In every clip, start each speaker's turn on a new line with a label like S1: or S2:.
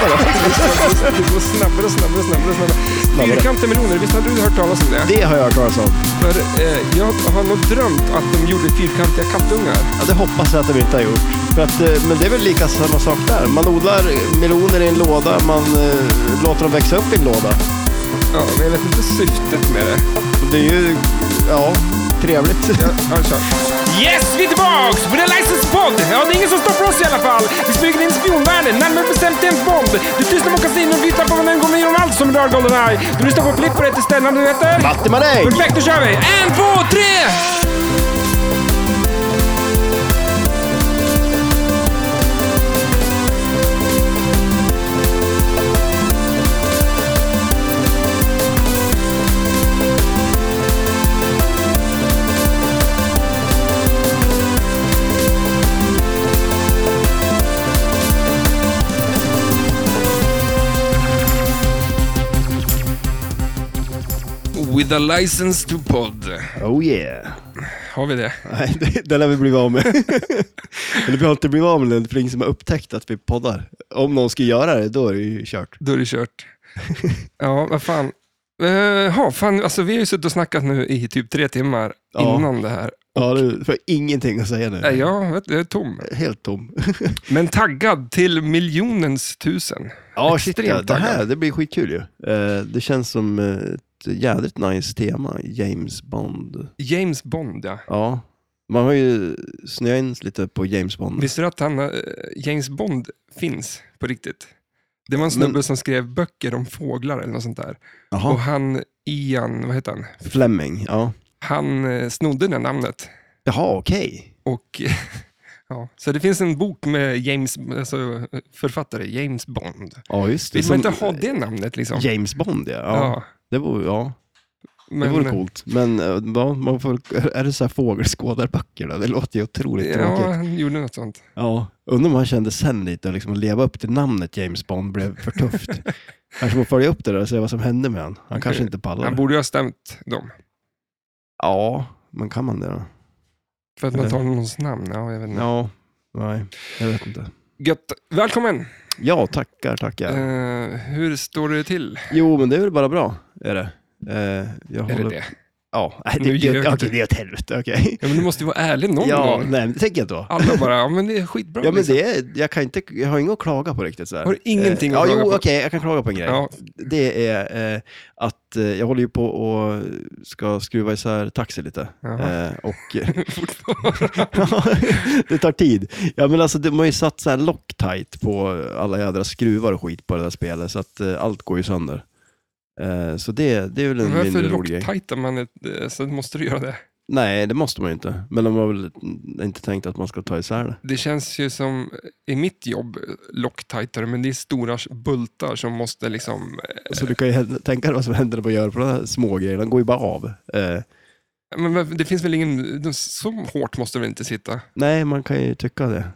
S1: Det går snabbare och snabbare och snabbare. och snabbare.
S2: Snabbare.
S1: Fyrkantiga meloner, visst har du hört talas om det?
S2: Det har jag hört talas om.
S1: För eh, jag har nog drömt att de gjorde fyrkantiga kattungar.
S2: Ja, det hoppas jag att de inte har gjort. För att, eh, men det är väl lika samma sak där. Man odlar meloner i en låda, man eh, låter dem växa upp i en låda.
S1: Ja, men jag vet inte syftet med det.
S2: Det är ju, ja, trevligt.
S1: Ja, ja, kör. Yes, vi är tillbaks på The License Pod! Ja, det är ingen som stoppar oss i alla fall. Vi smyger in i spionvärlden, närmare bestämt en bomb. Du lyssnar på Casino och tittar på vad den kommer genom allt som rör Goldeneye. Du lyssnar på Flipper, heter Stellan, du heter?
S2: Matti Maräng!
S1: Perfekt, då kör vi! En, två, tre! With a license to pod.
S2: Oh yeah.
S1: Har vi det?
S2: Nej, det, det lär vi blivit av med. Eller vi har inte blivit av med det, för det är ingen som har upptäckt att vi poddar. Om någon ska göra det, då är det ju kört.
S1: Då är det kört. Ja, vad fan. Uh, ha, fan alltså, vi har ju suttit och snackat nu i typ tre timmar
S2: Ja. Eh.
S1: innan det här.
S2: Ja, du får ingenting att säga nu.
S1: Nej, jag, vet, jag är tom.
S2: Helt tom.
S1: Men taggad till miljonens tusen.
S2: Ja, shit,
S1: Extremt
S2: ja, det här
S1: taggad.
S2: det blir skitkul ju. Eh, Det känns som eh, ett jädrigt nice tema, James Bond.
S1: James Bond, ja.
S2: Ja, man har ju snöat in lite på James Bond.
S1: Visste du att han, eh, James Bond finns på riktigt? Det var en snubbe
S2: Men-
S1: som skrev böcker om fåglar eller något sånt där. Och
S2: Jaha,
S1: han, Ian, vad heter han?
S2: Fleming. Ja.
S1: Han eh, snodde det namnet.
S2: Jaha, okej.
S1: Och, ja. Så det finns en bok med James, alltså, författare, James Bond.
S2: Ja, just det.
S1: Vill man
S2: Som-
S1: inte ha det namnet liksom?
S2: James Bond, ja. ja. Det vore, ja, det
S1: men,
S2: vore coolt. Men eh, ja, man får, är det så här fågelskådarböcker då? Det låter ju otroligt
S1: Ja,
S2: tråkigt.
S1: han gjorde något sånt.
S2: Ja. Undrar om han kände sen lite, liksom, att leva upp till namnet James Bond blev för tufft. kanske får följa upp det där och se vad som hände med han. Han kanske inte pallar
S1: Han
S2: det.
S1: borde ju ha stämt dem.
S2: Ja, men kan man det då?
S1: För att man
S2: Eller-
S1: tar någons namn. Ja, jag vet inte.
S2: Ja, nej, jag vet inte.
S1: Gött. Välkommen!
S2: Ja, tackar, tackar.
S1: Eh, hur står det till?
S2: Jo, men det är väl bara bra, är det. Eh, jag
S1: Är
S2: håller...
S1: det det?
S2: Ja, nej, det,
S1: Nu
S2: det,
S1: ljög
S2: det,
S1: du.
S2: okej, det är åt helvete, okej.
S1: Ja, men du måste ju vara ärlig någon
S2: Ja,
S1: gång.
S2: nej, men det tänker jag inte vara.
S1: Alla bara, ja men det är skitbra.
S2: Ja, men
S1: liksom.
S2: det är, jag, kan inte, jag har inget att klaga på riktigt. Så här.
S1: Har du ingenting
S2: eh,
S1: att
S2: ja,
S1: klaga
S2: jo,
S1: på?
S2: okej, jag kan klaga på en grej.
S1: Ja.
S2: Det är eh, att eh, jag håller ju på och ska skruva isär taxi lite.
S1: Jaha.
S2: Eh, och, det tar tid. Ja, men alltså, de har ju satt så här locktight på alla jädra skruvar och skit på det där spelet, så att eh, allt går ju sönder. Eh, så det, det är väl en
S1: Varför
S2: mindre rolig grej.
S1: locktajtar man ett, eh, så måste du göra det?
S2: Nej, det måste man ju inte. Men de har väl inte tänkt att man ska ta isär det.
S1: Det känns ju som, eh, i mitt jobb, locktajtare, men det är stora bultar som måste liksom... eh,
S2: Så du kan ju hä- tänka dig vad som händer när man gör på de här små grejerna. De går ju bara av. Eh,
S1: Men varför- det finns väl ingen... de- Så hårt måste det väl inte sitta?
S2: nej, man kan ju tycka det.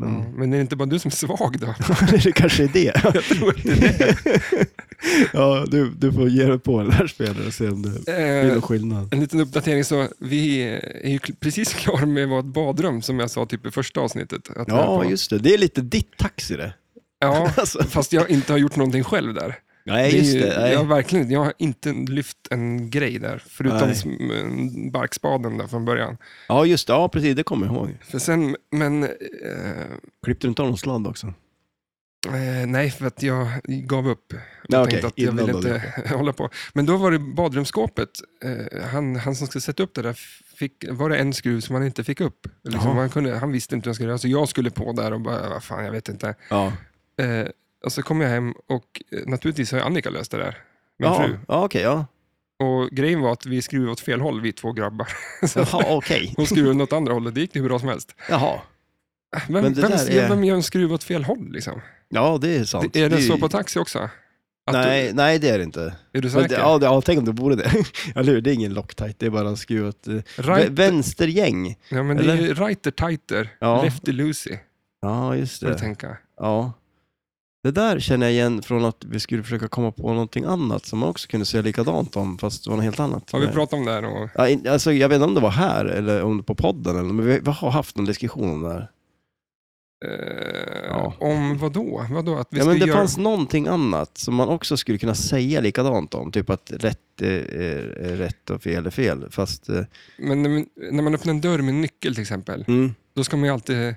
S2: Men
S1: Ja, Men är det inte bara du som är svag då?
S2: det kanske är det.
S1: Jag tror inte det.
S2: ja, du, du får ge dig på den här spelaren och se om det blir
S1: Eh,
S2: någon skillnad.
S1: En liten uppdatering. Så vi är ju kl- precis klara med vårt badrum som jag sa typ i första avsnittet. Att vi är
S2: Ja,
S1: på.
S2: just det. Det är lite ditt taxi det.
S1: ja,
S2: Alltså.
S1: fast jag inte har gjort någonting själv där.
S2: Nej,
S1: är
S2: just
S1: ju-
S2: det. Nej.
S1: Jag, har verkligen, inte- jag har inte lyft en grej där, förutom
S2: Nej.
S1: sm- en barkspaden där från början.
S2: Ja, just det. Ja, precis. Det kommer jag ihåg.
S1: För sen, men... eh,
S2: Klippte du inte av någon sladd också?
S1: Eh, nej, för att jag gav upp.
S2: Ja,
S1: Jag
S2: okej.
S1: tänkte att jag
S2: Innan
S1: ville
S2: då,
S1: inte hålla på. Men då var det badrumsskåpet. Eh, han, han som skulle sätta upp det där, fick, var det en skruv som han inte fick upp. Liksom,
S2: Jaha.
S1: han, kunde, han visste inte hur han skulle göra, så jag skulle på där och bara, vad fan, jag vet inte.
S2: Ja.
S1: Eh, och så kom jag hem och eh, naturligtvis har ju Annika löst det där. Min
S2: Ja,
S1: fru.
S2: ja okej. ja.
S1: Och grejen var att vi skruvade åt fel håll, vi två grabbar. så att
S2: Jaha, okej.
S1: hon skruvade åt andra hållet, det gick hur bra som helst.
S2: Jaha.
S1: Vem,
S2: Men det
S1: vem,
S2: där är-
S1: vem gör en skruv åt fel håll liksom?
S2: Ja, det är sant.
S1: Det, är det
S2: ju-
S1: så på taxi också? Att du-
S2: Nej, nej, det är det inte.
S1: Är du
S2: Men
S1: säker?
S2: det, ja, det, ja, tänk om det vore det. Eller hur? Det är ingen Loctite, det är bara skruvat. eh, vä-
S1: Right,
S2: Vänstergäng.
S1: ja, men det är ju righter tighter,
S2: Ja.
S1: lefty loosey,
S2: Ja, just
S1: får du
S2: det.
S1: tänka.
S2: Ja. Det där känner jag igen från att vi skulle försöka komma på någonting annat som man också kunde säga likadant om, fast det var något helt annat.
S1: Har vi
S2: Nej.
S1: pratat om det här? Och,
S2: Ja, in- alltså, jag vet inte om det var här eller om det på podden, eller, men vi, vi har haft någon diskussion om det här.
S1: eh,
S2: Ja.
S1: om vad då? Vad då? Att vi
S2: Ja,
S1: skulle
S2: men det
S1: göra...
S2: fanns någonting annat som man också skulle kunna säga likadant om. Typ att rätt eh, är är rätt och fel är fel. Fast, eh,
S1: Men när- när man öppnar en dörr med en nyckel till exempel,
S2: mm,
S1: då ska man ju alltid eh,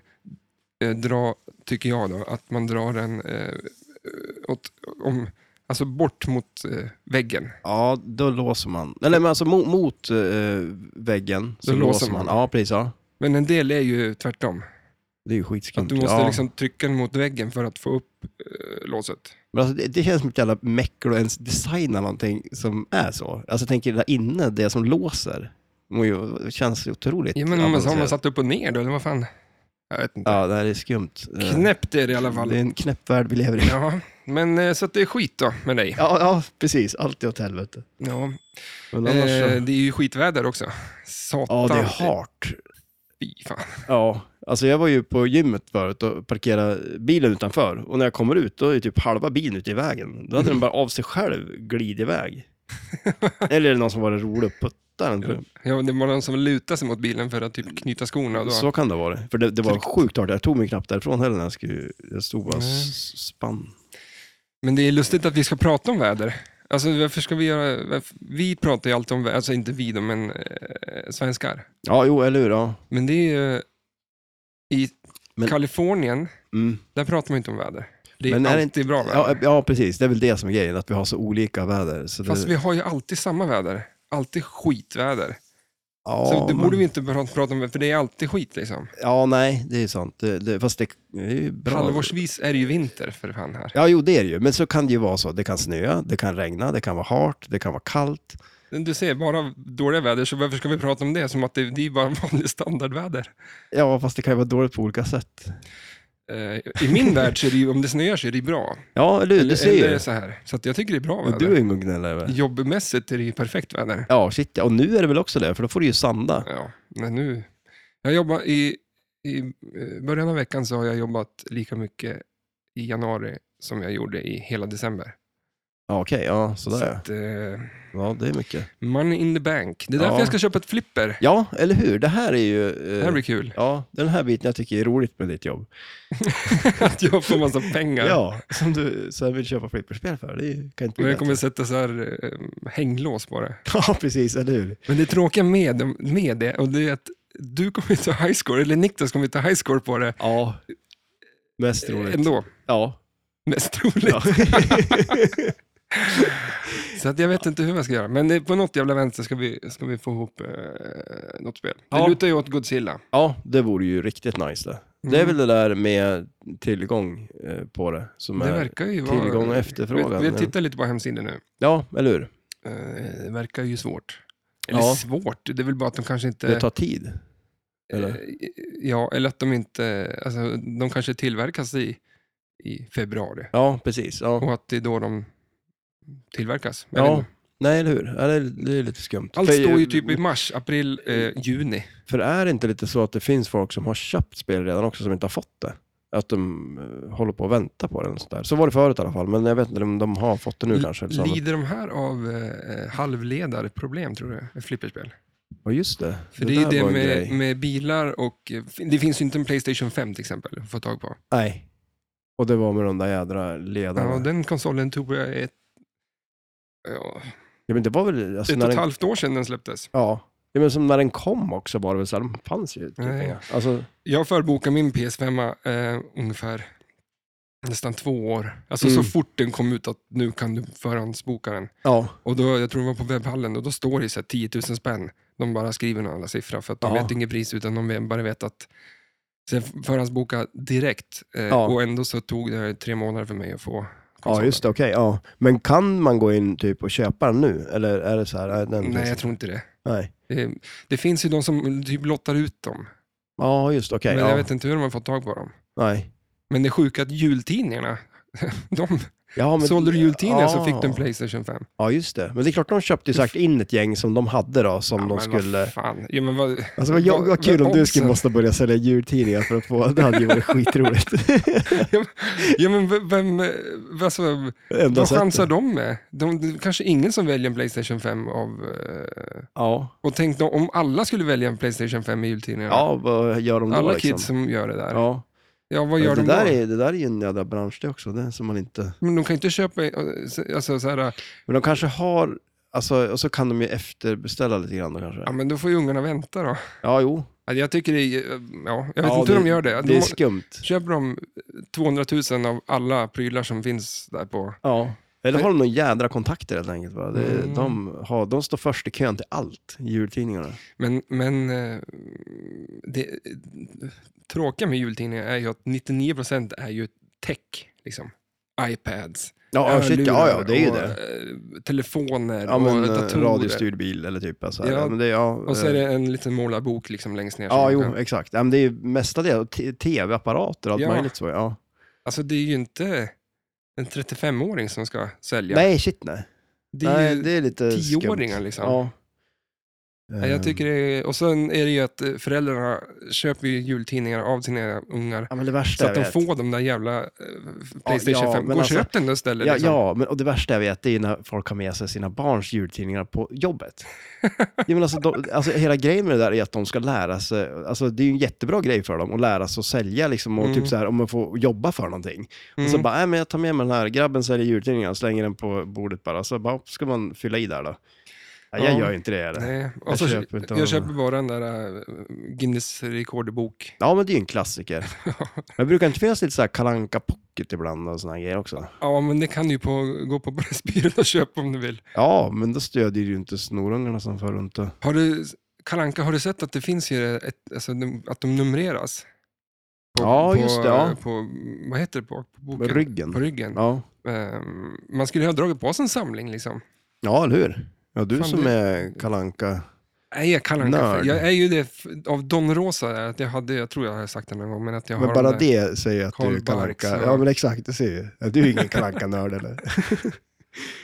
S1: dra, tycker jag då, att man drar den eh, åt, om, alltså bort mot eh, väggen.
S2: ja, då låser man. Eller men alltså mot, mot eh, väggen så
S1: Då
S2: låser,
S1: låser
S2: man.
S1: man.
S2: Ja, precis. Ja.
S1: Men en del är ju tvärtom.
S2: Det är ju
S1: Att
S2: skitskumt.
S1: du måste
S2: ja.
S1: liksom trycka den mot väggen för att få upp eh, låset.
S2: Men alltså, det, det känns som ett jävla mäckel att ens designa någonting som är så. Alltså jag tänker det där inne, det som låser. må ju- Det känns ju otroligt
S1: Ja, men om man, har man
S2: avancerat.
S1: satt upp och ner då, eller vad fan? Jag vet inte.
S2: Ja, det här är skumt. Eh,
S1: Knäppt är det i alla
S2: Det är
S1: fall.
S2: en knäpp värld vi lever i.
S1: Ja, men eh, så att det är skit då med dig.
S2: Ja, ja precis. Allt är åt helvete.
S1: Ja,
S2: Men annars så...
S1: eh, det är ju skitväder också. Satan.
S2: Ja, det är hart.
S1: Fy fan.
S2: Ja, alltså jag var ju på gymmet förut och parkerade bilen utanför. Och när jag kommer ut, då är typ halva bilen ute i vägen. Då hade den bara av sig själv glidit iväg. Eller är det någon som var rolig och puttade den.
S1: Ja, det var någon som lutade sig mot bilen för att typ knyta skorna. Då.
S2: Så kan det vara. För det, det var sjukt hårt. Jag tog mig knappt därifrån heller när jag skulle... Jag stod bara och
S1: Mm.
S2: s- spann.
S1: Men det är lustigt att vi ska prata om väder. Alltså varför ska vi göra... varför- Vi pratar ju alltid om väder, alltså inte vi då, men eh, svenskar.
S2: Ja, jo, eller hur? Ja.
S1: Men det är ju... I
S2: Men-
S1: Kalifornien,
S2: Mm.
S1: där pratar man inte om väder. Det är
S2: Men är det
S1: alltid bra väder.
S2: Ja, ja, precis. Det är väl det som är grejen, att vi har så olika väder. Så
S1: Fast
S2: det,
S1: vi har ju alltid samma väder. Alltid skitväder.
S2: ja,
S1: så det
S2: men-
S1: borde vi inte pra- prata om, för det är alltid skit liksom.
S2: Ja, nej, det är sant. Det, det, fast det, det är ju bra.
S1: Halvårsvis är det ju vinter för fan här.
S2: Ja, jo det är det ju. Men så kan det ju vara så. Det kan snöa, det kan regna, det kan vara hart, det kan vara kallt.
S1: Du ser, bara dåliga väder, så varför ska vi prata om det? Som att det, det är bara vanligt standardväder.
S2: Ja, fast det kan ju vara dåligt på olika sätt.
S1: Eh, I min värld, så är det ju, om det snöar så är det ju bra.
S2: Ja, eller hur? Du ser
S1: Eller
S2: ju.
S1: så här. Så att jag tycker det är bra
S2: Du är
S1: väder.
S2: en gång gnällare.
S1: Jobbmässigt är det ju perfekt väder.
S2: Ja, shit ja. Och nu är det väl också det, för då får du ju sanda.
S1: Ja, men nu... Jag jobbar i, I eh, början av veckan så har jag jobbat lika mycket i januari som jag gjorde i hela december.
S2: Ja, okej. ja,
S1: Så
S2: sådär ja.
S1: att, eh,
S2: Ja, det är mycket.
S1: money in the bank. Det är därför
S2: Ja.
S1: jag ska köpa ett flipper.
S2: Ja, eller hur? Det här är ju... eh,
S1: Det här blir kul.
S2: Ja, den här biten jag tycker är roligt med ditt jobb.
S1: Att jag får massa pengar.
S2: Ja, som du så här vill köpa flipperspel för. Det är ju- kan inte
S1: Men
S2: bli
S1: jag kommer
S2: bättre.
S1: sätta så här eh, hänglås på det.
S2: Ja, precis. Eller hur?
S1: Men det tråkiga med, med det, och det är att du kommer inte ha high score, eller Niklas kommer inte ha high score på det
S2: Ja. Mest roligt.
S1: ändå.
S2: Ja.
S1: Mest troligt.
S2: ja.
S1: Så att jag vet inte hur man ska göra. Men det, på något jävla vänster ska vi, ska vi få ihop eh, något spel. Det
S2: Ja.
S1: lutar ju åt Godzilla.
S2: Ja, det vore ju riktigt nice det. Det är
S1: Mm.
S2: väl det där med tillgång eh, på det som
S1: det
S2: är
S1: verkar ju vara...
S2: tillgång och efterfrågan.
S1: Vi, vi tittar lite på hemsidan nu.
S2: Ja, eller hur?
S1: Eh, det verkar ju svårt. Eller
S2: Ja.
S1: svårt, det är väl bara att de kanske inte...
S2: Det tar tid. eller?
S1: eh, Ja, eller att de inte... Alltså, de kanske tillverkas i, i februari.
S2: Ja, precis. Ja.
S1: Och att det är då de tillverkas. Jag vet
S2: Ja.
S1: inte.
S2: Nej, eller hur? Ja, det, är, det är lite skumt.
S1: Allt
S2: för,
S1: står ju typ i mars, april, eh, juni.
S2: för är det inte lite så att det finns folk som har köpt spel redan också som inte har fått det? Att de eh, håller på att vänta på det eller sånt där. Så var det förut i alla fall, men jag vet inte om de har fått det nu kanske. Eller så.
S1: Lider de här av eh, halvledarproblem, tror du? Ett flipperspel?
S2: Ja, just det.
S1: För det, är ju
S2: där
S1: det
S2: var en
S1: med,
S2: grej.
S1: med bilar och... eh, fin- Det finns ju inte en Playstation 5 till exempel att få tag på.
S2: Nej. Och det var med de där jädra ledarna.
S1: Ja,
S2: Ja,
S1: den konsolen tog jag ett... Ja,
S2: men det var väl... Alltså,
S1: ett
S2: när
S1: och ett
S2: den
S1: halvt år sedan den släpptes.
S2: Ja. ja men som när den kom också var det väl så här, de fanns ju typ
S1: Ja, ja.
S2: inga. Alltså,
S1: Jag förbokade min PS5 eh, ungefär nästan två år. Alltså
S2: Mm.
S1: så fort den kom ut att nu kan du förhandsboka den.
S2: ja.
S1: Och då, jag tror det var på webbhallen och då står det så här 10 000 spänn. De bara skriver någon annan siffra för att de
S2: Ja.
S1: vet inget pris utan de bara vet att Sen förhandsboka direkt eh,
S2: Ja.
S1: och ändå så tog det tre månader för mig att få
S2: ja
S1: konsolen.
S2: just det, okej. ja. Men kan man gå in typ och köpa den nu? Eller är det så här? Är den
S1: Nej,
S2: finns-
S1: jag tror inte det.
S2: Nej.
S1: Eh, Det finns ju de som typ lottar ut dem,
S2: Ja, just det, okej.
S1: men jag
S2: ja.
S1: vet inte hur de har fått tag på dem.
S2: Nej.
S1: Men det sjuka är att jultidningarna, de
S2: Ja, men...
S1: sålde du jultidningar så
S2: Ja.
S1: fick du en Playstation 5.
S2: Ja, just det. Men det är klart, de köpte ju säkert in ett gäng som de hade då, som
S1: Ja,
S2: de
S1: men vad
S2: skulle...
S1: Fan. Ja, men vad...
S2: Alltså vad, vad, vad kul om du skulle
S1: oddsen?
S2: måste börja sälja jultidningar för att få, det hade ju varit skitroligt.
S1: Ja, men v- vem, eh, alltså,
S2: Enda
S1: vad
S2: sättet.
S1: chansar de med? De, det är kanske ingen som väljer en Playstation 5 av... eh,
S2: Ja,
S1: Och tänk då, om alla skulle välja en Playstation 5 i jultidningarna.
S2: ja vad gör de då
S1: alla
S2: liksom?
S1: kids som gör det där.
S2: Ja.
S1: Ja, vad
S2: Ja,
S1: gör
S2: det,
S1: de då?
S2: där är, det där är ju en jävla bransch det också, det som man inte...
S1: Men de kan ju inte köpa, eh, så- alltså så här,
S2: Men de kanske har, alltså, och så kan de ju efterbeställa lite grann då kanske.
S1: ja men då får ju ungarna vänta då.
S2: Ja, jo.
S1: Ja, Jag tycker det är, eh, ja, jag vet
S2: ja,
S1: inte hur de gör det.
S2: Det,
S1: De,
S2: är
S1: må-
S2: skumt.
S1: Köper de 200 000 av alla prylar som finns där på...
S2: Ja. Eller har de någon jädra kontakter helt enkelt. Va? Det,
S1: Mm.
S2: de, har, de står först i kön till allt i jultidningarna.
S1: Men, men eh, det tråkiga med jultidningar är ju att 99% är ju tech, liksom. Ipads,
S2: Ja, shit, ja, ja,
S1: hörlurar
S2: det är ju
S1: och,
S2: det.
S1: eh, telefoner
S2: Ja, men
S1: och
S2: eh,
S1: datorer.
S2: radiostyrd bil eller typ. Alltså,
S1: Ja,
S2: ja. men det, ja,
S1: Och så
S2: eh,
S1: är det en liten målarbok liksom längst ner. som
S2: Ja,
S1: man
S2: jo,
S1: kan-
S2: exakt. Ja, men det är ju mestadels t- tv-apparater och allt
S1: Ja.
S2: möjligt så. Ja.
S1: Alltså det är ju inte en 35-åring som ska sälja.
S2: Nej, shit nej.
S1: det är
S2: nej,
S1: ju,
S2: det är lite
S1: tioåringar,
S2: skumt.
S1: liksom.
S2: Ja.
S1: Nej,
S2: Eh,
S1: Jag tycker det är, och sen är det ju att eh, föräldrarna köper ju jultidningar av sina ungar.
S2: Ja, men det
S1: Så
S2: värsta
S1: att de
S2: jag vet.
S1: får de där jävla eh, Playstation
S2: ja,
S1: 5.
S2: men
S1: Gå och
S2: alltså-
S1: köp den då istället.
S2: Ja,
S1: liksom.
S2: ja, men och det värsta jag vet det är ju när folk har med sig sina barns jultidningar på jobbet. ja, men alltså, de, alltså, hela grejen med det där är att de ska lära sig, alltså, det är ju en jättebra grej för dem att lära sig att sälja liksom, och
S1: Mm.
S2: typ så här, om man får jobba för någonting.
S1: Mm.
S2: Och så bara, äh, men jag tar med mig den här, grabben säljer jultidningar, slänger den på bordet bara, så bara, ska man fylla i där då? Nej, jag
S1: Ja.
S2: gör ju inte det. Eller?
S1: Nej. Och
S2: Jag
S1: så,
S2: köper inte
S1: jag
S2: av-
S1: köper bara den där eh, Guinness rekordbok.
S2: Ja, men det är ju en klassiker. Men brukar inte finnas lite så här kalanka pocket ibland och såna här grejer också?
S1: Ja, men det kan du ju på, gå på Pressbyrån och köpa om du vill.
S2: Ja, men då stödjer ju inte snorungarna som för runt och...
S1: Har du, Kalanka, har du sett att det finns ju ett, alltså, de- att de numreras?
S2: Ja, just det, ja.
S1: På, vad heter det på, på boken?
S2: Med ryggen.
S1: På ryggen.
S2: Ja.
S1: Ehm, man skulle ju ha dragit på sig en samling liksom.
S2: Ja, eller hur? Ja, du
S1: Fan,
S2: som
S1: det-
S2: är kalanka
S1: Nej, jag kallar inte för,
S2: Nörd.
S1: Jag är ju det f- av Don Rosa, att jag, hade, jag tror jag har sagt det någon gång, men att jag
S2: Men
S1: har
S2: bara
S1: den där-
S2: det säger att du
S1: Karl
S2: är kalanka
S1: Barks, ja.
S2: Ja, men exakt, det ser ju. Ja, Du är ingen kalanka nörd eller?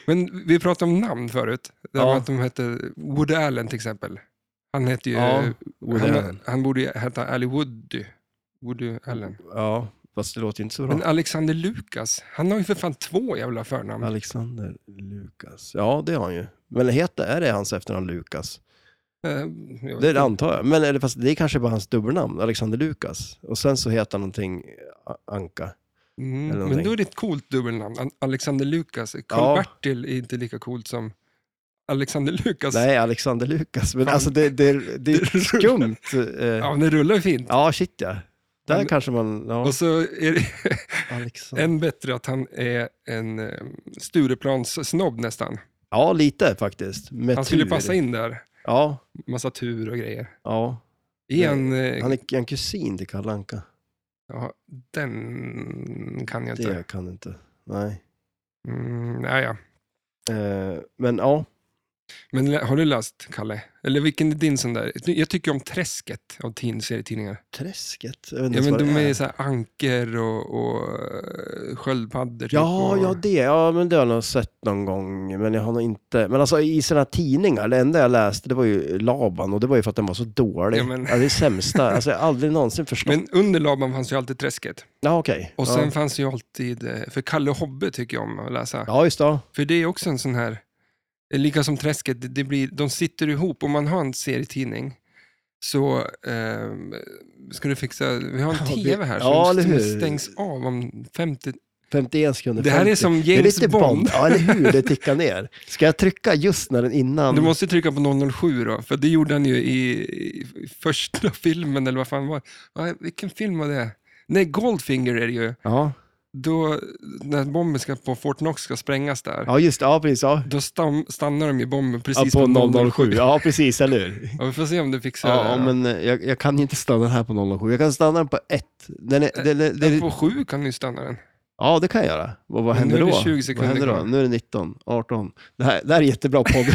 S1: Men vi pratade om namn förut, det här
S2: Ja.
S1: med att de hette Woody Allen till exempel. Han hette ju...
S2: han...
S1: han, han borde ju heta Ali Woody. Woody Allen.
S2: ja, fast det låter inte så bra.
S1: Men Alexander Lukas, han har ju för fan två jävla förnamn.
S2: Alexander Lukas. Ja, det har han ju. Men heter, är det hans efternamn Lukas?
S1: Ehm, jag vet
S2: Det
S1: inte.
S2: antar jag. Men eller, fast det är kanske bara hans dubbelnamn, Alexander Lukas. Och sen så heter han någonting A- Anka.
S1: Mm,
S2: eller
S1: men
S2: någonting.
S1: då är det ett coolt dubbelnamn. An- Alexander Lukas.
S2: Ja.
S1: Karl-Bertil är inte lika coolt som Alexander Lukas.
S2: Nej, Alexander Lukas. Men
S1: Fan.
S2: alltså det, det, det är
S1: Det rullar.
S2: skumt. Eh,
S1: Ja,
S2: Ja,
S1: men det rullar ju fint.
S2: shit ja. Där
S1: Men-
S2: kanske man... Ja,
S1: Och så är det
S2: Alexander.
S1: än bättre att han är en eh, Stureplanssnobb nästan.
S2: Ja, lite faktiskt. Med
S1: Han skulle
S2: tur.
S1: passa in där.
S2: Ja,
S1: Massa tur och grejer.
S2: ja.
S1: Är han, eh,
S2: Han är en kusin till Kalle Anka.
S1: ja, den kan jag inte.
S2: Det kan inte. Nej.
S1: Mm, nej, ja.
S2: Eh, men ja,
S1: Men lä- har du läst, Kalle? Eller vilken är din sån där? Jag tycker om Träsket av tin- serietidningar.
S2: Träsket. Jag vet inte
S1: Ja,
S2: ens
S1: men
S2: vad
S1: de
S2: det
S1: är så här anker och, och eh, sköldpaddor. typ,
S2: Ja,
S1: och...
S2: ja, det. Ja, men det har jag nog sett någon gång. Men jag har nog inte... Men alltså i sina tidningar, det enda jag läste det var ju Laban och det var ju för att den var så dålig.
S1: Ja, men-
S2: Ja, det är sämsta. Alltså jag har aldrig någonsin förstått.
S1: Men under Laban fanns ju alltid Träsket.
S2: Ja, okej.
S1: Och sen
S2: Ja.
S1: fanns ju alltid, eh, för Kalle och Hobbe tycker jag om att läsa.
S2: ja, just det. Ja.
S1: För det är också en sån här, eh, lika som Träsket, det- det blir, de sitter ihop. Om man har en serietidning så eh, ska du fixa, vi har
S2: Ja,
S1: en
S2: det-
S1: tv här
S2: ja,
S1: som
S2: eller hur?
S1: stängs av om 50...
S2: 51 sekunder.
S1: Det här
S2: 50.
S1: är som
S2: Det är
S1: James
S2: lite
S1: Bond.
S2: Bond. Ja, eller hur? Det tickar ner. Ska jag trycka just när den innan?
S1: Du måste trycka på 007 då, för det gjorde han ju i, i första filmen eller vad fan var ja, Vilken film var det? Nej, Goldfinger är det ju.
S2: Ja.
S1: Då, när bomben ska på Fort Knox ska sprängas där,
S2: ja, just det. Ja, precis. Ja.
S1: då stam, stannar de ju bomben
S2: Ja,
S1: precis
S2: på 007. Ja, precis, eller hur?
S1: Ja, vi får se om du fixar det.
S2: Ja, men eh, jag, jag kan inte stanna den här på 07. Jag kan stanna den på 1. Den är, den, den, den,
S1: Ja, på sju kan du ju stanna den.
S2: ja, det kan jag göra. Vad, vad
S1: Eh, Men nu
S2: händer
S1: är det
S2: då?
S1: 20
S2: vad
S1: sekunder
S2: händer då?
S1: kvar.
S2: Nu är det 19, 18. Det här, det här är jättebra podd.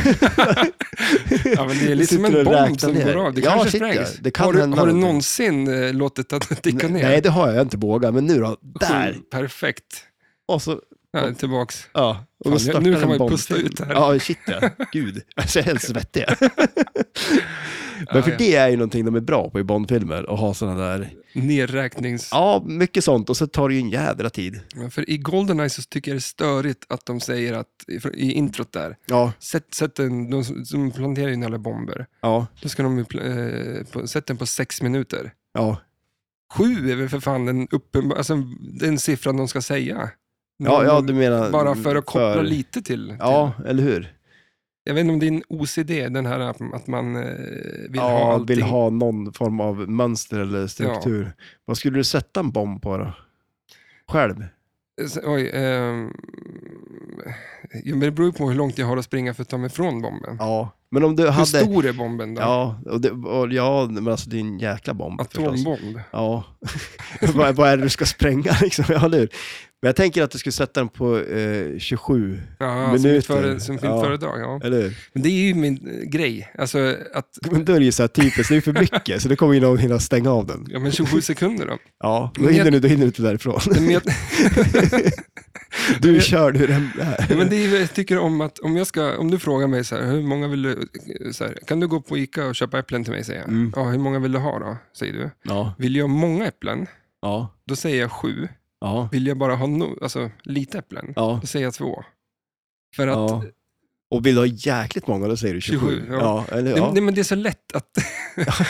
S1: Ja, men det är liksom
S2: Sitter
S1: en
S2: och
S1: bomb
S2: räknar
S1: som
S2: ner.
S1: går av. Det
S2: Ja,
S1: kanske
S2: shit, ja.
S1: sprängs.
S2: Det kan
S1: har, du,
S2: hända
S1: har du
S2: någonting.
S1: någonsin eh, låtit att det ticka ner?
S2: Nej, det har jag inte vågat. Men nu då? Där!
S1: Sju, perfekt.
S2: Och så...
S1: Ja, tillbaks.
S2: Ja, och då
S1: Fan, nu-
S2: startar
S1: nu kan
S2: en
S1: man ju
S2: bomb
S1: pusta
S2: till.
S1: ut här.
S2: Ja, shit ja. Gud, alltså jag är helt svettig.
S1: Ja,
S2: Men för
S1: ja.
S2: det är ju någonting de är bra på i Bondfilmer, att ha sådana där...
S1: Nerräknings...
S2: Ja, mycket sånt. Och så tar det ju en jädra tid.
S1: Ja, För i Goldeneye så tycker jag det är störigt att de säger att, i introt där,
S2: Ja,
S1: sätt, sätt en, de som- som planterar in alla bomber,
S2: ja,
S1: då ska de ju pl- eh, på, sätt den på sex minuter.
S2: ja.
S1: Sju är väl för fan den, uppen, alltså, den siffran de ska säga.
S2: Ja, ja, du menar...
S1: Bara för att koppla
S2: för-
S1: lite till. till-
S2: Ja, eller hur?
S1: Jag vet inte om din OCD, den här att- att man eh, vill ha
S2: ja,
S1: allting.
S2: vill ha någon form av mönster eller struktur. Vad skulle du sätta en bomb på då? Själv?
S1: S- Oj, ehm, jo, men det beror ju på hur långt jag har att springa för att ta mig från bomben.
S2: Ja. Men om du
S1: hur
S2: hade...
S1: stor är bomben då?
S2: Ja, och det, och, ja, men alltså det är en jäkla bomb förstås.
S1: Atombomb?
S2: Ja. vad, vad är det du ska spränga liksom? Ja, eller hur? Men jag tänker att du skulle sätta den på eh, 27,
S1: Ja,
S2: Minuter.
S1: som ett före- som ett
S2: Ja.
S1: föredrag. Ja.
S2: eller hur?
S1: Men det är ju min eh, grej. Alltså att,
S2: Men då är det ju så här typiskt, det är ju för mycket, så då kommer ju någon hinna stänga av den.
S1: ja men 27 sekunder då.
S2: Ja, då
S1: Men
S2: hinner
S1: jag-
S2: du, då hinner du inte därifrån.
S1: Men jag,
S2: Du kör hur den är.
S1: men det är, ju- jag tycker om att, om, jag ska, om du frågar mig så här, hur många vill du, så här, kan du gå på Ica och köpa äpplen till mig, säger jag.
S2: Mm.
S1: Ja, hur många vill du ha då, säger du.
S2: Ja,
S1: Vill jag ha många äpplen,
S2: ja,
S1: då säger jag sju.
S2: ja.
S1: Vill jag bara ha no, alltså, lite äpplen,
S2: ja.
S1: då säger jag två. För att
S2: ja. Och vill du ha jäkligt många, då säger du 27.
S1: 27, ja.
S2: ja. eller,
S1: Det,
S2: ja.
S1: det, men det är så lätt att...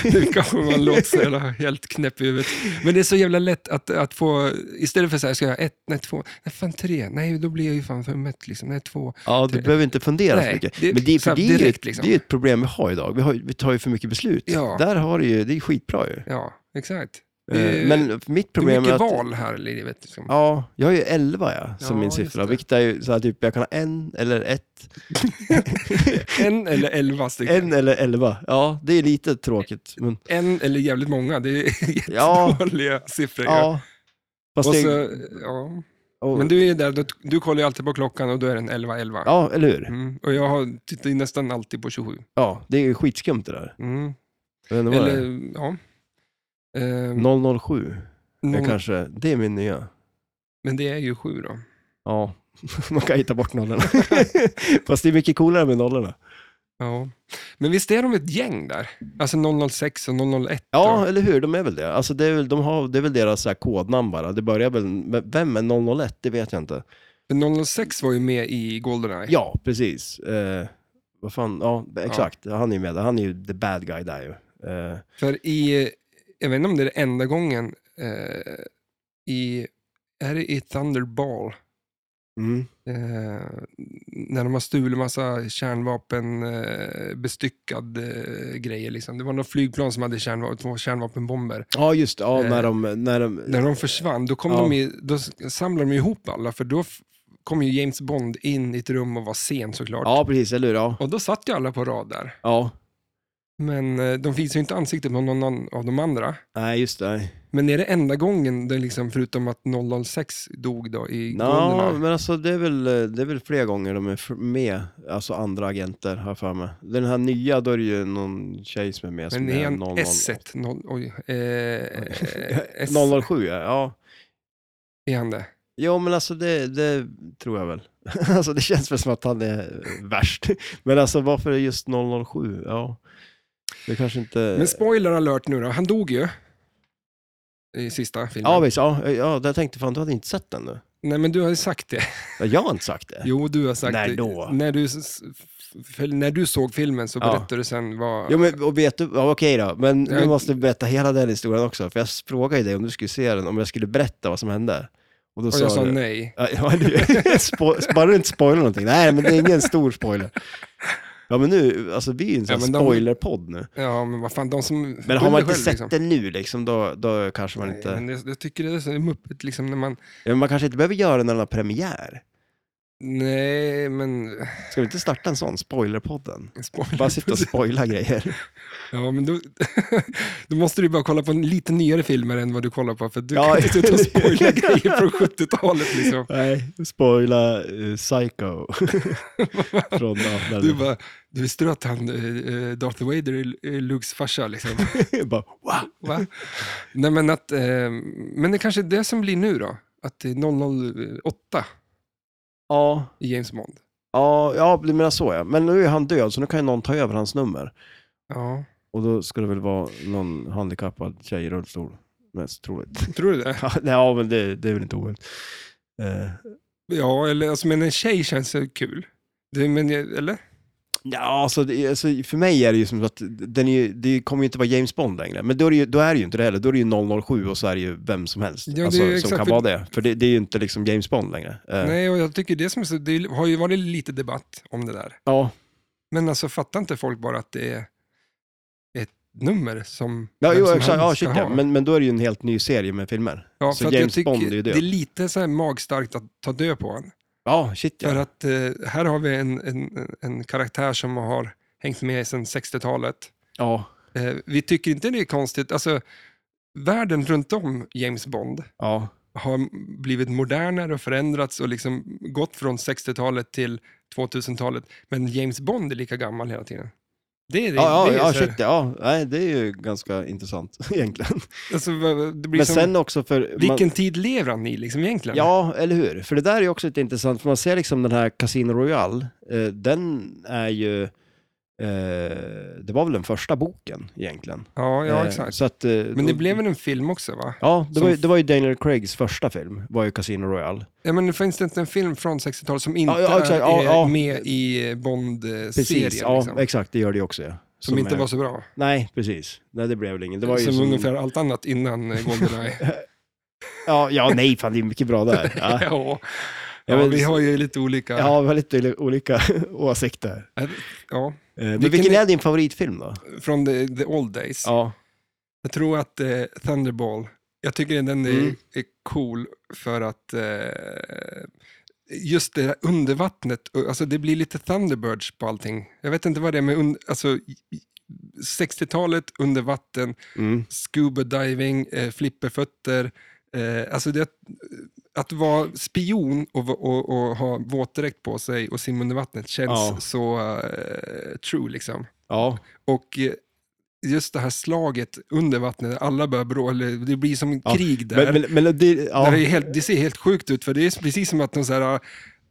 S1: nu kanske man låter så jävla helt knäpp i huvudet. Men det är så jävla lätt att, att få... Istället för så här, ska jag ha ett, nej två, nej fan tre, nej då blir jag ju fan för mätt liksom, nej två.
S2: ja, du behöver inte fundera så
S1: Nej,
S2: mycket.
S1: det-
S2: Men det, är- för
S1: så här
S2: det, är ju
S1: direkt,
S2: ett,
S1: liksom.
S2: det är ju ett problem vi har idag. Vi, har, ju- vi tar ju för mycket beslut.
S1: Ja.
S2: Där har du ju, det är skitbra ju.
S1: Ja, exakt. Det
S2: Eh,
S1: är-
S2: Men mitt
S1: Det är
S2: problem är
S1: mycket
S2: att...
S1: val här i livet. Liksom.
S2: Ja, jag har ju 11 ja, som
S1: Ja,
S2: min
S1: just
S2: siffra,
S1: det.
S2: vilket är ju så här, typ, jag kan ha en eller ett,
S1: En eller elva stycken.
S2: en
S1: En,
S2: eller elva. Ja, det är lite tråkigt. Men,
S1: eller jävligt många, det är
S2: ja,
S1: jättedåliga siffror. Ja.
S2: ja. Fast
S1: Och
S2: det,
S1: så, ja.
S2: och,
S1: Men du är ju där, du, du kollar ju alltid på klockan och då är den 11.11.
S2: Ja, eller hur?
S1: Mm. Och jag har, tittar ju nästan alltid på 27.
S2: Ja, det är ju skitskumt det där.
S1: Mm.
S2: Jag vet inte vad det är.
S1: Eller, ja. Ehm,
S2: 007
S1: någon-
S2: är kanske, det är min nya.
S1: Men det är ju sju då.
S2: Ja, man kan hitta bort nollorna. Fast det är mycket coolare med nollorna.
S1: Ja. Men visst är de ett gäng där? Alltså 006 och 001?
S2: Ja,
S1: och-
S2: eller hur? De är väl det. Alltså, det, är väl, de har, det är väl deras så här kodnamn bara. Det börjar väl, men vem är 001? Det vet jag inte.
S1: För 006 var ju med i Goldeneye.
S2: Ja, precis. Eh, vad fan, ja, exakt. Han är ju med där. Han är ju the bad guy där ju. Eh,
S1: För i, jag vet inte om det är den enda gången, eh, i, är det i Thunderball?
S2: mm.
S1: Eh, när de har stulit massa kärnvapenbestyckad eh, bestyckad, eh, grejer. Liksom. Det var några flygplan som hade kärnva- två kärnvapenbomber.
S2: Ja, just det. Ja,
S1: Eh,
S2: när de... När de
S1: När de försvann, då, kom
S2: Ja.
S1: de i, då s- samlade de ihop alla, för då f- kom ju James Bond in i ett rum och var sen såklart.
S2: ja, precis. Eller hur? Ja.
S1: Och då satt ju alla på rad där.
S2: ja.
S1: Men eh, de visar ju inte ansiktet på någon annan av de andra.
S2: Nej, just det. Nej.
S1: Men är det enda gången, det liksom, förutom att 006 dog då i
S2: Ja,
S1: Goldeneye?
S2: men alltså det är, väl, det är väl flera gånger de är f- med, alltså andra agenter har jag för mig. Den här nya, då är det ju någon tjej som är med som
S1: Men
S2: är
S1: är han
S2: 00
S1: S1? Noll, oj, eh, S,
S2: 007, ja. ja.
S1: är han det?
S2: Jo, men alltså det, det tror jag väl. alltså det känns väl som att han är värst. Men alltså varför är just 007? Ja, det kanske inte...
S1: Men spoiler alert nu då, han dog ju. I sista filmen.
S2: ja, visst. Ja, ja, jag tänkte fan, du hade inte sett den nu.
S1: Nej men du har ju sagt det.
S2: Ja, Jag har inte sagt det.
S1: Jo, du har sagt
S2: När
S1: det.
S2: då?
S1: När du, s- f- när du såg filmen så
S2: Ja.
S1: berättade du sen vad...
S2: Jo, men och vet du, ja, okej då, men du
S1: Jag-
S2: måste berätta hela den historien också. För jag frågade ju dig om du skulle se den, om jag skulle berätta vad som hände. Och då
S1: och jag sa
S2: du...
S1: nej.
S2: Ja, ja, du- spo- Bara du inte spoilar någonting. Nej, men det är ingen stor spoiler. Ja, men nu, alltså vi är ju en sån
S1: Ja,
S2: här
S1: men de-
S2: spoilerpodd nu.
S1: Ja, men vad fan, de som...
S2: Men har man inte
S1: skyller själv,
S2: sett
S1: liksom.
S2: den nu, liksom, då, då kanske man
S1: Nej,
S2: inte...
S1: Men jag, jag tycker det är så muppigt liksom när man...
S2: Ja, men man kanske inte behöver göra den när den har premiär.
S1: Nej, men...
S2: Ska vi inte starta en sån, spoilerpodden?
S1: Spoiler.
S2: Bara sitta och spoila grejer.
S1: Ja, men då, då måste du bara kolla på en lite nyare filmer än vad du kollar på, för du
S2: Ja,
S1: kan inte sitta och
S2: eller hur?
S1: spoila grejer från 70-talet liksom.
S2: Nej, spoila eh, Psycho. Från, ja, där
S1: Du bara, du ströt han eh, eh, Darth Vader i i Lukes farsa liksom.
S2: bara, wow.
S1: Va? Nej, men, att, eh, men det kanske är det som blir nu då? Att det är 008
S2: Ja,
S1: i James Bond.
S2: ja, ja, du menar så ja. Men nu är han död, så nu kan ju någon ta över hans nummer.
S1: Ja,
S2: Och då ska det väl vara någon handikappad tjej i rullstol, mest troligt.
S1: tror du det?
S2: Ja, nej, ja, men det, det är väl inte omöjligt. Eh,
S1: Ja, eller, alltså, men en tjej känns ju kul. Det, men, jag- eller?
S2: Ja, alltså, det, alltså, för mig är det ju som att den är, ju- det kommer ju inte vara James Bond längre. Men då är det ju, då är det ju inte det heller. Då är det ju 007 och så är det ju vem som helst
S1: Ja, det är
S2: alltså,
S1: ju
S2: som
S1: exakt-
S2: kan vara det. För det, det är ju inte liksom James Bond längre. Eh,
S1: Nej, och jag tycker det som är så, det har ju varit lite debatt om det där.
S2: Ja,
S1: Men alltså fattar inte folk bara att det är ett nummer som
S2: ja
S1: vem
S2: jo,
S1: som
S2: exakt.
S1: helst
S2: Ja,
S1: ska
S2: shit,
S1: ha?
S2: ja. Men, men då är det ju en helt ny serie med filmer.
S1: Ja,
S2: så
S1: för att
S2: James
S1: jag tycker
S2: Bond är ju
S1: det.
S2: det.
S1: är lite så här magstarkt att ta död på honom.
S2: Ja, shit ja.
S1: För att eh, här har vi en, en, en karaktär som har hängt med sedan 60-talet.
S2: ja.
S1: Eh, vi tycker inte det är konstigt, alltså världen runt om James Bond
S2: Ja,
S1: har blivit modernare och förändrats och liksom gått från 60-talet till 2000-talet. Men James Bond är lika gammal hela tiden. Det är det.
S2: ja,
S1: det,
S2: ja,
S1: är
S2: ja
S1: så här-
S2: shit ja. Nej, det är ju ganska intressant egentligen.
S1: Alltså, vad- vad- det blir
S2: Men
S1: som,
S2: sen också för... man-
S1: vilken tid lever han i liksom egentligen?
S2: Ja, eller hur? För det där är ju också lite intressant, för man ser liksom den här Casino Royale, eh, den är ju... Eh, det var väl den första boken egentligen.
S1: ja, ja
S2: Eh,
S1: exakt.
S2: Så att, eh,
S1: Men det
S2: då-
S1: blev väl en film också va?
S2: Ja, det
S1: som-
S2: var, ju, det var ju Daniel Craigs första film, var ju Casino Royale.
S1: Ja, men finns det inte en film från 60-talet som inte
S2: Ja, ja, exakt. Ja,
S1: är
S2: ja.
S1: med i Bond-serien?
S2: ja,
S1: liksom,
S2: exakt, det gör det ju också. Ja.
S1: som, inte
S2: är-
S1: var så bra.
S2: Nej, precis. Nej, det blev väl ingen. Det var ju
S1: som, ungefär allt annat innan eh, Goldeneye.
S2: Ja, ja, nej, fan det är mycket bra där. Ja, ja,
S1: ja.
S2: Ja,
S1: Ja,
S2: men-
S1: vi har ju lite olika. Ja.
S2: vi har lite olika åsikter. Eh, Men
S1: Vilken
S2: vilken,
S1: är-
S2: är din favoritfilm då?
S1: Från the, the old days.
S2: Ja.
S1: Jag tror att eh, Thunderball, jag tycker den är,
S2: Mm.
S1: är cool för att eh, just det här under vattnet, och- alltså det blir lite Thunderbirds på allting. Jag vet inte vad det är med un, alltså, i- i- 60-talet, under vatten,
S2: Mm.
S1: scuba diving, eh, flipperfötter. Eh, alltså det, att vara spion och, va- och, och ha våtdräkt på sig och simma under vattnet känns
S2: Ja.
S1: så eh, true liksom.
S2: Ja.
S1: Och eh, just det här slaget under vattnet, alla börjar brå, eller det blir som
S2: Ja,
S1: krig där.
S2: Men, men, men det, ja.
S1: där det, är helt, det ser helt sjukt ut, för det är precis som att de, så här, ah,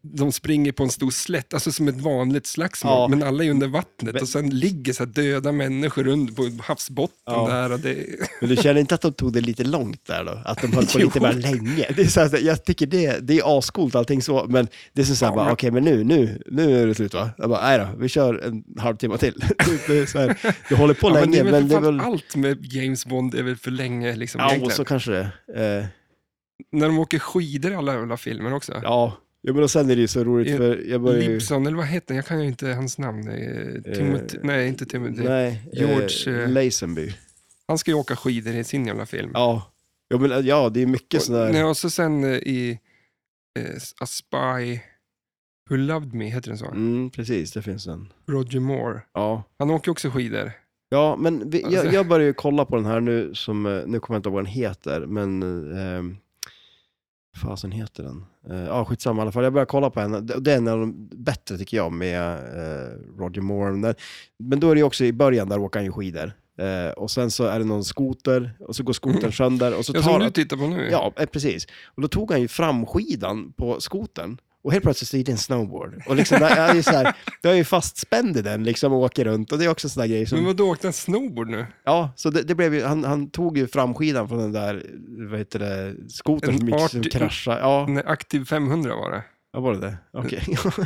S1: de springer på en stor slätt, alltså som ett vanligt slagsmål,
S2: Ja.
S1: men alla är under vattnet
S2: Men-
S1: och sen ligger så här döda människor under på havsbotten
S2: Ja.
S1: där. Och det,
S2: men du känner inte att de tog det lite långt där då? Att de höll på
S1: Jo.
S2: lite väl länge? Det är så här, jag tycker det, det är ascoolt allting så, men det är så här,
S1: Ja,
S2: bara,
S1: men-
S2: okej men nu, nu, nu är det slut va? Jag bara, nej då, vi kör en halvtimme till. Typ, det är så här, du håller på
S1: ja, men det
S2: länge,
S1: är väl,
S2: men det är
S1: för fan
S2: väl...
S1: Allt med James Bond är väl för länge liksom,
S2: Ja, och
S1: egentligen.
S2: så kanske det. Eh,
S1: När de åker skidor i alla jävla filmer också.
S2: ja, jo, men och sen är det ju så roligt
S1: Eh,
S2: för jag börjar ju...
S1: Libson, eller vad heter han? Jag kan ju inte hans namn. Eh, Timothy,
S2: Eh,
S1: nej, inte Timothy.
S2: Nej,
S1: George,
S2: eh,
S1: eh,
S2: Lazenby.
S1: Han ska ju åka skidor i sin jävla film.
S2: Ja. Jo, men, ja, det är mycket sådär...
S1: och, nej, och så sen eh, i eh, A Spy Who Loved Me, heter den så?
S2: Mm, precis, det finns en.
S1: Roger Moore.
S2: Ja.
S1: Han åker också skidor.
S2: Ja, men vi, jag,
S1: Alltså-
S2: jag börjar ju kolla på den här nu, som, eh, nu kommer jag inte ihåg vad den heter, men eh, fasen heter den? Eh, Ja, skitsamma i alla fall. Jag börjar kolla på henne. Det det är en av de bättre tycker jag med eh, Roger Moore. Men där- Men då är det ju också i början, där åker han ju skidor. Eh, och sen så är det någon skoter, och så går skotern sönder. Och så
S1: Mm. Ja, som
S2: tar
S1: du
S2: han,
S1: tittar på nu.
S2: ja, eh, precis. Och då tog han ju fram skidan på skotern. Och helt plötsligt så är det en snowboard. Och liksom, där är ju så här, då är jag ju fastspänd i den liksom och åker runt. Och det är också en sån där grej som...
S1: Men vadå, åkte han snowboard nu?
S2: Ja, så det, det blev ju, han, han tog ju framskidan från den där, vad heter det, skotern
S1: En
S2: som, gick- som
S1: art-
S2: kraschade. Ja,
S1: Nej, Aktiv 500 var det.
S2: ja, var det det? Okej.
S1: Ja,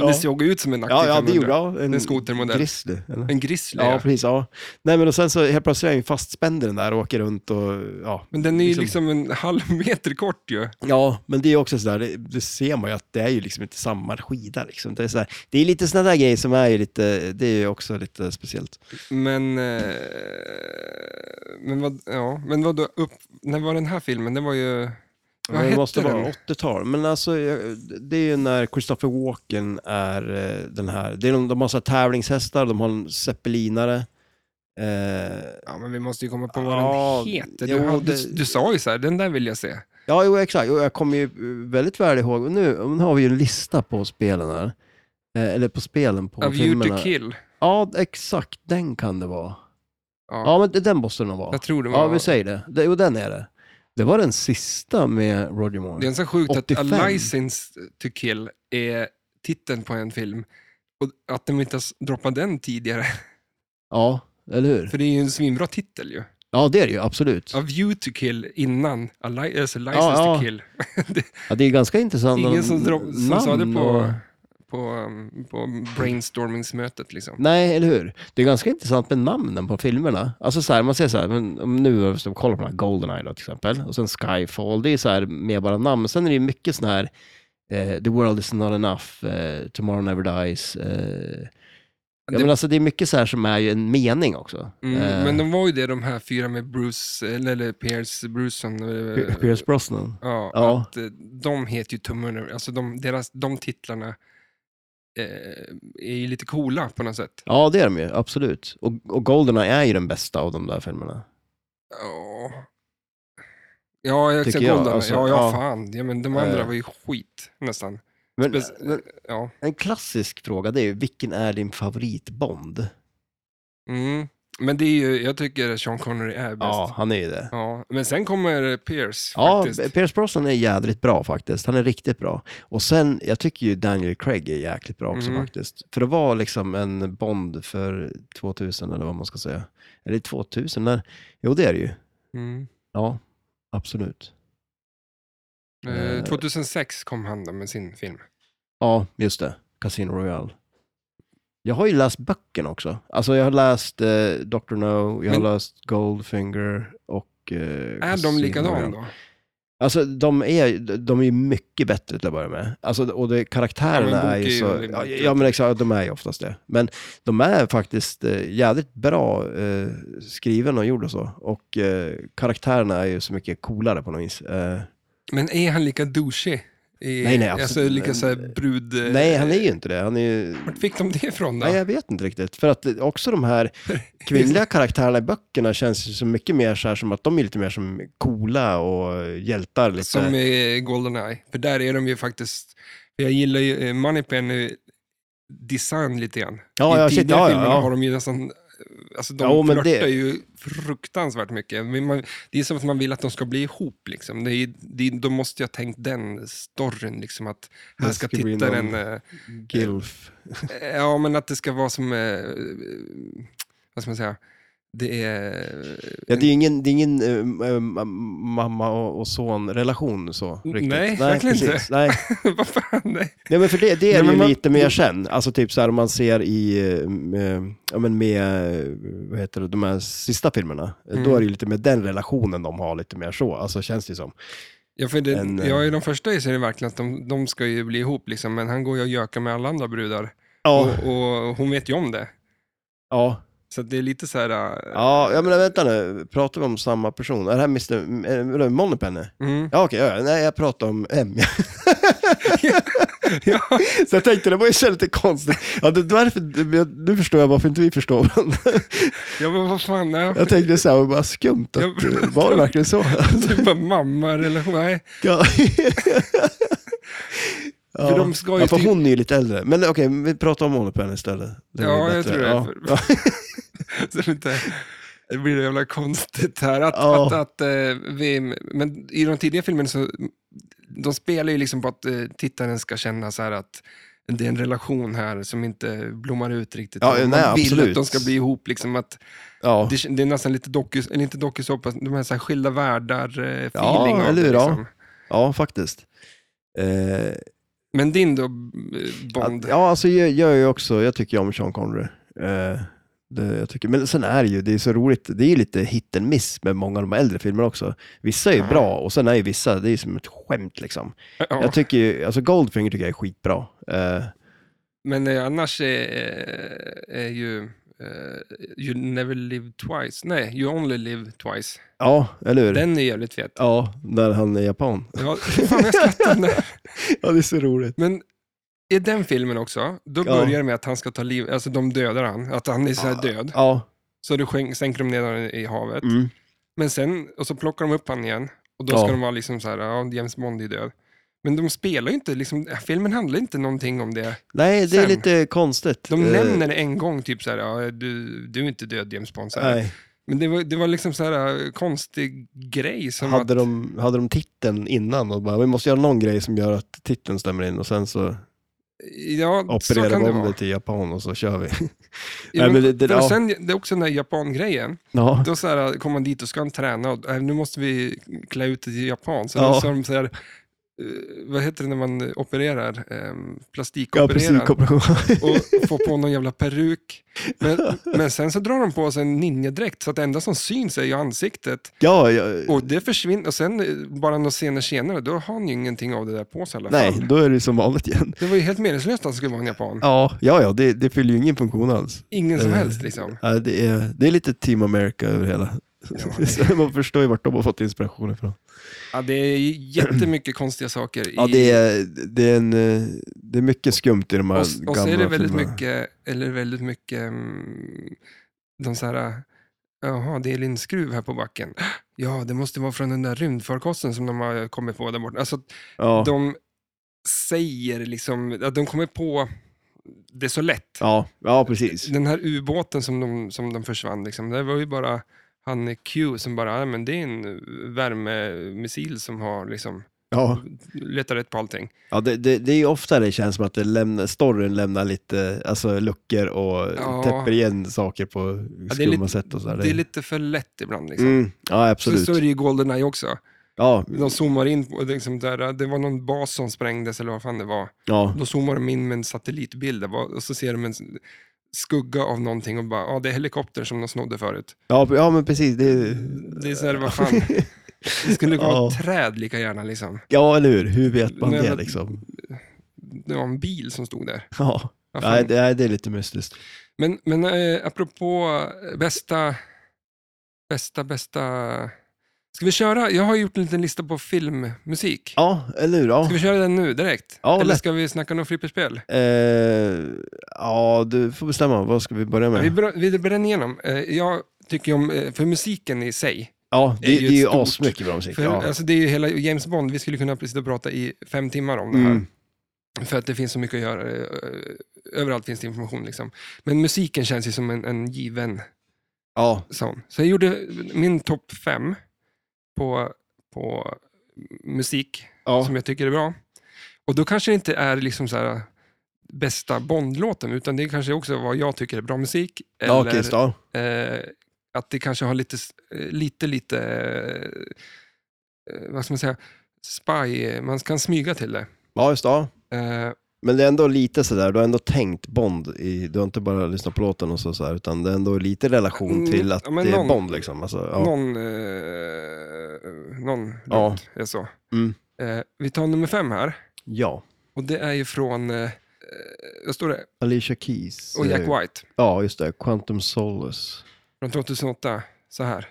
S2: Ja.
S1: Det såg ut som en Aktiv
S2: ja, ja,
S1: 500.
S2: det gjorde jag.
S1: En skotermodell.
S2: Grizzly, eller?
S1: En grizzly,
S2: Ja,
S1: ja.
S2: precis. Ja. Nej, men och sen så helt plötsligt är jag ju fastspänd i den där och åker runt och ja.
S1: Men den är ju
S2: Liksom-
S1: liksom en halv meter kort ju.
S2: Ja, men det är också sådär, det, det ser man ju att det är ju liksom inte samma skida liksom. Det är, sådär, det är lite sådana där grejer som är ju lite, det är ju också lite speciellt.
S1: Men, eh, men vad, ja, men vad då, upp, när var den här filmen? Det var ju, vad
S2: Men det
S1: hette
S2: måste
S1: den?
S2: vara 80-tal. Men alltså, jag- det är ju när Christopher Walken är eh, den här. Det är de, de har så här tävlingshästar, de har en zeppelinare. Eh,
S1: Ja, men vi måste ju komma på vad
S2: Ja,
S1: den heter. Du,
S2: jo,
S1: har- du,
S2: det-
S1: du sa ju så här, den där vill jag se.
S2: ja, jo, exakt. Jo, Jag kommer ju eh, väldigt väl ihåg. Och Nu, nu har vi ju en lista på spelen här. Eh, eller på spelen på
S1: A View
S2: filmerna.
S1: to Kill.
S2: Ja, exakt. Den kan det vara.
S1: Ja,
S2: Ja, men det- den måste det nog vara.
S1: jag tror det var.
S2: Ja, vi säger det. det. Jo, den är det. Det var den sista med Roger
S1: det
S2: Moore.
S1: är så sjukt att A
S2: 85.
S1: License to Kill är titeln på en film. Och att de inte har s- droppat den tidigare.
S2: Ja, eller hur?
S1: För det är ju en svinbra titel ju.
S2: Ja, det är det ju. Absolut.
S1: A View to Kill innan A li- alltså License
S2: Ja, ja.
S1: to Kill.
S2: Ja, det är ganska intressant.
S1: Ingen
S2: Någon
S1: som, dro- som sa det
S2: namn
S1: på,
S2: och-
S1: på, um, på brainstormingsmötet liksom.
S2: Nej, eller hur? Det är ganska intressant med namnen på filmerna. Alltså så här, man säger så här, men om nu så kollar på den här Goldeneye då, till exempel, och sen Skyfall, det är så här mer bara namn. Sen är det ju mycket sån här, eh, The World Is Not Enough, eh, Tomorrow Never Dies. Eh, ja,
S1: Det-
S2: men alltså det är mycket så här som är ju en mening också.
S1: Mm,
S2: eh,
S1: Men de var ju det de här fyra med Bruce, eller, eller Pierce Bruson. eh,
S2: P- Pierce Brosnan.
S1: Ja,
S2: Ja.
S1: Att, eh, de heter ju tummen Alltså de, deras, de titlarna eh, är ju lite coola på något sätt.
S2: Ja, det är de ju, absolut. Och, och Goldeneye är ju den bästa av de där filmerna.
S1: Ja, ja jag
S2: Tycker
S1: tycker
S2: jag,
S1: jag.
S2: alltså,
S1: ja, ja,
S2: ja.
S1: fan. Ja, men de andra
S2: Eh.
S1: var ju skit nästan.
S2: Men,
S1: Spec- ja.
S2: En klassisk fråga det är ju, vilken är din favoritbond?
S1: mm. Men det är ju, jag tycker Sean Connery är bäst.
S2: Ja,
S1: Ja.
S2: han är ju det.
S1: Men sen kommer Pierce
S2: Ja, eh,
S1: faktiskt.
S2: Pierce Brosnan är jädrigt bra faktiskt. Han är riktigt bra. Och sen, jag tycker ju Daniel Craig är jäkligt bra också
S1: Mm.
S2: faktiskt. För det var liksom en Bond för 2000 eller vad man ska säga. Eller 2000, när... jo det är det ju.
S1: Mm.
S2: Ja, absolut.
S1: Eh,
S2: Eh.
S1: 2006 kom han då med sin film.
S2: Ja, just det. Casino Royale. Jag har ju läst böckerna också. Alltså jag har läst eh, Dr. No, jag har
S1: Men-
S2: läst Goldfinger och eh,
S1: Är
S2: Casino
S1: de likadana
S2: Royale.
S1: då?
S2: Alltså de är, de är ju mycket bättre till att börja med. Alltså, och det, karaktärerna
S1: Ja, men
S2: är ju
S1: bok är
S2: så...
S1: ju
S2: Ja,
S1: mycket
S2: ja men exakt, de är ju oftast det. Men de är faktiskt eh, jädrigt bra eh, skriven och gjord och så. Och eh, karaktärerna är ju så mycket coolare på något vis. Eh,
S1: Men är han lika douchig? I,
S2: Nej, nej,
S1: alltså
S2: absolut.
S1: lika så här brud... eh,
S2: nej, han är ju inte det. Han är ju...
S1: Vart fick de det ifrån då?
S2: Nej, jag vet inte riktigt. För att eh, också de här kvinnliga karaktärerna i böckerna känns ju så mycket mer så här som att de är lite mer som coola och eh, hjältar. Lite.
S1: Som i Goldeneye. För där är de ju faktiskt... för Jag gillar ju eh, Moneypen eh, design lite grann.
S2: Ja,
S1: I
S2: ja, shit,
S1: tidigare
S2: ja, ja,
S1: filmerna
S2: ja.
S1: har de ju nästan... Alltså de
S2: Ja, men det-
S1: flörtar ju fruktansvärt mycket. Men man- Det är som att man vill att de ska bli ihop. Liksom. Det är, det är, då måste jag ha tänkt den storyn, liksom, att här
S2: Det
S1: ska
S2: ska bli
S1: tittaren...
S2: någon-
S1: eh,
S2: Gilf.
S1: Ja, men att det ska vara som... eh, Vad ska man säga? Det är...
S2: Ja, det är ju ingen, det är ingen eh, m- eh, mamma och, och son-relation så riktigt.
S1: nej, verkligen inte.
S2: precis. Nej.
S1: Vad fan, nej.
S2: nej, men för det, det
S1: Nej,
S2: är
S1: men
S2: ju
S1: man-
S2: lite mer sen. Alltså typ så här om man ser i, eh, m- eh, ja men med, eh, vad heter det, de här sista filmerna. eh,
S1: Mm.
S2: Då är det ju lite mer den relationen de har lite mer så, alltså känns det ju som.
S1: Ja, för det,
S2: En, eh,
S1: ja, i de första är det verkligen att de, de ska ju bli ihop, liksom, men han går ju och gökar med alla andra brudar.
S2: Ja,
S1: Och, och hon vet ju om det.
S2: ja.
S1: Så att det är lite så här... äh,
S2: Ja, ja, men vänta nu, pratar vi om samma person? Är det här Mr. M- eh, vadå, Moneypenny?
S1: Mm.
S2: Ja, okej, ja, ja. nej jag pratar om M.
S1: Ja,
S2: Så jag tänkte, det var ju så lite konstigt. Ja, det, därför, nu förstår jag varför inte vi förstår varandra.
S1: ja, men vad fan, nej.
S2: Jag tänkte så här, vad bara skumt, att,
S1: Jag pratar-
S2: var det verkligen så?
S1: Typ en mammarelation, nej.
S2: ja. Ja.
S1: För de ska ju
S2: ja, för
S1: typ-
S2: hon är ju lite äldre. Men okej, vi pratar om Moneypenny istället. Det är
S1: Ja,
S2: bättre.
S1: jag tror det.
S2: Ja.
S1: För- Så det inte det blir det jävla konstigt här. Att,
S2: Ja.
S1: att, att, eh, vi, men i de tidiga filmerna så de spelar ju liksom på att eh, tittaren ska känna så här att det är en relation här som inte blommar ut riktigt.
S2: Ja,
S1: Man
S2: nej,
S1: vill att
S2: absolut.
S1: de ska bli ihop. Liksom, att
S2: Ja.
S1: det, det är nästan lite dokus, eller inte dokusåpa, de här, så här skilda världar-feeling.
S2: Ja, eller hur, ja.
S1: liksom.
S2: ja, faktiskt. Eh,
S1: Men din då, eh, Bond?
S2: att, ja, alltså jag, jag är ju också, jag tycker ju om Sean Connery. Eh, det, jag tycker, men sen är det ju, det är så roligt, det är ju lite hit and miss med många av de äldre filmerna också. Vissa är ju
S1: Ja.
S2: bra och sen är ju vissa, det är ju som ett skämt liksom.
S1: Ja.
S2: Jag tycker ju, alltså Goldfinger tycker jag är skitbra. Eh,
S1: Men eh, annars är, eh, är ju eh, You never live twice. Nej, You only live twice.
S2: ja, eller hur?
S1: Den är jävligt fet.
S2: Ja, där han är japan.
S1: Ja, fan, jag skrattade. när-
S2: Ja, det är så roligt.
S1: Men i den filmen också, då
S2: Ja. Ah.
S1: börjar det med att han ska ta liv, alltså de dödar han, att han är så här död.
S2: Ja,
S1: Så du skänk, sänker de ner honom i havet.
S2: mm.
S1: Men sen, och så plockar de upp han igen. Och då
S2: Ja.
S1: ska de vara liksom så här, ja, James Bond är död. Men de spelar ju inte, liksom, filmen handlar inte någonting om det.
S2: Nej, det är
S1: Sen.
S2: lite konstigt.
S1: De
S2: Eh,
S1: nämner det en gång, typ så här, ja, du, du är inte död James Bond. Så här.
S2: Nej,
S1: Men det var, det var liksom så här äh, konstig grej som
S2: hade
S1: att...
S2: de, hade de titeln innan och bara, vi måste göra någon grej som gör att titeln stämmer in och sen så
S1: Ja, så
S2: opererar
S1: kan
S2: vi
S1: det
S2: om
S1: vara.
S2: det till japan och så kör vi.
S1: Ja,
S2: Nej,
S1: men
S2: men det- det-
S1: för
S2: ja.
S1: sen, det är också den där japangrejen.
S2: Ja,
S1: Då så eh, här, kommer man dit och ska han träna och äh, nu måste vi klä ut det till japan. Så
S2: Ja.
S1: så de så här, eh, vad heter det när man opererar? Ehm,
S2: Ja,
S1: plastikopererar.
S2: precis. Koppla-
S1: och får på någon jävla peruk. Men, men sen så drar de på sig en ninjadräkt så att det enda som syns är ju ansiktet.
S2: ja, ja.
S1: Och det försvinner. Och sen eh, bara några scener senare, då har han ju ingenting av det där på sig i alla fall.
S2: Nej, då är det som vanligt igen.
S1: Det var ju helt meningslöst att han skulle vara en japan.
S2: Ja, ja, ja det, det fyller ju ingen funktion alls.
S1: Ingen som
S2: Eh,
S1: helst liksom.
S2: Ja, det, är, det är lite Team America över hela.
S1: Ja.
S2: Så Man förstår ju vart de har fått inspirationen ifrån.
S1: Ja, det är ju jättemycket konstiga saker. I,
S2: Ja, det är, det är, en, eh, det är mycket skumt i de här
S1: och, s- och
S2: gamla
S1: så är det väldigt
S2: filmerna.
S1: mycket, eller väldigt mycket, mm, de så här, jaha, det är linnskruv här på backen. Ja, det måste vara från den där rymdfarkosten som de har kommit på där borta. Alltså,
S2: Ja,
S1: de säger liksom, att de kommer på det så lätt.
S2: ja, ja precis.
S1: Den här ubåten som de, som de försvann, liksom, det var ju bara han Q som bara, "Ja, men det är en värmemissil som har liksom,
S2: Ja,
S1: letar rätt på allting.
S2: ja det, det, det är ju ofta det känns som att det lämnar, storyn lämnar lite alltså, luckor och
S1: Ja.
S2: täpper igen saker på
S1: är
S2: skumma
S1: lite-
S2: sätt och sådär.
S1: Det är lite för lätt ibland. Liksom.
S2: mm, Ja,
S1: så,
S2: absolut.
S1: så är det ju Goldeneye också.
S2: Ja,
S1: De zoomar in, på, liksom där, det var någon bas som sprängdes eller vad fan det var.
S2: ja,
S1: Då zoomar de in med en satellitbild där, vad- och så ser de en s- skugga av någonting och bara, ja ah, det är helikopter som de snodde förut.
S2: ja, ja, men precis. Det är,
S1: Det är så här, vad fan. Det skulle vara
S2: Ja.
S1: ett träd lika gärna liksom.
S2: Ja, eller hur? Hur vet man
S1: Nej,
S2: det
S1: men-
S2: liksom?
S1: Det var en bil som stod där.
S2: Ja.
S1: Vad fan.
S2: Nej, det, nej, det är lite mystiskt.
S1: Men, men eh, apropå eh, bästa, bästa, bästa... Ska vi köra? Jag har gjort en liten lista på filmmusik.
S2: Ja, eller hur? Ja,
S1: Ska vi köra den nu direkt?
S2: Ja,
S1: Eller
S2: lätt.
S1: ska vi snacka något flipperspel?
S2: eh, ja du får bestämma. Vad ska vi börja
S1: Ja, Vi,
S2: med?
S1: br- vi bränner igenom. Eh, Jag tycker ju om, eh, för musiken i sig,
S2: Ja, det,
S1: det är
S2: det
S1: ju
S2: är ju
S1: ett stort-
S2: asmycket bra musik.
S1: för,
S2: Ja.
S1: alltså, det är ju hela James Bond, vi skulle kunna sitta och prata i fem timmar om det här.
S2: Mm.
S1: För att det finns så mycket att göra. eh, Överallt finns det information. Liksom. Men musiken känns ju som en, en given
S2: Ja,
S1: sån. Så jag gjorde min topp fem på, på musik
S2: ja.
S1: som jag tycker är bra. Och då kanske det inte är liksom så här bästa Bond-låten, utan det kanske också är vad jag tycker är bra musik. Eller
S2: ja okej. så, ja.
S1: eh, att det kanske har lite, s- eh, lite, lite, eh, vad ska man säga, spy, man kan smyga till det.
S2: Ja, just det, ja.
S1: Eh,
S2: Men det är ändå lite sådär, du har ändå tänkt Bond. I, du har inte bara lyssnat på låten och så, så här, utan det är ändå lite relation
S1: Mm,
S2: till att
S1: ja, men
S2: det är
S1: någon-
S2: Bond liksom. Alltså, ja.
S1: Någon, eh, någon
S2: Ja.
S1: låt är så.
S2: Mm.
S1: Eh, vi tar nummer fem här.
S2: ja.
S1: Och det är ju från, eh, eh, vad står det?
S2: Alicia Keys.
S1: Och Jack
S2: eh,
S1: White.
S2: Ja, just det. Quantum Solace.
S1: Från 2008. Så här.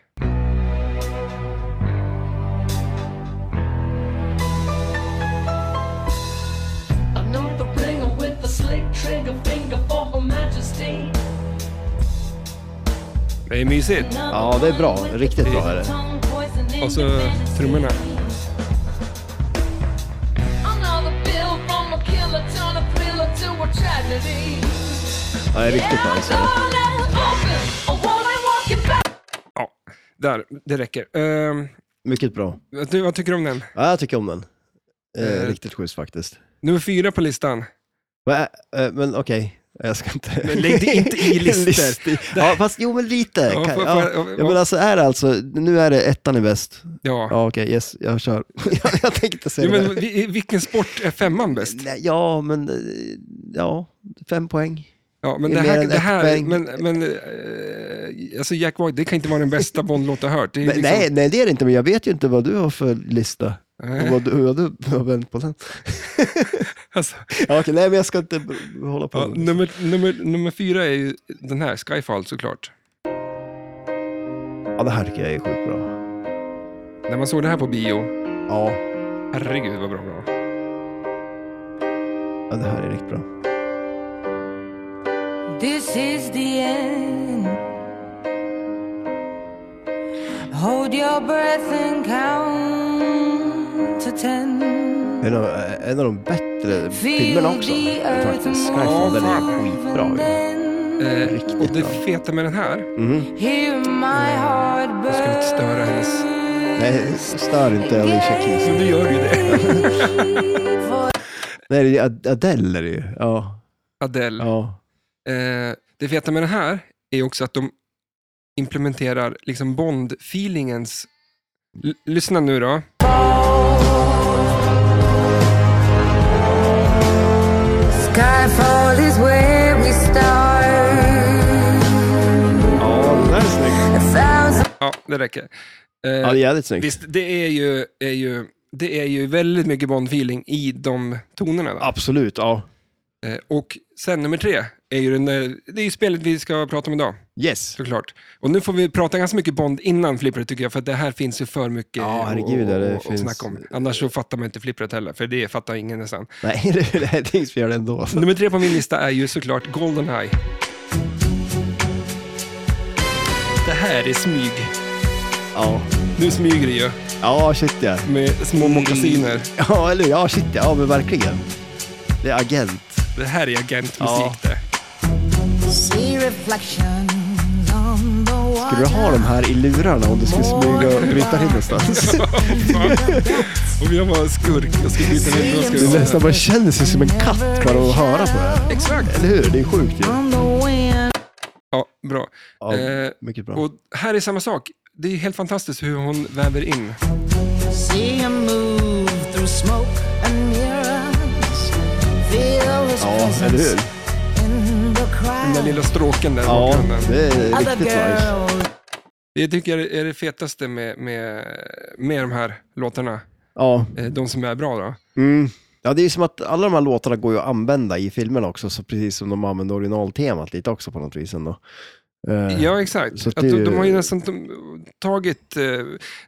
S3: I know the ringer with a slick trigger finger for her majesty.
S1: Det är mysigt.
S2: Ja, det är bra. Riktigt bra är det.
S3: Och så trummorna.
S2: Ja, det är riktigt bra. Alltså.
S1: Ja, där. Det räcker. Eh,
S2: Mycket bra.
S1: vad ty- vad tycker du om den?
S2: Ja, jag tycker om den. Eh,
S1: Eh,
S2: Riktigt schysst faktiskt.
S1: Nummer fyra på listan.
S2: Va, eh, men okej, jag ska inte...
S1: Men lägg det inte i listor.
S2: Listor. Ja, fast jo men lite.
S1: Ja,
S2: Kan,
S1: får-
S2: ja.
S1: får-
S2: Ja,
S1: ja,
S2: men alltså är det alltså, nu är det ettan är bäst.
S1: Ja.
S2: Ja okej, yes, jag kör. jag, jag tänkte säga
S1: Jo,
S2: det.
S1: men, vi- vilken sport är femman bäst?
S2: Nej, ja, men eh, ja, fem poäng.
S1: Ja, men
S2: Det är
S1: det
S2: mer
S1: här,
S2: än
S1: det
S2: ett
S1: här
S2: poäng.
S1: men, men eh, alltså Jack White, det kan inte vara den bästa Bond-låt jag har hört. Det är
S2: Men,
S1: liksom-
S2: nej, nej, det är det inte, men jag vet ju inte vad du har för lista. Och
S1: Nej,
S2: vad du, hur du har vänt på den.
S1: alltså,
S2: Ja, okej, nej, men jag ska inte b- hålla på.
S1: ja,
S2: med det.
S1: nummer, nummer, nummer fyra är ju den här, Skyfall såklart.
S2: Ja, det här tycker jag är sjukt bra.
S1: När man såg det här på bio,
S2: Ja,
S1: herregud vad bra det var.
S2: ja det här är riktigt bra.
S4: This is the end. Hold your breath and count to ten.
S2: En av, eh, en av de bättre
S4: Feel
S2: filmerna också
S4: the earth
S2: faktiskt.
S4: move
S2: Skyfall, den är
S4: from
S2: skitbra ju.
S4: then.
S1: Eh,
S2: Riktigt
S1: och det
S2: bra.
S1: feta med den här,
S2: Mm.
S4: Hear my heart burn.
S1: jag ska inte störa hennes...
S2: Nej, stör inte Alicia Keys.
S1: Men du gör ju det.
S2: Nej, det är Ad- Adele är det ju. Ja,
S1: Adele.
S2: ja.
S1: Eh, det feta med den här är också att de implementerar liksom Bond-feelingens... L- lyssna nu då.
S4: Fall.
S1: Ja, det räcker. Eh,
S2: Ja, det är jävligt snyggt.
S1: visst, det är ju, är ju, det är ju väldigt mycket Bond-feeling i de tonerna. va?
S2: Absolut, ja.
S1: Eh, och sen nummer tre, är ju den där, det är ju spelet vi ska prata om idag,
S2: Yes.
S1: såklart. Och nu får vi prata ganska mycket Bond innan Flippret tycker jag, för att det här finns ju för mycket
S2: Ja, herregud, ja, det
S1: att
S2: finns-
S1: snacka om. Annars så fattar man inte Flippret heller, för det fattar ingen nästan.
S2: Nej, det är- det är Things vi gör det ändå. alltså.
S1: Nummer tre på min lista är ju såklart Goldeneye. Det här är smyg.
S2: Ja.
S1: Nu smyger det ju
S2: Ja, shit ja.
S1: med små
S2: Mm.
S1: mockasiner.
S2: Ja, eller hur? Ja, shit ja. Ja, men verkligen. Det är agent.
S1: Det här är agentmusik
S2: Ja.
S1: det.
S4: See reflections on the water.
S2: Skulle du ha de här i lurarna om du skulle smyga och byta in någonstans?
S1: Om jag var skurk och skulle byta ner då skulle
S2: Det är
S1: jag
S2: nästan, man känner sig som en katt bara att höra på det här.
S1: Exakt.
S2: Eller hur? Det är sjukt ju.
S4: On the wind.
S1: Ja, bra.
S2: Ja,
S1: Eh,
S2: mycket bra.
S1: och här är samma sak. Det är helt fantastiskt hur hon väver in.
S4: See a move through smoke and mirrors. Feel his
S2: Ja, eller
S4: presence
S2: hur?
S4: in the
S1: Den där
S4: crowd.
S1: lilla stråken där i
S2: Ja,
S1: bakgrunden.
S2: det är
S4: Other
S2: riktigt nice.
S4: girls.
S1: Det tycker jag är det fetaste med, med, med de här låtarna.
S2: Ja.
S1: Eh, De som är bra då.
S2: Mm. Ja, det är ju som att alla de här låtarna går ju att använda i filmerna också, så precis som de använder originaltemat lite också på något vis ändå. Eh,
S1: Ja, exakt.
S2: Så
S1: Att
S2: det är
S1: de, de
S2: ju-
S1: har ju nästan de- tagit... eh,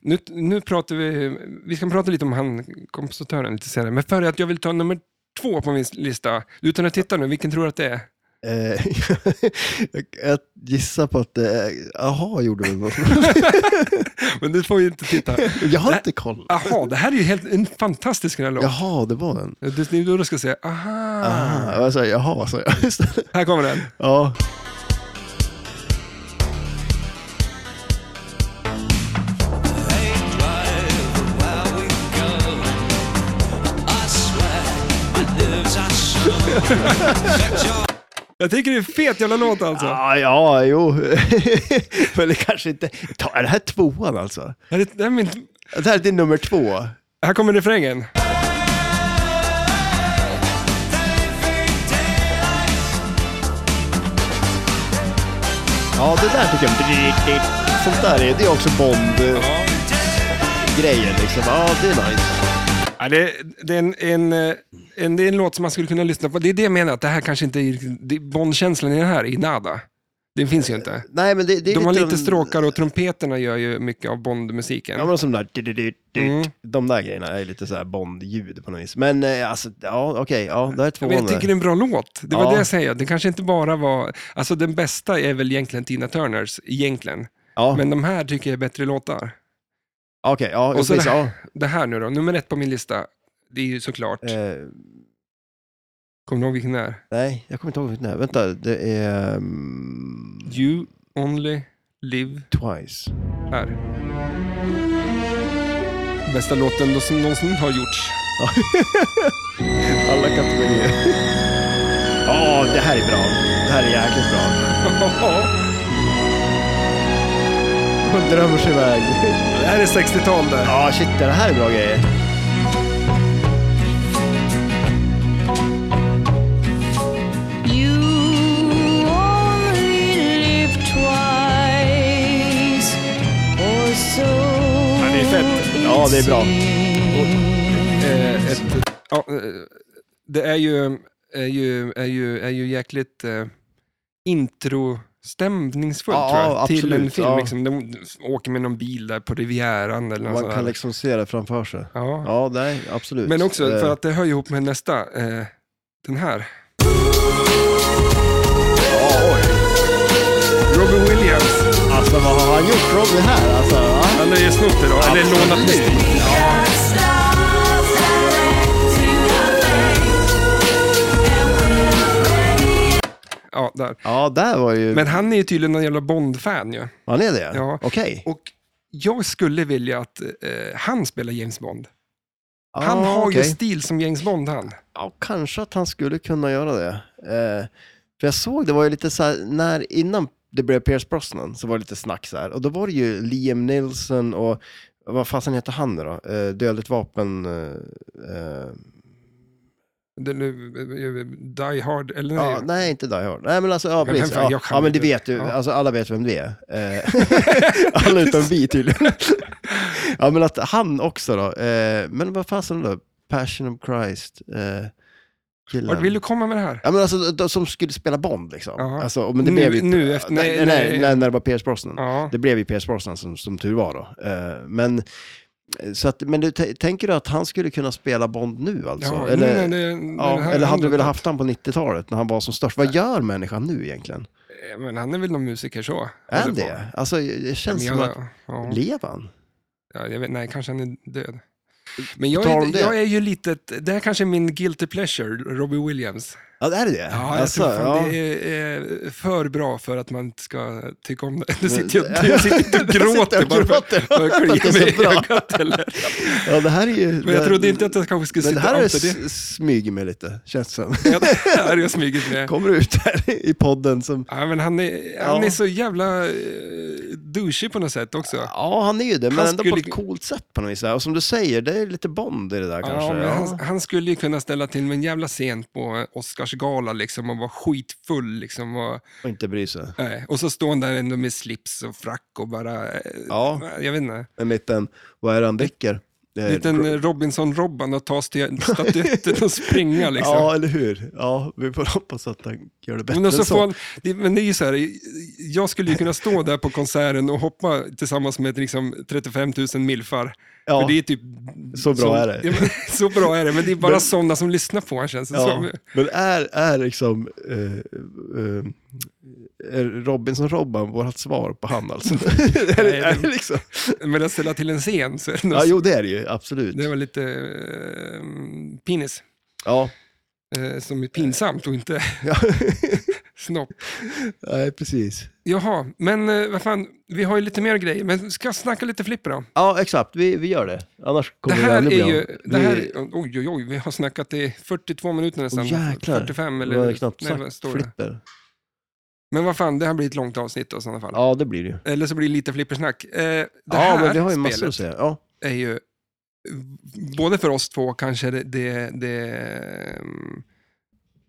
S1: Nu, nu pratar vi... Vi ska prata lite om han kompositören lite senare, men för att jag vill ta nummer två på min lista. Utan att titta nu, vilken tror du att det är?
S2: eh, jag- jag gissar på att det är... Jaha, gjorde du något?
S1: Men du får ju inte titta.
S2: Jag har inte koll.
S1: Aha, det här är ju helt en fantastisk den här låten.
S2: Jaha, det var den.
S1: Det är då du ska säga aha.
S2: Ah, jag sa jaha, sa jag istället.
S1: Här kommer den.
S2: Ja.
S1: Jag tycker det är en fet jävla låt alltså.
S2: Ah, ja, jo. Men det kanske inte... Ta, är det här tvåan alltså?
S1: Här, är, det här, är min,
S2: Det här är din nummer två.
S1: här kommer refrängen.
S2: Ja, det där tycker jag. Sånt där är, det är också Bond-grejer liksom. Ja, det är nice.
S1: Ja, det, det, är en, en, eh, en, det är en låt som man skulle kunna lyssna på. Det är det jag menar, att det här kanske inte är... det- Bondkänslan i den här är nada. Den finns ju inte.
S2: Nej, men det, det är
S1: De har lite
S2: de-
S1: stråkar och trumpeterna gör ju mycket av Bondmusiken.
S2: Ja, men som där... du- du- du- du-
S1: Mm.
S2: De där grejerna är lite så här Bond-ljud på något vis. Men eh, alltså, ja, okej. ja, det här är
S1: Ja,
S2: tvåan.
S1: Men jag tycker det är en bra låt. Det var
S2: Ja.
S1: det jag säger. Det kanske inte bara var... Alltså den bästa är väl egentligen Tina Turners, egentligen.
S2: ja,
S1: Men de här tycker jag är bättre låtar.
S2: okej. ja,
S1: Och så
S2: precis,
S1: det
S2: ja.
S1: här, det här nu då, nummer ett på min lista. Det är ju såklart,
S2: Eh,
S1: kommer du ihåg vilken det är?
S2: nej, jag kommer inte ihåg vilken det är. Vänta, det är... mm,
S1: You Only Live
S2: Twice.
S1: Här. Bästa låten då som någonsin har gjorts.
S2: Alla kategorier. Ja, det här är bra. Det här är jäkligt bra. Hon drömmer sig iväg.
S1: det här är 60-tal där.
S2: Ja, shit, det här är bra grejer.
S4: You only live twice, or so
S1: det är fett. Alltså,
S2: Ja, det är bra.
S1: Eh, ett, ja, eh, det är ju, är ju, är ju, är ju jäkligt eh, introstämningsfullt
S2: Ja,
S1: tror jag, till en
S2: absolut,
S1: film.
S2: ja.
S1: Liksom, de åker med någon bil där på Rivieran eller något
S2: Man
S1: sånt
S2: kan
S1: där.
S2: liksom se det framför sig.
S1: ja.
S2: Ja, nej, absolut.
S1: Men också
S2: Eh,
S1: för att det hör ihop med nästa, eh, den här.
S2: Ja, oj.
S1: Robin Williams.
S2: Alltså, vad har han gjort Rob det här? Alltså, ja.
S1: Han har ju snott det då, eller
S2: Absolut.
S1: lånat ut. Ja, där.
S2: ja, där var ju...
S1: Men han är ju tydligen någon jävla Bond-fan ju.
S2: Han är det?
S1: Ja.
S2: Okej.
S1: Och jag skulle vilja att eh, han spelar James Bond.
S2: Ah,
S1: Han har ju
S2: okej.
S1: stil som James Bond han.
S2: Ja, kanske att han skulle kunna göra det. Eh, för jag såg, det var ju lite så här, när, innan det blev Pierce Brosnan så var det lite snack så här. Och då var det ju Liam Nielsen och, vad fasen heter han nu då? Eh, Dödligt vapen... Eh, eh,
S1: Den, eh, die Hard, eller nej.
S2: Ja, nej, inte Die Hard. Nej, men alltså, ja,
S1: men
S2: precis.
S1: fan,
S2: Ja,
S1: jag kan
S2: ja, men det
S1: inte.
S2: vet du.
S1: Ja.
S2: Alltså, alla vet vem det är. Eh, alla utom vi tydligen. ja, men att han också då. Eh, men vad fasen då? Passion of Christ. Eh, killen.
S1: Vart vill du komma med det här?
S2: Ja, men alltså, de som skulle spela Bond liksom.
S1: Ja.
S2: Alltså, men det
S1: Nu-
S2: blev ju...
S1: nu efter- nej,
S2: nej, nej,
S1: nej.
S2: när- när det var Pierce Brosnan.
S1: Ja.
S2: Det blev ju Pierce Brosnan som, som tur var då. Eh, men så att, men du, t- tänker du att han skulle kunna spela Bond nu alltså?
S1: Ja,
S2: eller,
S1: nu när det- när
S2: ja,
S1: det här
S2: eller hade du
S1: händer-
S2: velat haft han på 90-talet när han var som störst? Vad gör människan nu egentligen?
S1: Eh, Men han är väl någon musiker så?
S2: Är
S1: Håller
S2: han
S1: på.
S2: det? Alltså, det känns
S1: Ja,
S2: som
S1: men
S2: att...
S1: jag- ja.
S2: Lever han?
S1: Ja, jag vet, nej, kanske han är död. Men jag
S2: tal om
S1: är,
S2: det.
S1: jag är ju lite, det här kanske är min guilty pleasure, Robbie Williams.
S2: Ja, det Alltså, är det det?
S1: Ja, jag tror fan det är, är för bra för att man inte ska tycka om det. Du sitter ju
S2: Ja.
S1: du sitter inte och
S2: Du sitter och
S1: gråter bara för,
S2: gråter.
S1: för att
S2: Att det är
S1: klia
S2: så
S1: mig i
S2: bra.
S1: ögat. Eller?
S2: ja, det här är ju...
S1: Men jag trodde inte att jag kanske skulle
S2: Men det här
S1: sitta och
S2: är
S1: outa det.
S2: s- smyger mig lite, känns det som.
S1: Ja, det här har jag smugit med.
S2: Kommer ut här i podden som...
S1: Ja, men han är, han
S2: Ja.
S1: är så jävla eh, douchig på något sätt också.
S2: Ja, han är ju det, men
S1: Han
S2: ändå på
S1: skulle-
S2: ett coolt sätt på något vis. Och som du säger, det är lite Bond i det där kanske.
S1: Ja, men
S2: Ja.
S1: han, han skulle ju kunna ställa till med en jävla scen på Oscarsgala liksom, och vara skitfull. Liksom, och,
S2: Och inte bry sig.
S1: nej. och så står han där ändå med slips och frack och bara... eh,
S2: Ja.
S1: Jag vet inte.
S2: En liten, vad är det han dricker? Eh,
S1: Liten eh, Robinson-Robban och ta st- statyetten och springa liksom.
S2: Ja, eller hur? Ja, vi får hoppas att han gör det bättre
S1: Men, alltså och så
S2: än så.
S1: får han, det, men det är ju så här, jag skulle ju kunna stå där på konserten och hoppa tillsammans med liksom 35 000 milfar.
S2: Ja.
S1: För det är typ,
S2: Så bra
S1: sån-
S2: är det.
S1: Ja, men, så bra är det, men det är bara
S2: Men-
S1: sådana som lyssnar på honom känns det
S2: Ja,
S1: som.
S2: men är, är liksom eh, eh, är Robinson-Robban vårt svar på han alltså? är, det, är det liksom?
S1: Men att ställa till en scen så är det,
S2: Ja,
S1: nog-
S2: jo det är det ju, absolut.
S1: det var lite eh, penis.
S2: Ja,
S1: eh, Som är pinsamt och inte
S2: ja.
S1: snopp.
S2: Nej, precis.
S1: Jaha, men eh, vad fan, vi har ju lite mer grejer. Men ska jag snacka lite flipper då?
S2: Ja, exakt, vi, vi gör det. Annars
S1: Det
S2: kommer vi
S1: här
S2: aldrig bli
S1: är
S2: av.
S1: ju, det
S2: Vi-
S1: här, oj oj oj, vi har snackat i 42 minuter nästan.
S2: Åh, jäklar.
S1: 45
S2: det var
S1: eller
S2: knappt
S1: nej, vad
S2: sagt
S1: står det?
S2: flipper.
S1: Men vad fan, det här blir ett långt avsnitt då, i sådana fall.
S2: Ja, det blir det ju.
S1: Eller så blir det lite flippersnack. Eh, det
S2: Ja,
S1: här
S2: men vi har ju massor
S1: spelet
S2: att säga. Ja,
S1: är ju, både för oss två kanske det, det, det mm,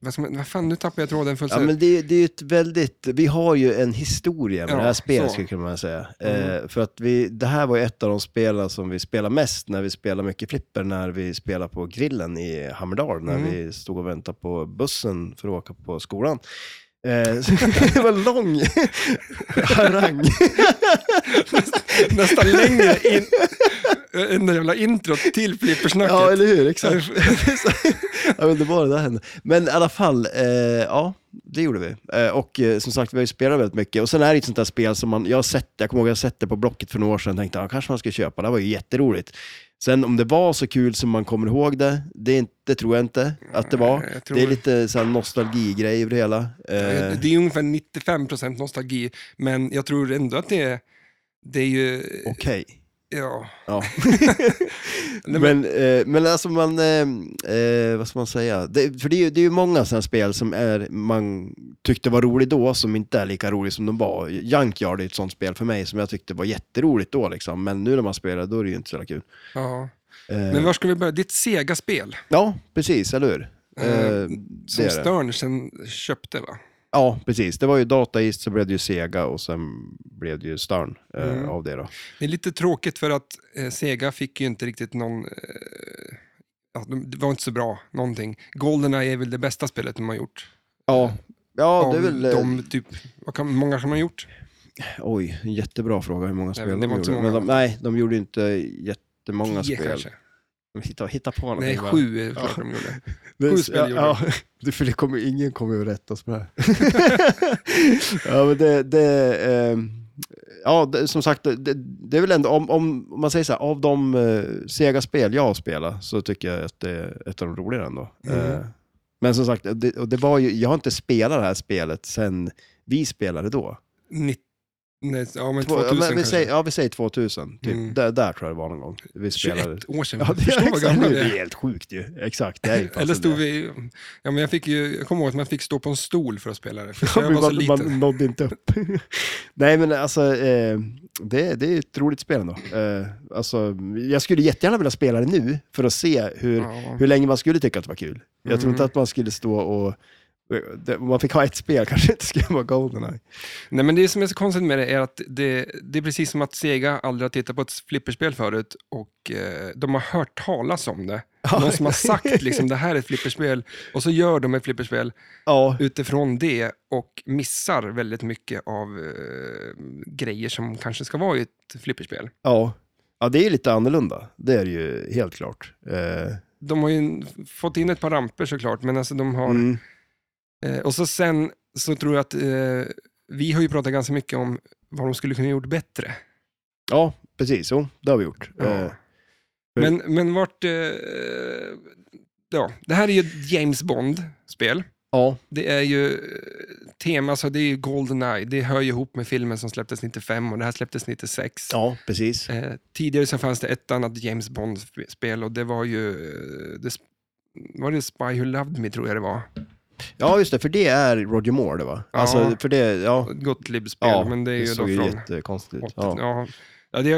S1: vad, som, vad fan, nu tappar jag tråden
S2: ja
S1: fullständigt.
S2: men det, är- det är ju ett väldigt, vi har ju en historia med
S1: Ja,
S2: det här spelet
S1: så.
S2: skulle jag kunna säga.
S1: Mm.
S2: Eh, för att vi, det här var ju ett av de spelen som vi spelar mest när vi spelar mycket flipper, när vi spelar på grillen i Hammerdal, när
S1: Mm.
S2: vi stod och väntade på bussen för att åka på skolan. Eh, så det var lång harang.
S1: Nästan längre in, än det jävla introt till flippersnacket.
S2: Ja, eller hur? Exakt. ja, men det var det där hände. Men i alla fall, eh, ja, det gjorde vi. Eh, och eh, som sagt, vi har ju spelat väldigt mycket. Och sen är det ju ett sånt där spel som man, jag har sett, jag kommer ihåg jag har sett det på Blocket för några år sedan, tänkte, ja, kanske man ska köpa, det här var ju jätteroligt. Sen om det var så kul som man kommer ihåg det, det, är inte, det tror jag inte att det var.
S1: Nej, jag tror-
S2: Det är lite så här nostalgigrej över det hela. Eh,
S1: Det är ungefär 95% nostalgi, men jag tror ändå att det är, det är ju,
S2: Okej.
S1: ja,
S2: Ja.
S1: Nej,
S2: men, eh, men alltså man, eh, eh, vad ska man säga? Det, för det är, ju- det är ju många sådana spel som är, man tyckte var roligt då, som inte är lika roligt som de var. Junkyard är ett sånt spel för mig som jag tyckte var jätteroligt då, liksom. men nu när man spelar då är det ju inte så jävla kul.
S1: ja.
S2: Eh,
S1: Men var ska vi börja? Ditt Sega-spel
S2: Ja, precis, eller hur?
S1: Eh,
S2: Eh, det
S1: som
S2: är det.
S1: Stern sen köpte va?
S2: Ja, precis. Det var ju Data East, så blev det ju Sega och sen blev det ju Stern eh,
S1: Mm.
S2: av det då.
S1: Det är lite tråkigt för att eh, Sega fick ju inte riktigt någon, eh, ja, de- det var inte så bra någonting. Goldeneye är väl det bästa spelet de har gjort.
S2: Ja, ja
S1: Av
S2: det är väl... eh,
S1: de typ, vad kan, många som har gjort?
S2: Oj, en jättebra fråga hur många spel
S1: men det
S2: de
S1: var inte
S2: gjorde.
S1: så
S2: Men
S1: många.
S2: de, nej, de gjorde inte jättemånga
S1: Tio
S2: spel.
S1: kanske?
S2: Hitta, hitta på någonting
S1: Nej,
S2: bara.
S1: sju är det klart de gjorde.
S2: Det-
S1: sju spel gjorde
S2: ja, det, för det kommer, ingen kommer ju rätta oss på det här. ja, men det, det, ehm, ja, det, som sagt, det, det- det är väl ändå, om, om om man säger så här, av de eh, sega spel jag har spelat så tycker jag att det är ett av de roligare ändå.
S1: Mm.
S2: Eh, men som sagt, det, och det var ju, jag har inte spelat det här spelet sen vi spelade då.
S1: 90, Nej, ja, men
S2: Två,
S1: 2000
S2: ja, men vi
S1: kanske.
S2: säger, ja, vi säger 2000. Typ.
S1: Mm.
S2: Där, där tror jag det var någon gång. Vi spelade.
S1: 21 år sedan.
S2: Ja, det,
S1: Förstår
S2: är,
S1: vad
S2: exakt,
S1: gamla
S2: det
S1: vi
S2: är
S1: är.
S2: helt sjukt ju. Exakt, det är ju fan
S1: Eller
S2: så
S1: stod
S2: det.
S1: vi... Ja, men jag, fick ju, jag kommer ihåg att man fick stå på en stol för att spela det. För
S2: Ja,
S1: jag
S2: men
S1: var så
S2: man,
S1: liten.
S2: man nådde inte upp. Nej, men alltså, eh, det, det är ett roligt spel ändå. Eh, alltså, jag skulle jättegärna vilja spela det nu för att se hur,
S1: Ja. Mm.
S2: hur länge man skulle tycka att det var kul. Jag tror inte att man skulle stå och... det- Om man fick ha ett spel kanske inte skulle vara Goldeneye.
S1: Nej, men det som är så konstigt med det är att det, det är precis som att Sega aldrig har tittat på ett flipperspel förut och eh, de har hört talas om det. Någon som har sagt liksom det här är ett flipperspel och så gör de ett flipperspel
S2: Ja,
S1: utifrån det och missar väldigt mycket av eh, grejer som kanske ska vara i ett flipperspel.
S2: ja. ja, det är lite annorlunda. Det är det ju helt klart. Eh,
S1: De har ju en- fått in ett par ramper såklart, men alltså de har...
S2: mm.
S1: Eh, och så sen så tror jag att eh, vi har ju pratat ganska mycket om vad de skulle kunna gjort bättre.
S2: Ja, precis. Jo, det har vi gjort.
S1: Ja.
S2: Eh,
S1: Men, men vart... Eh, ja, det här är ju ett James Bond-spel.
S2: ja.
S1: Det är ju eh, tema, alltså det är ju Goldeneye, det hör ju ihop med filmen som släpptes 95 och det här släpptes 96.
S2: ja, precis.
S1: Eh, tidigare så fanns det ett annat James Bond-spel och det var ju... eh, Det, sp- var det Spy Who Loved Me tror jag det var?
S2: Ja, just det. För det är Roger Moore, det va?
S1: Ja.
S2: Alltså, för det, ja.
S1: Ett Gottlieb-spel, men det är ju då
S2: såg ju
S1: från...
S2: jättekonstigt ut.
S1: 80,
S2: Ja.
S1: ja. Ja, det,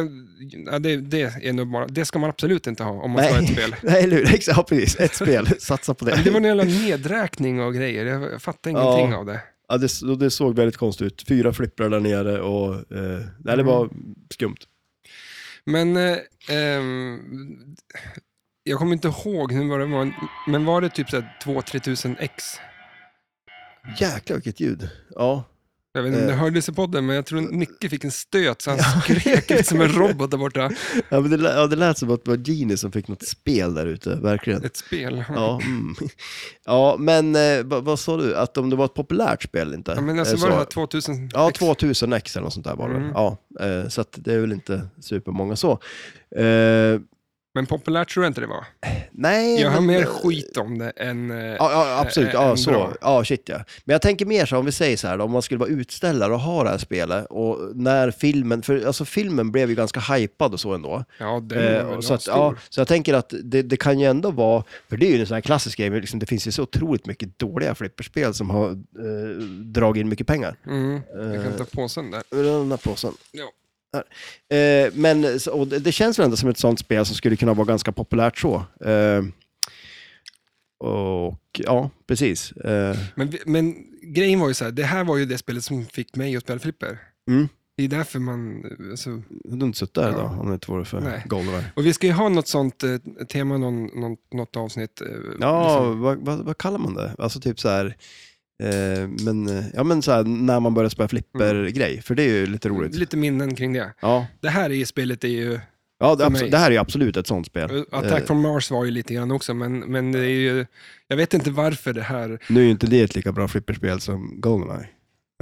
S1: ja, det, det, är nog bara, det ska man absolut inte ha om man ska ha ett spel.
S2: Nej, eller hur? Exakt, Ja, precis. Ett spel. Satsa på det.
S1: Det var en jävla nedräkning och grejer, jag fattar
S2: Ja.
S1: ingenting av det.
S2: Ja, det, och det såg väldigt konstigt ut. Fyra flipprar där nere och... Eh, nej, det
S1: Mm.
S2: var skumt.
S1: Men eh, ehm, jag kommer inte ihåg hur var det var, men var det typ 2-3 tusen ex?
S2: Jäklar vilket ljud. Ja.
S1: Jag vet inte om det
S2: Eh.
S1: hördes i podden, men jag tror Nicke fick en stöt så han skrek ut som en robot där borta.
S2: Ja, men det, lä- ja, det lät som att det var Genie som fick något spel där ute, verkligen.
S1: Ett spel.
S2: Ja, mm. ja men eh, vad, vad sa du? Att om det var ett populärt spel inte?
S1: Ja, men alltså
S2: Eh,
S1: var det
S2: så-
S1: här 2000
S2: Ja,
S1: ex?
S2: 2000 ex eller något sånt där var det.
S1: Mm.
S2: Ja, eh, så att det är väl inte supermånga så. Eh,
S1: Men populärt tror jag inte det var.
S2: nej.
S1: Jag har
S2: men-
S1: mer skit om det än... eh,
S2: Eh, Ja, ja absolut.
S1: Ä-
S2: Ja,
S1: än
S2: så.
S1: bra.
S2: ja, shit ja. Men jag tänker mer så här, om vi säger så här, då, om man skulle vara utställare och ha det här spelet och när filmen, för alltså filmen blev ju ganska hypad och så ändå.
S1: Ja, den
S2: Eh,
S1: var väl
S2: så, att,
S1: stor.
S2: ja, så jag tänker att det, det kan ju ändå vara, för det är ju en sån här klassisk grej, men liksom, det finns ju så otroligt mycket dåliga flipperspel som har eh, dragit in mycket pengar.
S1: Mm, jag kan
S2: Eh.
S1: ta påsen där.
S2: Ur Den här påsen.
S1: Ja.
S2: Eh, men så- och det, det känns väl ändå som ett sånt spel som skulle kunna vara ganska populärt så. Eh, och ja, precis. Eh,
S1: Men, vi- men grejen var ju så här, det här var ju det spelet som fick mig att spela flipper.
S2: Mm.
S1: Det är därför man... Alltså,
S2: Du hade inte suttit där
S1: Ja.
S2: idag om det inte vore för
S1: Nej. Liksom.
S2: Goldeneye.
S1: och vi ska ju ha något sånt eh, tema, någon, någon, något avsnitt. Eh,
S2: Ja,
S1: liksom.
S2: vad, vad, vad kallar man det? Alltså typ så här, eh, men, eh, ja, men så här, när man börjar spela flipper-grej, för det är ju lite roligt.
S1: Mm. Lite minnen kring det.
S2: Ja,
S1: Det här är ju spelet är ju...
S2: ja det,
S1: För
S2: abso-
S1: mig.
S2: det här är ju absolut ett sånt spel.
S1: Attack
S2: Eh,
S1: from Mars var ju lite grann också, men, men det är ju... Jag vet inte varför det här...
S2: nu är ju inte det ett lika bra flipperspel som Goldeneye.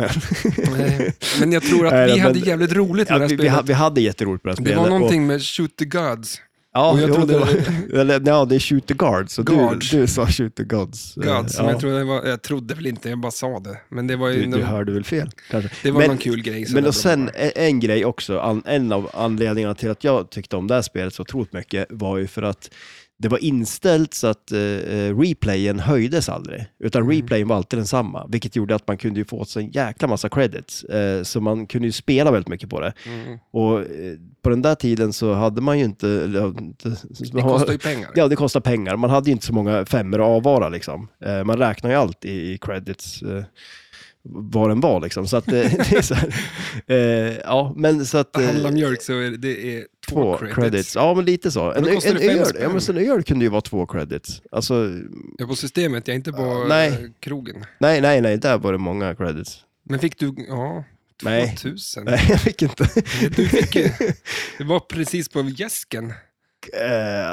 S2: Men-
S1: eh, men jag tror att
S2: Nej,
S1: vi
S2: men-
S1: hade jävligt roligt med
S2: Ja,
S1: det här
S2: vi, vi,
S1: spelet.
S2: ha- vi hade jätteroligt på det här
S1: det
S2: spelet.
S1: var
S2: och-
S1: någonting med Shoot the Gods.
S2: Ja,
S1: Och jag
S2: jo,
S1: trodde-
S2: det, var, eller, ja, det är shoot the guards, så du,
S1: Guards.
S2: du sa shoot the gods. Eh,
S1: Gods, som
S2: ja.
S1: jag, trodde det var, jag trodde väl inte, jag bara sa det. Men det var ju...
S2: du, du
S1: någon-
S2: hörde väl fel kanske.
S1: Det var
S2: Men-
S1: någon kul grej. som
S2: Men
S1: jag
S2: och sen
S1: drömde
S2: en, en grej också, an, en av anledningarna till att jag tyckte om det här spelet så otroligt mycket var ju för att det var inställt så att eh, eh, replayen höjdes aldrig, utan
S1: Mm.
S2: replayen var alltid densamma, vilket gjorde att man kunde ju få åt sig en jäkla massa credits, eh, så man kunde ju spela väldigt mycket på det.
S1: om. Mm.
S2: Och eh, på den där tiden så hade man ju inte... eller, ja, inte
S1: Det kostar ju pengar.
S2: Ja, det kostar pengar. Man hade ju inte så många femmor att avvara liksom. Eh, man räknar ju allt i, i credits, eh, vad den var liksom. Så att eh, det är så här, eh, Ja, men så att... eh,
S1: handlar mjölk så är det, det är två,
S2: Två
S1: credits.
S2: credits. ja men lite så. En,
S1: då kostar
S2: en,
S1: det fem
S2: öl,
S1: spänn.
S2: ja, men så en öl kunde ju vara två credits. Alltså,
S1: Jag är på systemet, jag är inte på
S2: Ja,
S1: eh,
S2: nej.
S1: krogen.
S2: nej, nej, nej, där var det många credits.
S1: Men fick du, ja,
S2: Nej.
S1: 2000.
S2: Nej, jag fick inte.
S1: Mm. Du fick ju, det var precis på gäsken.
S2: Eh,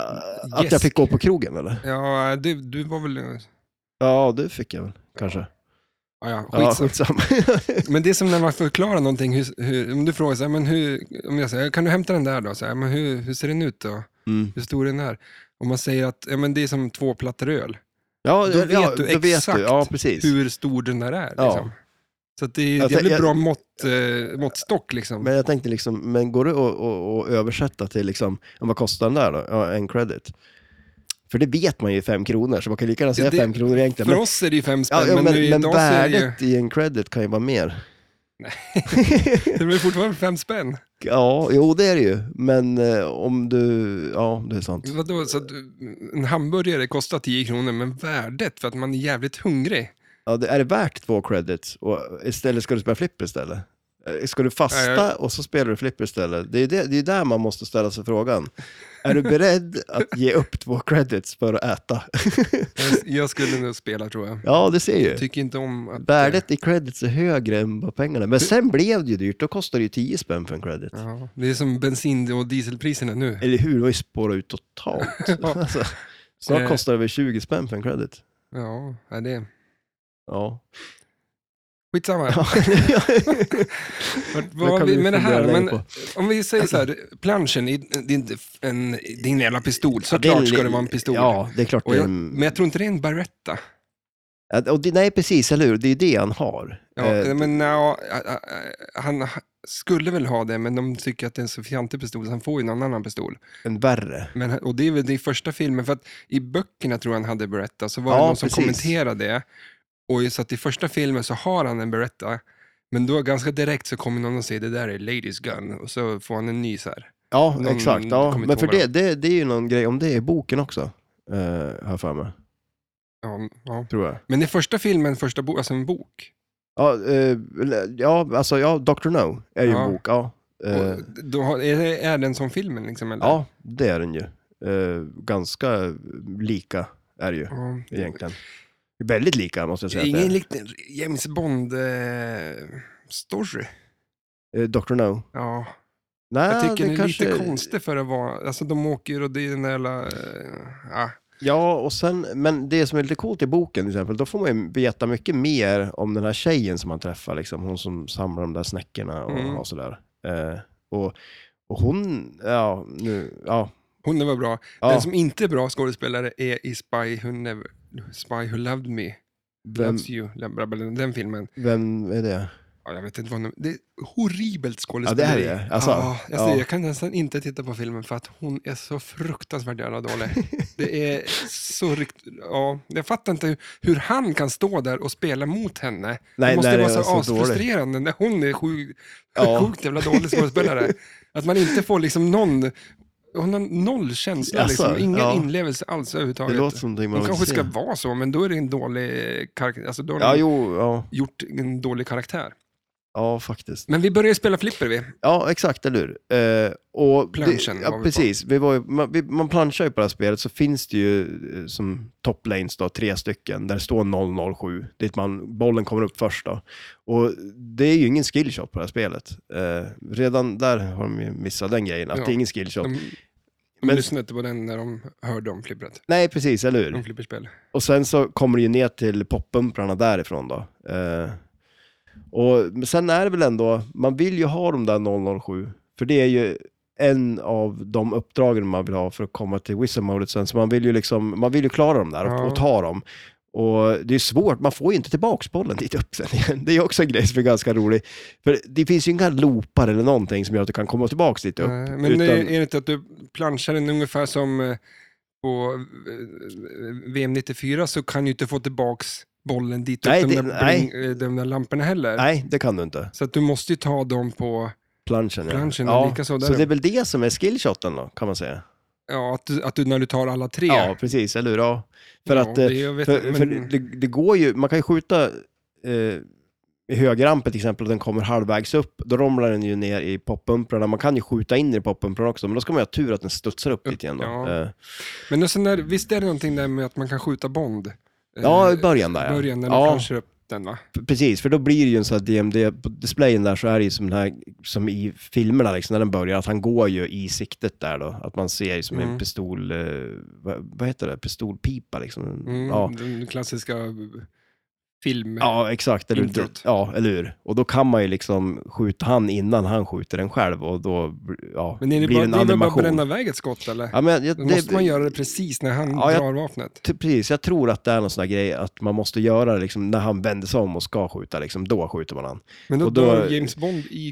S2: att
S1: Yes.
S2: jag fick gå på krogen eller?
S1: Ja, du, du var väl, ja,
S2: Ja, det fick jag väl kanske.
S1: ja,
S2: Ja,
S1: skitsamma.
S2: skitsamma.
S1: Men det är som när man förklarar någonting, hur, hur, om du frågar så här, men hur, om jag säger, kan du hämta den där då? Så här, men hur, hur ser den ut då?
S2: Mm.
S1: Hur stor är den här? Om man säger att ja, men det är som två plattor öl,
S2: Ja,
S1: Då vet
S2: ja,
S1: du
S2: då vet
S1: exakt
S2: Ja, precis.
S1: hur stor den där är.
S2: Ja.
S1: Liksom. Så att det är
S2: Jag
S1: ett
S2: tän-
S1: jävligt
S2: jag-
S1: bra mått, eh, måttstock liksom.
S2: Men jag tänkte liksom, men går det att, att, att översätta till liksom, ja, vad kostar den där då? Ja, en credit. För det vet man ju är fem kronor, så man kan ju lika gärna säga
S1: det-
S2: fem kronor egentligen.
S1: För
S2: Men,
S1: oss är det ju fem spänn,
S2: ja, ja, men,
S1: nu
S2: men,
S1: idag så är det ju,
S2: värdet i en credit kan ju vara mer.
S1: det blir fortfarande fem spänn.
S2: Ja, jo det är det ju, men eh, om du, ja det är sant.
S1: Vadå, så att en hamburgare kostar 10 kronor, men värdet för att man är jävligt hungrig.
S2: Ja, det, är det värt två credits och istället ska du spela flipper istället? Eh, Ska du
S1: Ja,
S2: fasta
S1: jag-
S2: och så spelar du flipper istället? Det är, det, det är där man måste ställa sig frågan. Är du beredd att ge upp två credits för att äta?
S1: Jag- Jag skulle nog spela tror jag.
S2: ja, det ser ju.
S1: Tycker inte om att... eh,
S2: Värdet i credits är högre än vad pengarna Men sen blev det ju dyrt, då kostade det ju 10 spänn för en credit.
S1: Ja, det är som bensin och dieselpriserna nu.
S2: Eller hur, det var ju spårat ut totalt.
S1: Ja.
S2: alltså, snart
S1: Eh.
S2: kostar det väl 20 spänn för en credit.
S1: Ja, ja, det är...
S2: Ja.
S1: Skitsamma.
S2: Ja.
S1: Vart
S2: Det
S1: var
S2: kan
S1: vi
S2: vi
S1: med det
S2: fundera
S1: här?
S2: länge
S1: Men
S2: på.
S1: om vi säger så här, planschen, det är det är inte f- en, det är en jävla pistol.
S2: Ja,
S1: Såklart
S2: är-
S1: ska det vara en pistol.
S2: Ja, ehm. det är klart.
S1: Och
S2: det är
S1: jag,
S2: en-
S1: men jag tror inte det är en Barretta.
S2: Ja, och det, nej, precis, eller hur? Det är det han har.
S1: Ja,
S2: Eh,
S1: men nja, eh, eh, han skulle väl ha det, men de tycker att det är en så fjantig pistol, så han får ju någon annan pistol.
S2: En värre.
S1: Men, eh, och det är väl det i första filmen, för att i böckerna tror jag han hade Beretta, så var det
S2: Ja,
S1: någon som
S2: precis.
S1: kommenterade det. Och just att i första filmen så har han en Beretta, men då ganska direkt så kommer någon och säger det där är Ladies Gun, och så får han en ny så här.
S2: Ja,
S1: Någon-
S2: exakt.
S1: jag
S2: Ja.
S1: kommer
S2: Men
S1: inte
S2: för
S1: ihåg
S2: det, det, det är ju någon grej om det i boken också. eh, har jag för mig,
S1: Ja, ja.
S2: tror jag.
S1: Men i första filmen, första bo, alltså en bok,
S2: Ja, eh, eller- ja alltså, ja, Dr. No är ju
S1: Ja.
S2: en bok. Ja, Eh,
S1: och då har, är, det, är den som filmen liksom? Eller?
S2: ja det är den ju. Eh, ganska lika är det ju
S1: Ja.
S2: egentligen. Väldigt lika måste jag säga. att det är.
S1: Ingen likt en James Bond-story.
S2: Eh, Dr. No.
S1: ja.
S2: Nej,
S1: Jag tycker
S2: Ah, det
S1: den är
S2: kanske...
S1: lite konstig för att vara, alltså de åker och det är den där jävla, eh, ja.
S2: Ja, och sen, men det som är lite coolt i boken till exempel, då får man ju veta mycket mer om den här tjejen som man träffar, liksom, hon som samlar de där snäckorna och,
S1: Mm.
S2: och sådär. Eh, och, och hon, ja, nu, ja.
S1: hon var bra. Den
S2: ja
S1: som inte är bra skådespelare är i Spy Who, Never, Spy Who Loved Me,
S2: vem,
S1: Loves You, la- bla, bla, bla, den filmen.
S2: vem är det?
S1: Ja, jag vet inte vad hon, det är horribelt
S2: Ja, det är
S1: skådespeleri.
S2: det. Alltså,
S1: Ja, alltså,
S2: ja.
S1: Jag kan nästan inte titta på filmen för att hon är så fruktansvärt jävla dålig. Det är så rikt... Ja, jag fattar inte hur, hur han kan stå där och spela mot henne. det
S2: Nej,
S1: måste
S2: nej,
S1: vara
S2: det
S1: så,
S2: är så dåligt.
S1: asfrustrerande när hon är sjuk,
S2: Ja.
S1: sjukt jävla dålig skådespelare. att man inte får liksom någon... Hon har noll känsla,
S2: Alltså,
S1: liksom. ingen
S2: ja.
S1: inlevelse alls
S2: Det
S1: överhuvudtaget.
S2: låter som någonting man vill
S1: hon kanske
S2: se.
S1: ska vara så, men då är det en dålig karaktär. Alltså, då har
S2: Ja,
S1: de
S2: jo, ja,
S1: gjort en dålig karaktär.
S2: ja, faktiskt.
S1: Men vi börjar ju spela flipper vi.
S2: Ja, exakt, eller hur? Eh, och
S1: Planschen
S2: det, ja,
S1: var vi på.
S2: precis. Vi var ju, man, vi, man planschar ju på det här spelet, så finns det ju eh, som top lanes då, tre stycken, där det står 007, dit man, bollen kommer upp först då. Och det är ju ingen skillshot på det här spelet. Eh, redan där har de ju missat den grejen, att
S1: Ja.
S2: det är ingen skillshot.
S1: De, de
S2: Men-
S1: lyssnade inte på den när de hörde om flippret.
S2: Nej, precis, eller hur?
S1: Om flipperspel.
S2: Och sen så kommer det ju ner till poppumprarna därifrån då. Eh, och men sen är det väl ändå, man vill ju ha de där 007, för det är ju en av de uppdragen man vill ha för att komma till Wizard-modet sen, så man vill ju liksom, man vill ju klara dem där och,
S1: Ja.
S2: och ta dem. Och det är svårt, man får ju inte tillbaks bollen dit upp sen igen. Det är ju också en grej som är ganska rolig. För det finns ju inga loopar eller någonting som gör att du kan komma tillbaks dit upp.
S1: Nej, Eh, men
S2: utan-
S1: är är det inte att du planschar den ungefär som eh, på eh, VM 94 så kan du inte få tillbaks bollen dit
S2: Nej,
S1: upp de,
S2: det-
S1: där
S2: nej.
S1: bling, eh, de där lamporna heller.
S2: Nej, det kan du inte.
S1: Så att du måste ju ta dem på,
S2: Planschen, ja.
S1: Planschen, och likaså där
S2: så det är
S1: uppe.
S2: väl det som är skillshoten då, kan man säga.
S1: ja, att, du, att du när du tar alla tre.
S2: Ja, precis, eller hur? Ja. För
S1: Ja,
S2: att
S1: det-
S2: eh,
S1: jag vet
S2: för,
S1: inte,
S2: för
S1: men-
S2: det, det går ju, man kan ju skjuta eh, i högerrampen till exempel och den kommer halvvägs upp, då ramlar den ju ner i poppumprarna. Man kan ju skjuta in i poppumprarna också, men då ska man ju ha tur att den studsar upp
S1: Upp,
S2: lite igen då.
S1: ja.
S2: Eh,
S1: Men och sen är, visst är det någonting där med att man kan skjuta Bond? Eh,
S2: ja, i början där ja.
S1: början när man
S2: ja,
S1: planschar upp den va?
S2: p- precis, för då blir det ju en sån här DMD, på displayen där så är det ju som den här, som i filmerna liksom, när den börjar, att han går ju i siktet där då. Att man ser ju som
S1: Mm.
S2: en pistol, eh, vad, vad heter det, pistolpipa liksom.
S1: Mm,
S2: Ja.
S1: Den klassiska film.
S2: Ja, exakt. Eller, hur?
S1: Introt.
S2: ja, eller hur? Och då kan man ju liksom skjuta han innan han skjuter den själv och då ja,
S1: Men är det
S2: blir
S1: bara,
S2: en
S1: det är väl bara att
S2: animation.
S1: bränna iväg ett skott eller?
S2: ja, men, jag-
S1: Då
S2: det-
S1: måste man göra det precis när han
S2: Ja, jag-
S1: drar vapnet.
S2: Ty- Precis, jag tror att det är någon sån där grej att man måste göra det liksom, när han vänder sig om och ska skjuta, liksom, då skjuter man han.
S1: Men då,
S2: och då-
S1: dör James Bond i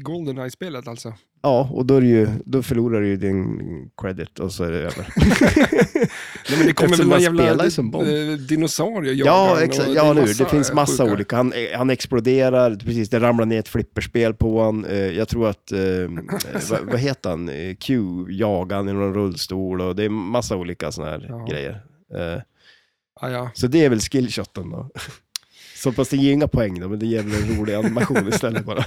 S1: Goldeneye-spelet alltså.
S2: Ja, och då, är det ju, då förlorar du ju din credit och så är det över.
S1: Nej, men det kommer väl
S2: Eftersom
S1: någon
S2: man
S1: jävla
S2: spelar ju som Bond.
S1: eh, dinosaurie jagar
S2: ja,
S1: han
S2: exakt.
S1: och
S2: Ja,
S1: är
S2: nu, det finns massa
S1: sjuka.
S2: olika. Han, eh, han exploderar, precis, det ramlar ner ett flipperspel på honom. Jag tror att, eh, vad, vad heter han, Eh, Q jagar han i någon rullstol och det är massa olika sådana här
S1: Ja.
S2: grejer. Eh,
S1: Ja, ja.
S2: Så det är väl skillshoten då. Så fast det ger inga poäng då, men det ger väl en rolig animation istället bara.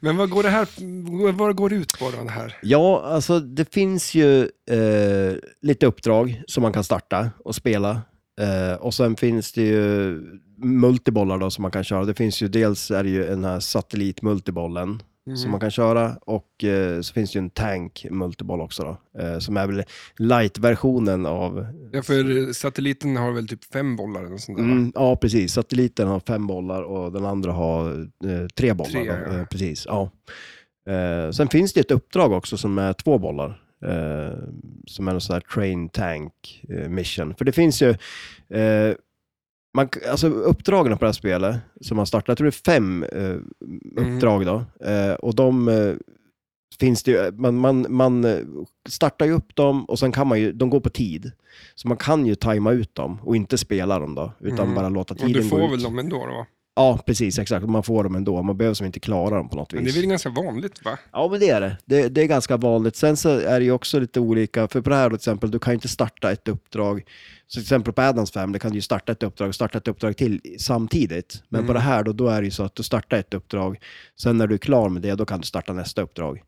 S1: Men vad går det här, vad går det ut på då, det här?
S2: Ja, alltså det finns ju eh, lite uppdrag som man kan starta och spela. Eh, och sen finns det ju multibollar då som man kan köra. Det finns ju dels är det ju den här satellitmultibollen som man kan köra och eh, så finns det ju en tank multiboll också då. Eh, som är väl light-versionen av...
S1: Ja, för satelliten har väl typ fem bollar eller något sånt där, va?
S2: Mm, ja, precis. Satelliten har fem bollar och den andra har eh, tre bollar.
S1: Tre,
S2: då.
S1: ja.
S2: Eh, precis, ja. Eh, sen finns det ett uppdrag också som är två bollar. Eh, som är en sån här train tank eh, mission. För det finns ju, eh, man, k- alltså uppdragen på det här spelet som man startar, jag tror det är fem eh,
S1: Mm.
S2: uppdrag då. Eh, och de eh, finns det ju, man, man, man eh, startar ju upp dem och sen kan man ju, de går på tid. Så man kan ju tajma ut dem och inte spela dem då, utan
S1: Mm.
S2: bara låta
S1: Och
S2: tiden
S1: du
S2: gå
S1: får
S2: ut.
S1: väl dem ändå då? va?
S2: Ja, precis, exakt. Man får dem ändå, man behöver som inte klara dem på något vis.
S1: Men det är väl ganska vanligt va?
S2: Ja, men det är det. det. Det är ganska vanligt. Sen så är det ju också lite olika, för på det här till exempel, du kan ju inte starta ett uppdrag. Så till exempel på Addams Family kan du ju starta ett uppdrag och starta ett uppdrag till samtidigt. Men
S1: Mm.
S2: på det här då, då är det ju så att du startar ett uppdrag, sen när du är klar med det, då kan du starta nästa uppdrag.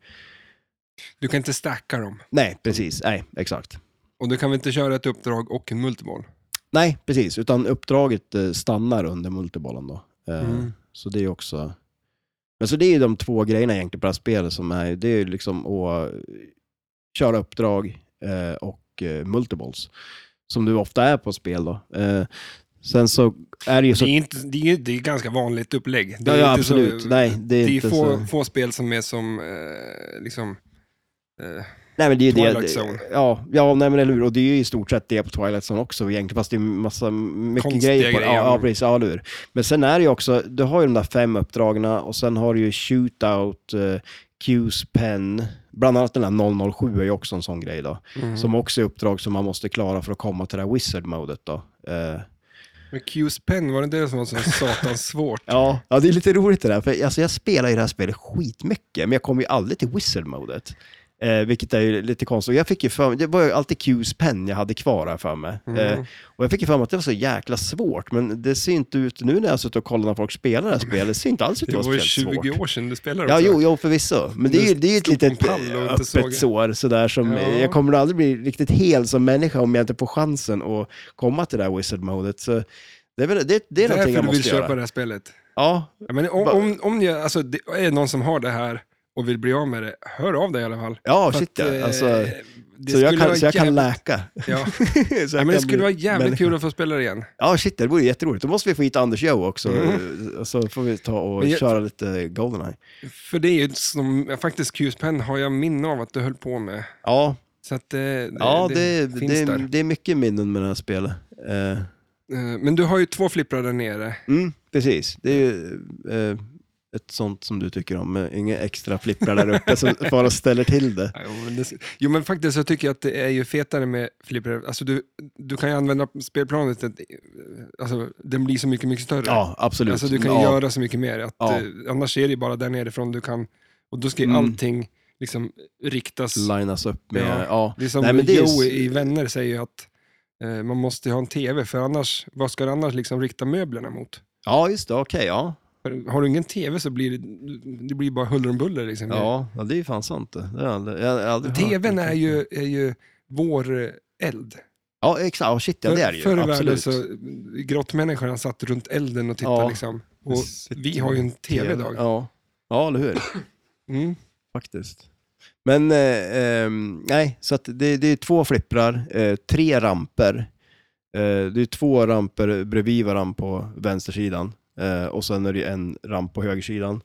S1: Du kan inte stacka dem.
S2: Nej, precis.
S1: Mm.
S2: Nej, exakt.
S1: Och du kan väl inte köra ett uppdrag och en multiboll?
S2: Nej, precis. Utan uppdraget eh, stannar under multibollen då. Eh,
S1: Mm.
S2: Så det är också... Men så det är ju de två grejerna egentligen på det här spelet som är, det är ju liksom att köra uppdrag eh, och eh, multiballs. Som du ofta är på spel då. Eh, sen så är det ju
S1: Det
S2: så...
S1: är, inte, det, är, ju- det är ganska vanligt upplägg. Det
S2: ja,
S1: är
S2: ja,
S1: inte så-
S2: absolut. Nej, det är,
S1: Det är
S2: inte
S1: få,
S2: så...
S1: få spel som är som, eh, liksom, eh,
S2: Nej, men det är ju det.
S1: Twilight Zone.
S2: Ja, ja nej, men eller hur. Och det är ju i stort sett det på Twilight Zone också egentligen, fast det är massa, mycket
S1: Konstiga
S2: grejer på det.
S1: grejer.
S2: Ja, ja, precis. Ja, eller hur. Men sen är det ju också, du har ju de där fem uppdragna och sen har du ju Shootout, eh, Q's Pen, bland annat den där 007 är ju också en sån grej då.
S1: Mm.
S2: Som också är uppdrag som man måste klara för att komma till det här Wizard-modet då. Eh,
S1: men Q's Pen, var det det som var så satans svårt?
S2: ja. ja, det är lite roligt det där, för alltså, jag spelar ju det här spelet skitmycket, men jag kommer ju aldrig till Wizard-modet. Eh, vilket är ju lite konstigt. Och jag fick ju för mig, det var ju alltid Q's penn jag hade kvar här för mig.
S1: Mm.
S2: Eh, och jag fick ju för mig att det var så jäkla svårt, men det ser inte ut, nu när jag har suttit och kollat när folk spelar det här spelet, det ser inte alls ut
S1: Det
S2: att
S1: var ju
S2: vara
S1: 20
S2: svårt.
S1: år sedan du spelade
S2: Ja,
S1: också.
S2: jo, jo, förvisso. Men det är ju det är ju ett
S1: Stod på en
S2: litet
S1: pall och inte såg.
S2: öppet sår sådär som,
S1: Ja.
S2: jag kommer nog aldrig bli riktigt hel som människa om jag inte får chansen att komma till det här wizard-modet. Så det är, väl, det, det är
S1: Därför
S2: någonting jag
S1: du vill
S2: måste
S1: köpa
S2: göra.
S1: det här spelet.
S2: Ja,
S1: Ja, men om,
S2: Va-
S1: om, om ni, alltså, det är någon som har det här och vill bli av med det, hör av dig i alla fall.
S2: ja
S1: För
S2: shit
S1: att,
S2: ja.
S1: eh,
S2: Alltså,
S1: det
S2: så jag
S1: skulle
S2: kan,
S1: vara
S2: så jag kan
S1: jävligt-
S2: läka.
S1: Ja.
S2: Så jag
S1: Nej, men det
S2: kan
S1: skulle
S2: bli
S1: vara jävligt
S2: människa.
S1: kul att få spela det igen.
S2: Ja, shit, det vore jätteroligt. Då måste vi få hit Anders Joe också, eh, så får vi ta och
S1: Mm. Men jag-
S2: köra lite Goldeneye.
S1: För det är ju som, faktiskt Q's Pen har jag minne av att du höll på med.
S2: Ja,
S1: Så att eh, det,
S2: ja
S1: det,
S2: det, det,
S1: finns
S2: det,
S1: där.
S2: är, det är mycket minnen med det här spelet. Eh,
S1: Eh, Men du har ju två flipprar där nere.
S2: Mm, precis. Det är ju eh, ett sånt som du tycker om, eh, inga extra flipprar där uppe som bara ställer till det.
S1: Ja, Jo men, det, jo, men faktiskt så tycker jag att det är ju fetare med flipprar. Alltså du, du kan ju använda spelplanet, att- alltså den blir så mycket, mycket större.
S2: Ja, absolut.
S1: Alltså du kan ju
S2: ja.
S1: göra så mycket mer. Att,
S2: Ja.
S1: eh, annars är det ju bara där nerifrån du kan, och då ska ju
S2: Mm.
S1: allting liksom riktas.
S2: Linas upp med...
S1: Ja.
S2: Ja,
S1: Det är som
S2: Nej, men det är
S1: Joey
S2: s-
S1: i Vänner säger ju att eh, man måste ju ha en TV, för annars, vad ska du annars liksom rikta möblerna mot?
S2: ja just det. Okej, ja.
S1: För har du ingen TV så blir det, det blir bara huller om buller. Liksom.
S2: ja. Ja, det är ju fan sant det. det har jag aldrig, jag har aldrig hört
S1: TVn
S2: det.
S1: är ju, är ju vår eh, eld.
S2: Ja, exakt. Ja, shit, ja, det är det ju.
S1: Förr i världen
S2: absolut.
S1: så, grottmänniskorna satt runt elden och tittade
S2: Ja.
S1: liksom. Och
S2: Sitter
S1: vi har ju en TV idag.
S2: Ja. ja, eller hur?
S1: Mm.
S2: Faktiskt. Men, eh, ehm, nej, så att det, det är två flipprar, eh, tre ramper Eh, det är två ramper bredvid varandra på vänstersidan. Eh, och sen är det ju en ramp på högersidan.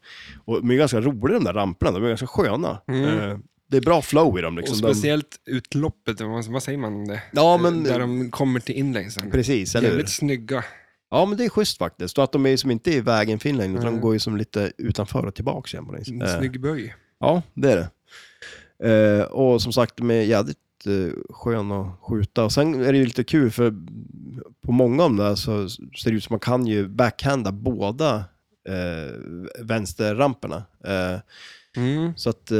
S2: Och de är ganska roliga de där ramperna, de är ganska sköna. Eh, det är bra flow i dem liksom.
S1: Mm. Och speciellt utloppet, vad vad säger man om det?
S2: de, ja, men,
S1: Där de kommer till inlängsen.
S2: precis, eller hur?
S1: Jävligt snygga.
S2: Ja, men det är schysst faktiskt. Och att de är som inte i vägen fin längre, utan de går ju som lite utanför och tillbaka igen på något vis.
S1: En
S2: Eh,
S1: Snygg böj.
S2: Ja, det är det. Eh, och som sagt, de är jävligt eh, skön att skjuta. Och sen är det ju lite kul, för på många av de där så ser det ut som man kan ju backhanda båda eh, vänsterramperna. Eh,
S1: Mm.
S2: så att, eh,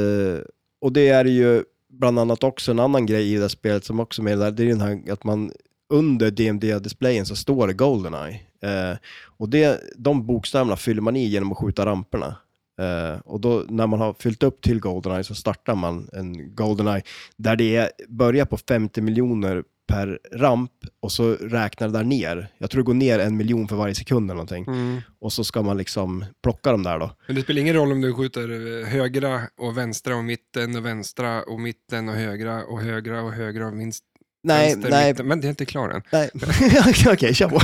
S2: och det är ju bland annat också en annan grej i det här spelet som också är med där, det är den här att man under DMD-displayen så står det Goldeneye. Eh, och det, de bokstäverna fyller man i genom att skjuta ramperna. Eh, och då när man har fyllt upp till Goldeneye så startar man en Goldeneye där det är, börjar på 50 miljoner per ramp och så räknar det där ner. Jag tror det går ner en miljon för varje sekund eller någonting.
S1: Mm.
S2: Och så ska man liksom plocka de där då.
S1: Men det spelar ingen roll om du skjuter eh, högra och vänstra och mitten och vänstra och mitten och högra och högra och högra och minst,
S2: Nej,
S1: vänster,
S2: nej,
S1: mitten. Men det är inte klar än.
S2: Nej, okej, kör på.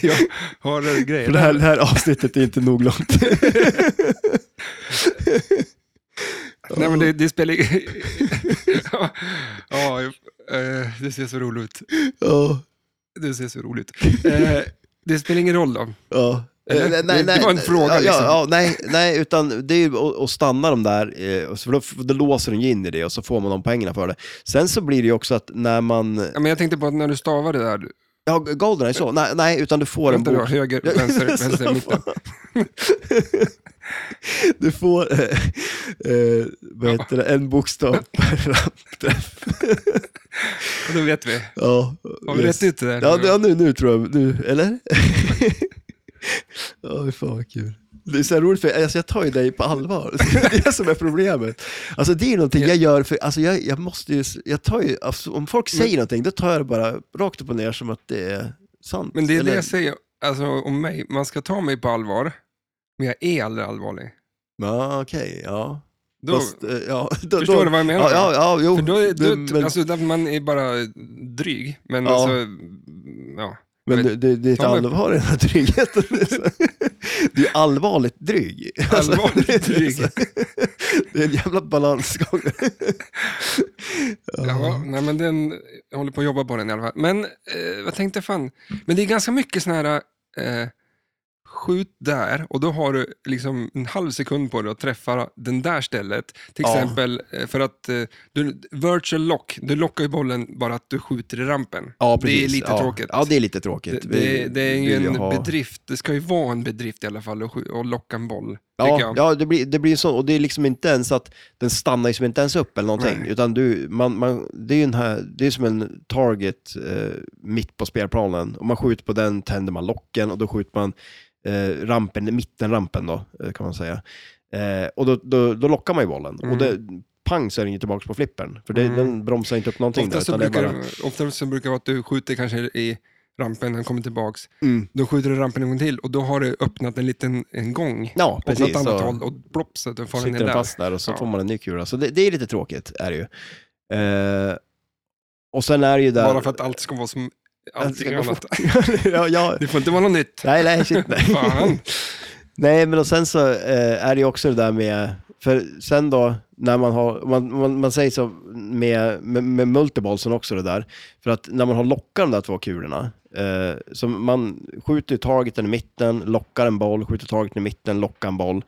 S1: Jag har eh, grejer.
S2: För det här, det här avsnittet är inte nog långt.
S1: Nej, men det, det spelar ja, ja, eh, det ser så roligt ut.
S2: Ja,
S1: Det ser så roligt ut. Eh, det spelar ingen roll då.
S2: ja.
S1: Eller?
S2: Eh,
S1: Det- det var en fråga,
S2: ja, ja,
S1: liksom.
S2: ja, nej, nej, utan det är ju att- att stanna de där, eh, och så- för då, för då låser den ju in i det och så får man de poängerna för det. Sen så blir det ju också att när man,
S1: Ja, men jag tänkte på att när du stavar det där,
S2: ja, golden är så, nej, nej utan du får en
S1: vänta då,
S2: bok,
S1: höger, vänster, vänster, mitten.
S2: du får, eh, eh, vad heter det, en bokstav per rampträff.
S1: Och då vet vi.
S2: Ja,
S1: Har vi
S2: yes.
S1: rätt ut det där?
S2: Ja, ja nu, nu tror jag, nu, eller? Ja, fy fan vad kul. Det är så här roligt, för alltså, jag tar ju dig på allvar. Det är det som är problemet. Alltså det är någonting jag gör, för alltså, jag, jag måste ju, jag tar ju, alltså, om folk säger någonting, då tar jag det bara rakt upp och ner som att det är sant.
S1: Men det är
S2: Eller-
S1: det jag säger alltså, om mig. Man ska ta mig på allvar, men jag är aldrig allvarlig.
S2: Ja, okej, ja.
S1: Då,
S2: Fast, eh, ja, då,
S1: förstår
S2: då,
S1: du vad jag menar?
S2: Ja, ja, ja jo.
S1: för då, då,
S2: det, men
S1: alltså, där man är bara dryg, men
S2: Ja.
S1: alltså, ja.
S2: men det, det, det är ett
S1: Ta mig-
S2: allvar i den här tryggheten. Det är så- Det är allvarligt dryg. Alltså,
S1: Allvarligt
S2: det är så-
S1: dryg.
S2: Det är en jävla balansgång.
S1: Ja, nej, men den, jag håller på att jobba på den i alla fall. Men eh, vad tänkte jag fan? Men det är ganska mycket sådana här, eh, skjut där och då har du liksom en halv sekund på dig att träffa den där stället. Till
S2: Ja.
S1: exempel eh, för att eh, du, virtual lock, du lockar ju bollen bara att du skjuter i rampen.
S2: Ja,
S1: det är
S2: precis.
S1: lite
S2: ja.
S1: tråkigt.
S2: Ja, det är lite
S1: det,
S2: tråkigt. Vi
S1: det, det är ju
S2: vill
S1: en
S2: ha-
S1: bedrift, det ska ju vara en bedrift i alla fall att skj- att locka en boll. tycker
S2: Ja,
S1: jag.
S2: ja det, blir, det blir så. Och det är liksom inte ens att den stannar liksom inte ens upp eller någonting.
S1: Nej.
S2: Utan du, man, man, det är ju en här, det är som en target eh, mitt på spelplanen. Om man skjuter på den tänder man locken och då skjuter man eh, rampen, mittenrampen då, eh, kan man säga. Eh, och då, då, då lockar man ju bollen.
S1: Mm.
S2: Och det, pang så är den ju tillbaka på flippen. För det, den bromsar inte upp någonting.
S1: Oftast,
S2: där,
S1: Mm. så
S2: utan det är
S1: brukar,
S2: bara-
S1: oftast så brukar det vara att du skjuter kanske i rampen, den kommer tillbaks.
S2: Mm.
S1: Då skjuter du rampen en gång till och då har du öppnat en liten en gång
S2: Ja,
S1: åt
S2: precis.
S1: något annat
S2: så-
S1: håll och plopp så att du får den
S2: sitter
S1: ner
S2: den
S1: där.
S2: fast där och så
S1: Ja.
S2: får man en ny kula. Så det, det är lite tråkigt, är det ju. Eh, och sen är det ju där...
S1: Bara för att allt ska vara som allting annat.
S2: ja, ja.
S1: Det får inte vara något nytt.
S2: Nej, nej, shit nej.
S1: Fan.
S2: nej, men och sen så eh, är det ju också det där med... För sen då, när man har... Man, man, man säger så med, med, med multiballsen också det där. För att när man har lockat de där två kulorna, eh, så man skjuter targeten i mitten, lockar en boll, skjuter targeten i mitten, lockar en boll.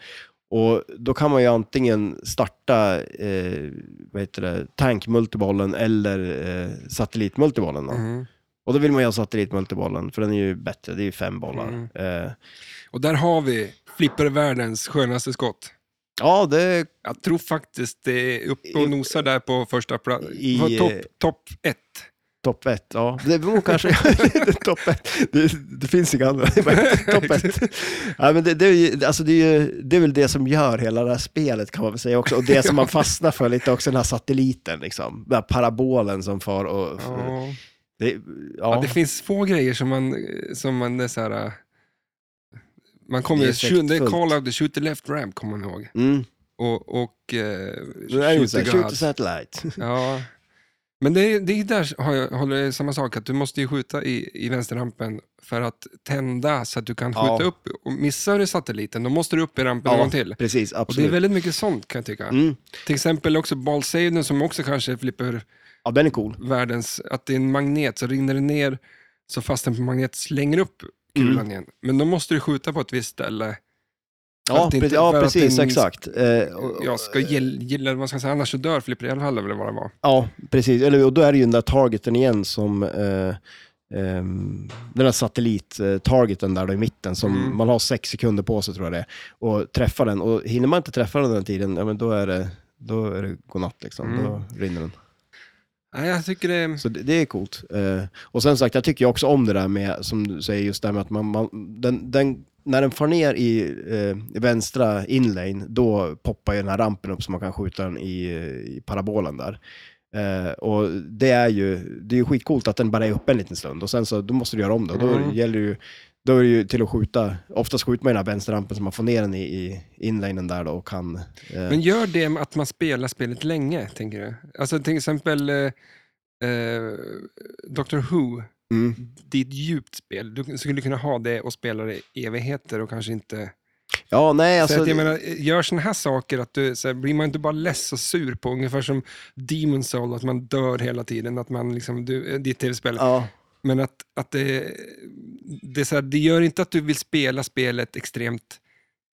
S2: Och då kan man ju antingen starta eh, vad heter det, tankmultibollen eller eh, satellitmultibollen. Då.
S1: Mm.
S2: Och då vill man ju ha satellitmultibollen, för den är ju bättre, det är ju fem bollar.
S1: Mm.
S2: Eh,
S1: Och där har vi flippervärldens skönaste skott.
S2: ja, det,
S1: Jag tror faktiskt det är uppe och nosar där på första plats.
S2: I- eh,
S1: Topp top ett.
S2: Topp ett, ja. Det beror kanske... topp ett. Det, det finns inga andra. Det är bara Topp ett. Ja, men det, det, är ju, alltså det, är ju, det är väl det som gör hela det här spelet kan man väl säga också. Och det som man fastnar för lite också, den här satelliten liksom. Den här parabolen som far och... Ja.
S1: Ja.
S2: Det, ja.
S1: Ja. det finns få grejer som man, som man är så här... äh, Man kommer
S2: Det är
S1: ju... shoot- Det är
S2: effektfullt.
S1: Call of the Shoot the Left Ramp, kommer man ihåg.
S2: Mm.
S1: Och, och eh,
S2: Det är ju
S1: Shoot
S2: så här,
S1: the
S2: Shoot the
S1: Gods.
S2: satellite.
S1: Ja. Men det, det är där har jag, håller jag samma sak, att du måste ju skjuta i, i vänsterrampen för att tända så att du kan skjuta
S2: Ja.
S1: upp. Och missar du satelliten, då måste du upp i rampen en gång till.
S2: precis.
S1: Och det är
S2: Absolut.
S1: väldigt mycket sånt kan jag tycka.
S2: Mm.
S1: Till exempel också ballsaven som också kanske flipper
S2: Ja, den är cool.
S1: världens, att det är en magnet, så rinner det ner så fast en magnet slänger upp kulan
S2: Mm.
S1: igen. Men då måste du skjuta på ett visst ställe.
S2: Ja,
S1: att det inte-
S2: precis, ja,
S1: för att
S2: precis
S1: den-
S2: exakt. Eh, och,
S1: Jag ska gill- gilla, vad ska jag säga, annars så dör flipper i alla fall, eller vad det var.
S2: ja, precis. Eller, och då är det ju den där targeten igen som... Eh, ehm, den där satellit-targeten där då i mitten som
S1: Mm.
S2: man har sex sekunder på sig tror jag det är. Och träffa den. Och hinner man inte träffa den den tiden, ja men då är det, då är det godnatt liksom.
S1: Mm.
S2: Då rinner den.
S1: Nej, jag tycker det är...
S2: Så det, det är coolt. Eh, och sen sagt, jag tycker ju också om det där med, som du säger, just det här med att man, man den, den, när den far ner i eh, vänstra inlane, då poppar ju den här rampen upp så man kan skjuta den i, eh, i parabolen där. Eh, och det är ju det är ju skitcoolt att den bara är uppe en liten stund och sen så då måste du göra om det. Och Då
S1: Mm.
S2: gäller det ju då är det ju till att skjuta, oftast skjuter man ju den här vänsterrampen så man får ner den i, i inlanen där då och kan... Eh,
S1: Men gör det med att man spelar spelet länge, tänker du? Alltså till exempel eh, eh, Doctor Who,
S2: mm.
S1: det är ett djupt spel. Du skulle kunna ha det och spela det i evigheter och kanske inte...
S2: Ja, nej alltså...
S1: så att jag menar, gör sådana här saker, att du, så här, blir man inte bara less och sur på, ungefär som Demon Soul, att man dör hela tiden, att man liksom, du, ditt tv-spel.
S2: ja.
S1: Men att, att det, det, är så här, det gör inte att du vill spela spelet extremt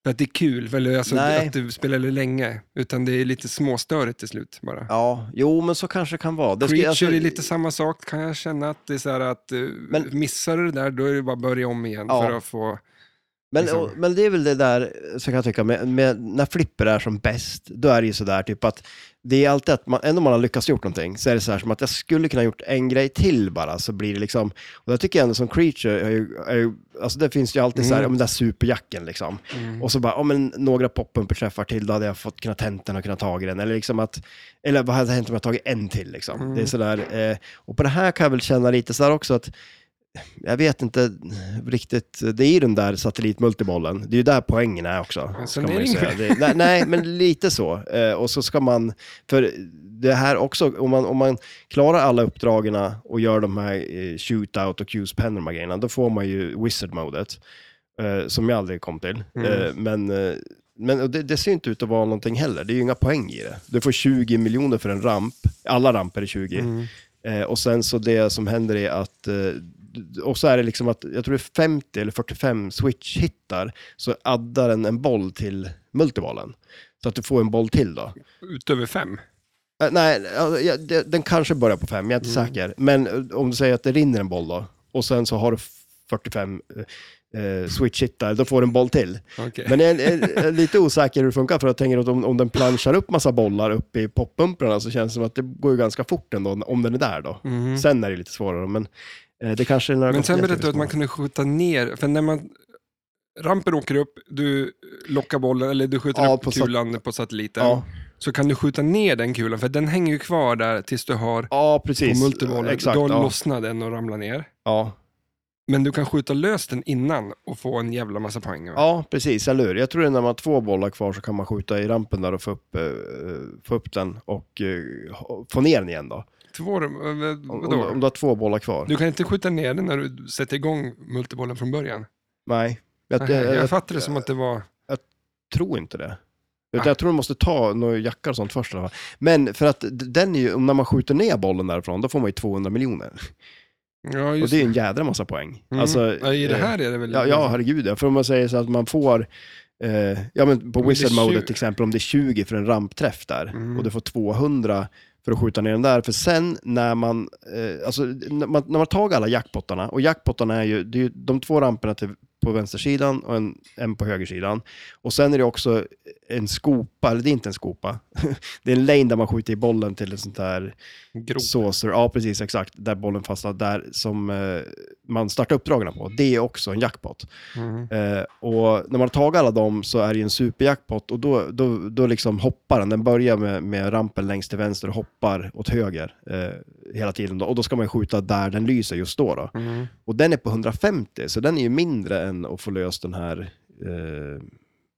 S1: för att det är kul, eller alltså
S2: Nej.
S1: att du spelar det länge, utan det är lite småstörigt till slut bara.
S2: Ja, jo men så kanske det kan vara. Det ska-
S1: Creature
S2: alltså-
S1: är lite samma sak kan jag känna, att det är så här att eh,
S2: Men-
S1: missar du det där, då är det bara att börja om igen
S2: Ja.
S1: för att få...
S2: Men,
S1: Liksom.
S2: och, men det är väl det där, så kan jag tycka, med, med, när flipper är som bäst, då är det ju sådär typ att det är alltid att man, ändå om man har lyckats gjort någonting, så är det så här som att jag skulle kunna ha gjort en grej till bara, så blir det liksom, och jag tycker jag ändå som creature, är ju, är ju, alltså det finns ju alltid så här,
S1: Mm.
S2: ja men den där superjacken liksom. Och så bara, ja men några poppumpor träffar till, då hade jag fått kunnat tänt den och kunnat tagit den. Eller liksom att, eller vad hade hänt om jag tagit en till liksom?
S1: Mm.
S2: Det är sådär, eh, och på det här kan jag väl känna lite sådär också att, jag vet inte riktigt, det är ju den där satellitmultibollen, det är ju där poängen är också.
S1: Men sen
S2: ska
S1: är
S2: man ju
S1: det
S2: säga. Det, nej, nej, men lite så. Eh, och så ska man, för det här också, om man, om man klarar alla uppdragen och gör de här eh, shootout och use pen och de här grejerna, då får man ju wizard-modet, eh, som jag aldrig kom till.
S1: Mm.
S2: Eh, men eh, men och det, det ser inte ut att vara någonting heller, det är ju inga poäng i det. Du får 20 miljoner för en ramp, alla ramper är 20.
S1: Mm.
S2: Eh, och sen så det som händer är att, eh, och så är det liksom att, jag tror det är 50 eller 45 switch-hittar, så addar den en boll till multibollen. Så att du får en boll till då.
S1: Utöver fem.
S2: Eh, nej, eh, ja, det- den kanske börjar på fem, jag är inte säker. Men eh, om du säger att det rinner en boll då, och sen så har du 45 eh, eh, switch-hittar, då får du en boll till.
S1: Okej.
S2: Men jag är, jag är lite osäker hur det funkar, för jag tänker att om, om den planchar upp massa bollar upp i poppumprarna så känns det som att det går ju ganska fort ändå, om den är där då.
S1: Mm.
S2: Sen är det lite svårare, men eh, det kanske är när
S1: Men sen
S2: jag
S1: berättade du att
S2: tycker
S1: man
S2: så.
S1: kunde skjuta ner, för när man rampen åker upp, du lockar bollen, eller du skjuter
S2: Ja,
S1: upp
S2: på sat-
S1: kulan på satelliten,
S2: Ja,
S1: så kan du skjuta ner den kulan, för den hänger ju kvar där tills du har
S2: ja
S1: på
S2: precis.
S1: multibollen.
S2: Exakt,
S1: Då
S2: ja.
S1: lossnar den och ramlar ner.
S2: Ja.
S1: Men du kan skjuta lös den innan och få en jävla massa poäng. va?
S2: ja, precis, eller hur? Jag tror att när man har två bollar kvar så kan man skjuta i rampen där och få upp, eh, få upp den och eh, ha- få ner den igen då.
S1: Två, eh,
S2: Om, om, om
S1: vadå?
S2: du har två bollar kvar.
S1: Du kan inte skjuta ner den när du sätter igång multibollen från början.
S2: Nej, jag,
S1: Nej,
S2: jag, jag,
S1: jag fattar det som att det var...
S2: tror inte det. Utan
S1: Ah.
S2: jag tror man måste ta några jackor och sånt först i alla fall. Men för att d- den är ju, om när man skjuter ner bollen därifrån, då får man ju 200 miljoner.
S1: Ja,
S2: Och
S1: just
S2: det är ju en jädra massa poäng.
S1: Mm.
S2: Alltså,
S1: ja, I det
S2: eh,
S1: här är det väl... liksom-
S2: Ja, ja, herregud. ja. För om man säger så att man får, eh, ja men på
S1: det är
S2: wizard mode
S1: 20.
S2: till exempel, om det är 20 för en rampträff där
S1: Mm.
S2: och du får 200 för att skjuta ner den där. För sen när man, eh, alltså när man, när man tagit alla jackpottarna, och jackpottarna är ju, det är ju de två ramperna till, på vänstersidan och en, en på högersidan. Och sen är det också en skopa, eller det är inte en skopa, det är en lane där man skjuter i bollen till ett sånt där
S1: Grop.
S2: såser, ja precis exakt, där bollen fastnar, där som eh, man startar uppdragen på. Det är också en jackpot.
S1: Mm.
S2: Eh, och när man har tagit alla dem så är det ju en superjackpot och då, då, då liksom hoppar den. Den börjar med, med rampen längst till vänster och hoppar åt höger eh, hela tiden. Då. Och då ska man ju skjuta där den lyser just då, då.
S1: Mm.
S2: Och den är på 150, så den är ju mindre än att få lös den här eh,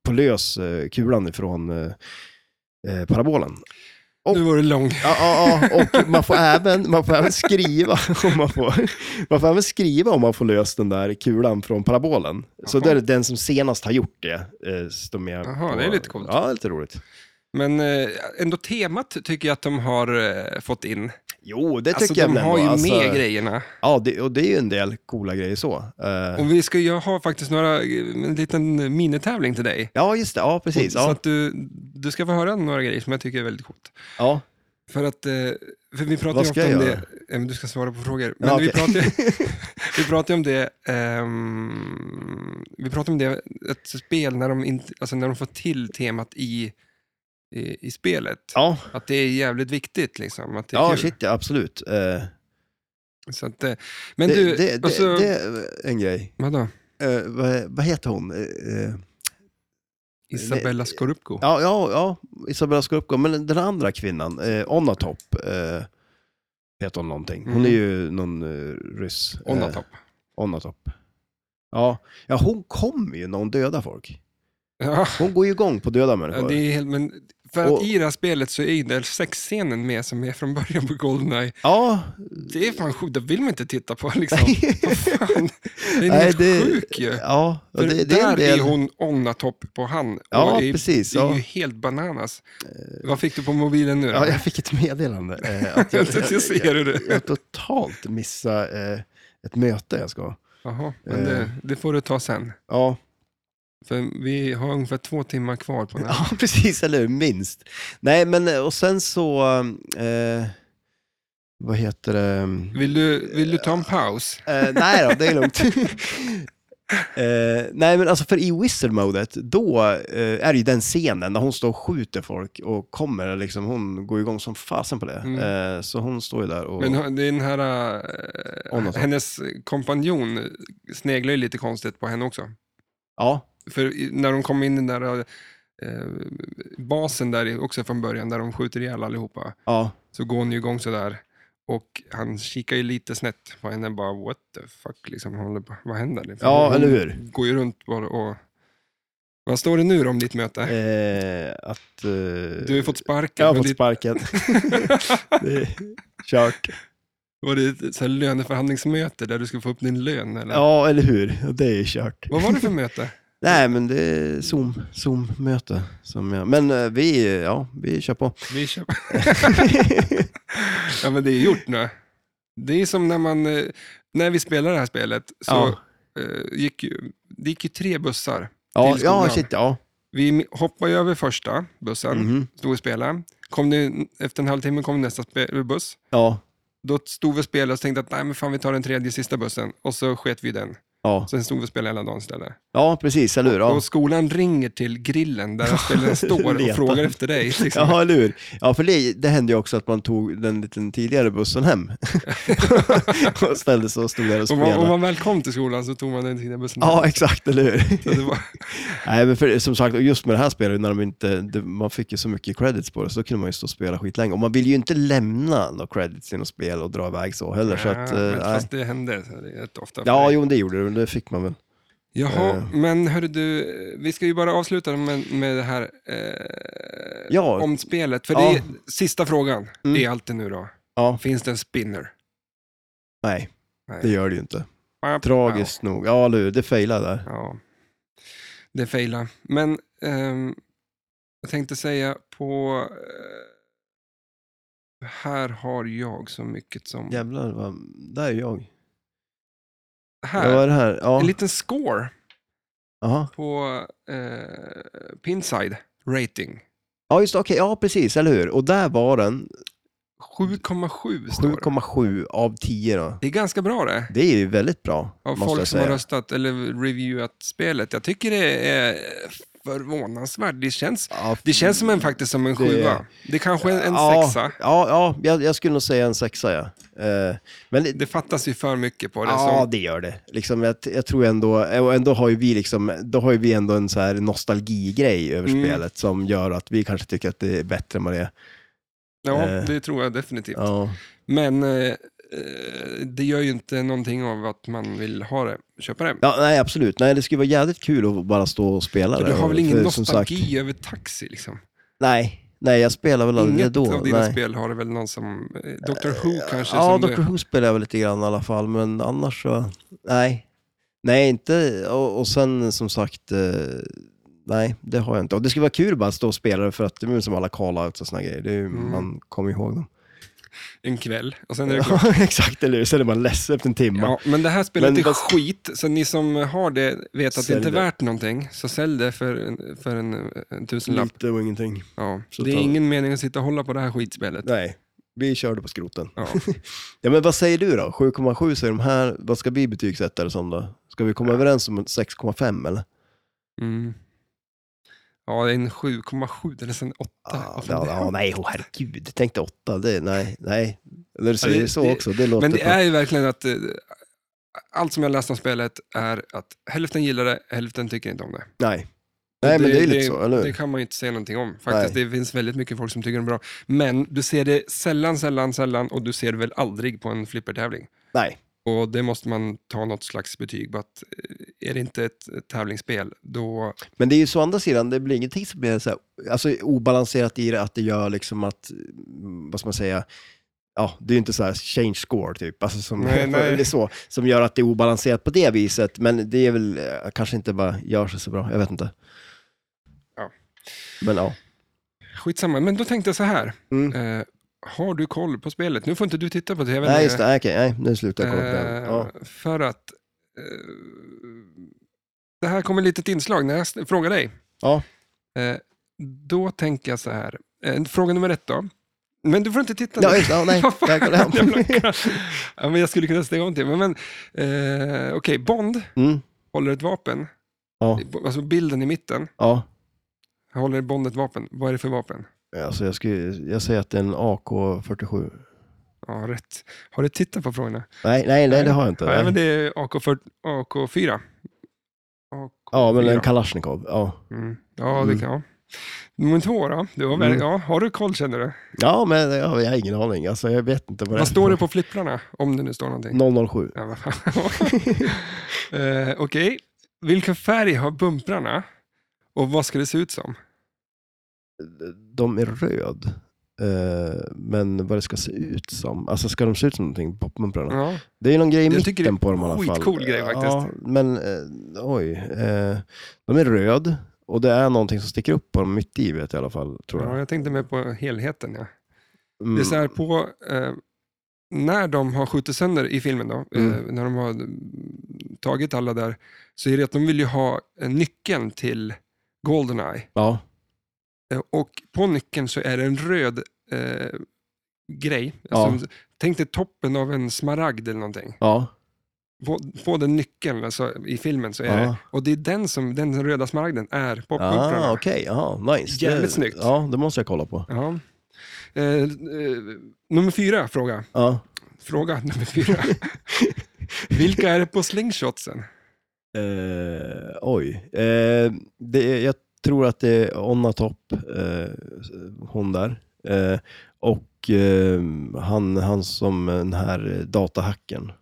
S2: på lös eh, kulan ifrån eh, eh, parabolen. Och-
S1: Nu var det lång.
S2: Ja, ja, ja, och man får även, man får även skriva om man får, man får även skriva om man får löst den där kulan från parabolen. Så
S1: Jaha.
S2: det är den som senast har gjort det. eh, Står med
S1: Jaha,
S2: på,
S1: det är lite coolt.
S2: Ja, det är lite roligt.
S1: Men eh, ändå temat tycker jag att de har eh, fått in.
S2: Jo, det
S1: Alltså,
S2: tycker jag
S1: de
S2: väl
S1: har ju
S2: ändå, alltså,
S1: med grejerna.
S2: Ja, det, och det är ju en del coola grejer så. Eh,
S1: Och vi ska ju ha faktiskt några, eh, en liten minitävling till dig.
S2: ja, just det. Ja, precis.
S1: Så
S2: Ja,
S1: att du, du ska få höra några grejer som jag tycker är väldigt coolt.
S2: ja.
S1: För att, eh, för vi pratar
S2: Vad
S1: ju
S2: ska
S1: ofta
S2: jag
S1: om det,
S2: göra?
S1: Ja, men du ska svara på frågor. Men
S2: Ja,
S1: vi,
S2: okej.
S1: pratar ju, vi pratar ju om det, ehm, vi pratar om det, ett spel när de, inte, alltså när de får till temat i, i, i spelet.
S2: ja.
S1: Att det är jävligt viktigt liksom, att det är
S2: ja
S1: kul.
S2: shit ja, absolut. Eh,
S1: Så att, eh, men
S2: det,
S1: du, alltså-
S2: det, det,
S1: och så,
S2: det är en grej.
S1: vadå?
S2: Eh, vad, vad heter hon? Eh, eh,
S1: Isabella Scorupco?
S2: Ja, ja, ja. Isabella ska uppgå. Men den andra kvinnan, eh, Onatop, eh, heter hon någonting. Hon
S1: Mm.
S2: är ju någon eh, ryss. Eh,
S1: Onatop.
S2: Onatop. Ja. ja, hon kommer ju när hon dödar folk.
S1: Ja.
S2: Hon går ju igång på döda
S1: Ja,
S2: människor.
S1: det är helt, men för att
S2: Och-
S1: i det här spelet så är ju den sexscenen med som är från början på Goldeneye.
S2: Ja.
S1: Det är fan sjukt, det vill man inte titta på liksom. Vad fan? Det är
S2: Nej,
S1: helt
S2: det-
S1: sjukt ju.
S2: ja, och
S1: För
S2: det, det är
S1: där
S2: en
S1: är,
S2: del.
S1: hon onnatopp på han.
S2: Ja,
S1: det är,
S2: precis,
S1: Det är
S2: ja. Eh,
S1: ju helt bananas. Vad fick du på mobilen nu då?
S2: Ja, jag fick ett meddelande. Eh, att jag,
S1: Jag ser hur det-
S2: jag, jag totalt missade eh, ett möte jag ska ha.
S1: Jaha, men
S2: Eh.
S1: det, det får du ta sen.
S2: Ja,
S1: För vi har ungefär två timmar kvar på den här.
S2: Ja, precis, eller hur? Minst. Nej, men eh, och sen så, eh, vad heter det?
S1: Vill du, vill du ta en paus?
S2: Eh, nej då, det är lugnt. Eh, nej, men alltså för i wizard-modet, då eh, är det ju den scenen när hon står och skjuter folk och kommer, liksom, hon går igång som fasen på det. Eh, så hon står ju där och...
S1: Mm. Men har- det är den här, eh,
S2: Onnatopp.
S1: hennes kompanjon sneglar ju lite konstigt på henne också.
S2: ja,
S1: För i- när de kom in i den där eh, basen där i- också från början, där de skjuter ihjäl allihopa,
S2: ja.
S1: så går hon ju igång sådär. Och han kikar ju lite snett på henne, bara what the fuck, liksom, håller på- vad händer? Liksom.
S2: Ja,
S1: Hon
S2: eller hur?
S1: går ju runt bara och... Vad står det nu då om ditt möte?
S2: Eh, att... eh,
S1: Du har ju fått
S2: jag
S1: sparken.
S2: har
S1: men
S2: fått
S1: ditt-
S2: sparken. det är kört.
S1: Var det ett så här löneförhandlingsmöte där du skulle få upp din lön? Eller?
S2: Ja, eller hur? Det är ju kört.
S1: Vad var det för möte?
S2: Nej, men det är Zoom- Zoom-möte. som jag... Men eh, vi, eh, ja, vi kör på.
S1: Vi kör. ja, men det är gjort nu. Det är som när man, eh, när vi spelade det här spelet, så
S2: Ja.
S1: eh, gick ju, det gick ju tre bussar.
S2: Ja,
S1: Till skolan. Mm.
S2: ja shit, ja.
S1: Vi hoppade ju över första bussen,
S2: Mhm.
S1: stod och spelade. Kom det, efter en halvtimme kom nästa spe, buss.
S2: Ja,
S1: Då stod vi och spelade och tänkte att nej men fan vi tar den tredje sista bussen. Och så sket vi i den.
S2: ja.
S1: Sen stod vi och spelade hela dagen istället.
S2: ja precis, eller hur? Ja.
S1: Och skolan ringer till grillen där spelaren står och
S2: Letar.
S1: frågar efter dig. Liksom.
S2: Ja, eller hur? Ja, för det, det hände ju också att man tog den liten tidigare bussen hem. och ställde sig och stod där och
S1: Om man, om
S2: spelade.
S1: man väl kom till skolan så tog man den tidiga bussen.
S2: Ja, exakt, eller hur?
S1: Så det var,
S2: Nej, men för, som sagt, och just med det här spelet, när de inte, det, man fick ju så mycket credits på det, så kunde man ju stå och spela skitlänge. Och man vill ju inte lämna några credits i något spel och dra iväg så heller. så att,
S1: ja,
S2: eh,
S1: men
S2: nej.
S1: fast det hände så det är rätt ofta. för
S2: Ja,
S1: dig.
S2: jo, men det gjorde det, men det fick man väl.
S1: Jaha,
S2: eh.
S1: men hörru du, vi ska ju bara avsluta med, med det här eh,
S2: Ja.
S1: om spelet. För
S2: Ja.
S1: det är, sista frågan
S2: Mm.
S1: det är alltid nu då.
S2: Ja.
S1: Finns det en spinner?
S2: Nej,
S1: Nej.
S2: det gör det ju inte. Tragiskt nog. Ja, eller hur? Det failade där.
S1: Ja, det failar. Men ehm, jag tänkte säga på... eh, här har jag så mycket som...
S2: Jävlar, vad, där är jag.
S1: här,
S2: Vad var det här? Ja,
S1: en liten score
S2: Aha.
S1: på eh, Pinside rating.
S2: ja just det, okej, ja precis, eller hur? Och där var den
S1: 7,7 står det.
S2: 7,7 av 10 då.
S1: Det är ganska bra det.
S2: Det är ju väldigt bra,
S1: Av
S2: måste
S1: folk
S2: jag
S1: som har
S2: säga.
S1: röstat eller reviewat spelet. Jag tycker det är förvånansvärt. Det känns,
S2: Ja,
S1: det känns som en, faktiskt som en
S2: Mm. Det-
S1: sjua. Det är kanske är en
S2: ja,
S1: sexa.
S2: Ja, ja jag, jag skulle nog säga en sexa, ja. Eh, men det,
S1: Det fattas ju för mycket på det.
S2: ja,
S1: som-
S2: det gör det. Liksom, jag, jag tror ändå, och ändå har ju vi liksom, då har ju vi ändå en så här nostalgigrej över
S1: Mm.
S2: spelet som gör att vi kanske tycker att det är bättre än vad det är.
S1: ja,
S2: eh,
S1: det tror jag definitivt.
S2: Ja,
S1: Men eh, eh, det gör ju inte någonting av att man vill ha det, köpa det.
S2: ja nej absolut. Nej, det skulle vara jävligt kul att bara stå och spela
S1: För du
S2: det.
S1: har väl ingen
S2: För som sagt-
S1: nostalgi över taxi liksom?
S2: Nej, Nej, jag spelar väl aldrig
S1: Inget
S2: det då.
S1: av dina
S2: nej.
S1: spel har det väl någon som... eh, Dr Who kanske?
S2: Ja,
S1: som
S2: Doctor Who spelar jag väl lite grann i alla fall, men annars så, nej. Nej, inte, och, och sen som sagt, eh, nej, det har jag inte. Och det skulle vara kul bara att stå och spela det, för att det är väl som alla call-outs och såna grejer, det är, ju- man kommer ihåg dem.
S1: En kväll. Och sen är Mm. det klart.
S2: Ja, exakt, eller hur? Sen är man ledsen efter en timme.
S1: Ja, men det här spelet
S2: Men
S1: är
S2: vad-
S1: skit, så ni som har det vet att det inte är
S2: Sälj det.
S1: värt någonting. Så sälj det för en, för en, eh, en tusenlapp.
S2: Lite och ingenting.
S1: Ja.
S2: Mm. Så
S1: Det är
S2: tar-
S1: ingen mening att sitta och hålla på det här skitspelet.
S2: Nej, vi körde på skroten.
S1: Ja.
S2: Ja, men vad säger du då? 7,7 säger de här, vad ska vi betygsätta det som då? Ska vi komma överens om en 6,5 eller?
S1: Mm. Ja, det är en 7,7, det är nästan en 8.
S2: Ja,
S1: Vad fan
S2: Ah, ja,
S1: är det?
S2: ja, nej, oh, herregud. Tänk dig åtta. Det, nej, nej. När du säger
S1: det-
S2: så
S1: det-
S2: också, det låter...
S1: Men det
S2: på-
S1: är ju verkligen att eh, allt som jag läst om spelet är att hälften gillar det, hälften tycker inte om det.
S2: Nej. Nej, men det, är ju lite så, eller
S1: Det
S2: hur?
S1: kan man ju inte säga någonting om. Faktiskt,
S2: Nej.
S1: det finns väldigt mycket folk som tycker det är bra. Men du ser det sällan, sällan, sällan och du ser det väl aldrig på en flippertävling.
S2: Nej.
S1: Och det måste man ta något slags betyg på att eh, är det inte ett ett tävlingsspel, då...
S2: Men det är ju så å andra sidan, det blir ingenting som blir så här, alltså, obalanserat i det, att det gör liksom att, mm, vad ska man säga, ja, det är ju inte så här change score typ, alltså som,
S1: Nej, nej.
S2: Det är så, som gör att det är obalanserat på det viset, men det är väl eh, kanske inte bara gör sig så bra, jag vet inte.
S1: Ja.
S2: Men ja.
S1: Skitsamma, men då tänkte jag så här.
S2: Mm.
S1: Eh, har du koll på spelet? Nu får inte du titta på tv.
S2: Nej, just det, nej, okej, nej, nu slutar jag kolla på den.
S1: Eh,
S2: Ja.
S1: För att... Eh, det här kommer ett litet inslag när jag s- frågar dig.
S2: Ja.
S1: Eh, då tänker jag så här. Eh, fråga nummer ett då. Men du får inte titta
S2: Ja, just det, ja, nej,
S1: Vad fan,
S2: jag kollar hem.
S1: jävla katt. ja, men jag skulle kunna stänga om till. Men, men, eh, Okej, Bond
S2: Mm.
S1: håller ett vapen.
S2: Ja,
S1: Alltså bilden i mitten.
S2: ja.
S1: Håller Bond ett vapen. Vad är det för vapen?
S2: Alltså jag, skulle, jag säger att det är en AK47.
S1: Ja, rätt. Har du tittat på frågorna?
S2: Nej, nej, nej, det har jag inte.
S1: Ja, men
S2: Nej.
S1: det är AK4. AK4.
S2: Ja, men en
S1: fyra.
S2: Kalashnikov. Ja.
S1: Mm. Ja, det
S2: Mm.
S1: kan jag. Nummer två då? Det var väl,
S2: Mm.
S1: ja, har du koll känner du?
S2: ja, men jag jag har ingen aning. Alltså, jag vet inte vad det
S1: Vad står det på flipprarna? Om det nu står någonting.
S2: 007.
S1: Ja, vad fan. eh, Okej, vilken färg har bumprarna? Och vad ska det se ut som?
S2: De är röd. Eh, men vad det ska se ut som. Alltså ska de se ut som någonting, popmumprarna?
S1: Ja.
S2: Det är ju någon grej i
S1: Mm. Jag tycker
S2: mitten
S1: det är
S2: på dem i alla fall.
S1: skitcool grej faktiskt.
S2: Ja, men eh, oj. Eh, de är röd och det är någonting som sticker upp på dem mitt i vet jag i alla fall. Tror
S1: ja,
S2: jag.
S1: jag tänkte mer på helheten. Ja.
S2: Mm.
S1: Det är så här på, eh, när de har skjutit sönder i filmen då, eh,
S2: Mm.
S1: när de har mm, tagit alla där, så är det att de vill ju ha eh, nyckeln till Goldeneye.
S2: Ja,
S1: Eh, Och på nyckeln så är det en röd eh, grej. Alltså, Tänk dig toppen av en smaragd eller någonting.
S2: ja,
S1: På, på den nyckeln alltså, i filmen så är
S2: Ja.
S1: det. Och det är den som, den röda smaragden är popbubblorna.
S2: ah, okej, ja, nice.
S1: Jävligt
S2: Det-
S1: snyggt.
S2: Ja, det måste jag kolla på.
S1: ja. eh, eh, nummer fyra fråga.
S2: Ja.
S1: Fråga nummer fyra. Vilka är det på slingshotsen?
S2: Eh, oj. Eh, det, är- jag tror att det är Onna Topp, eh, hon där. Eh, och eh, han, han som den här eh, datahacken.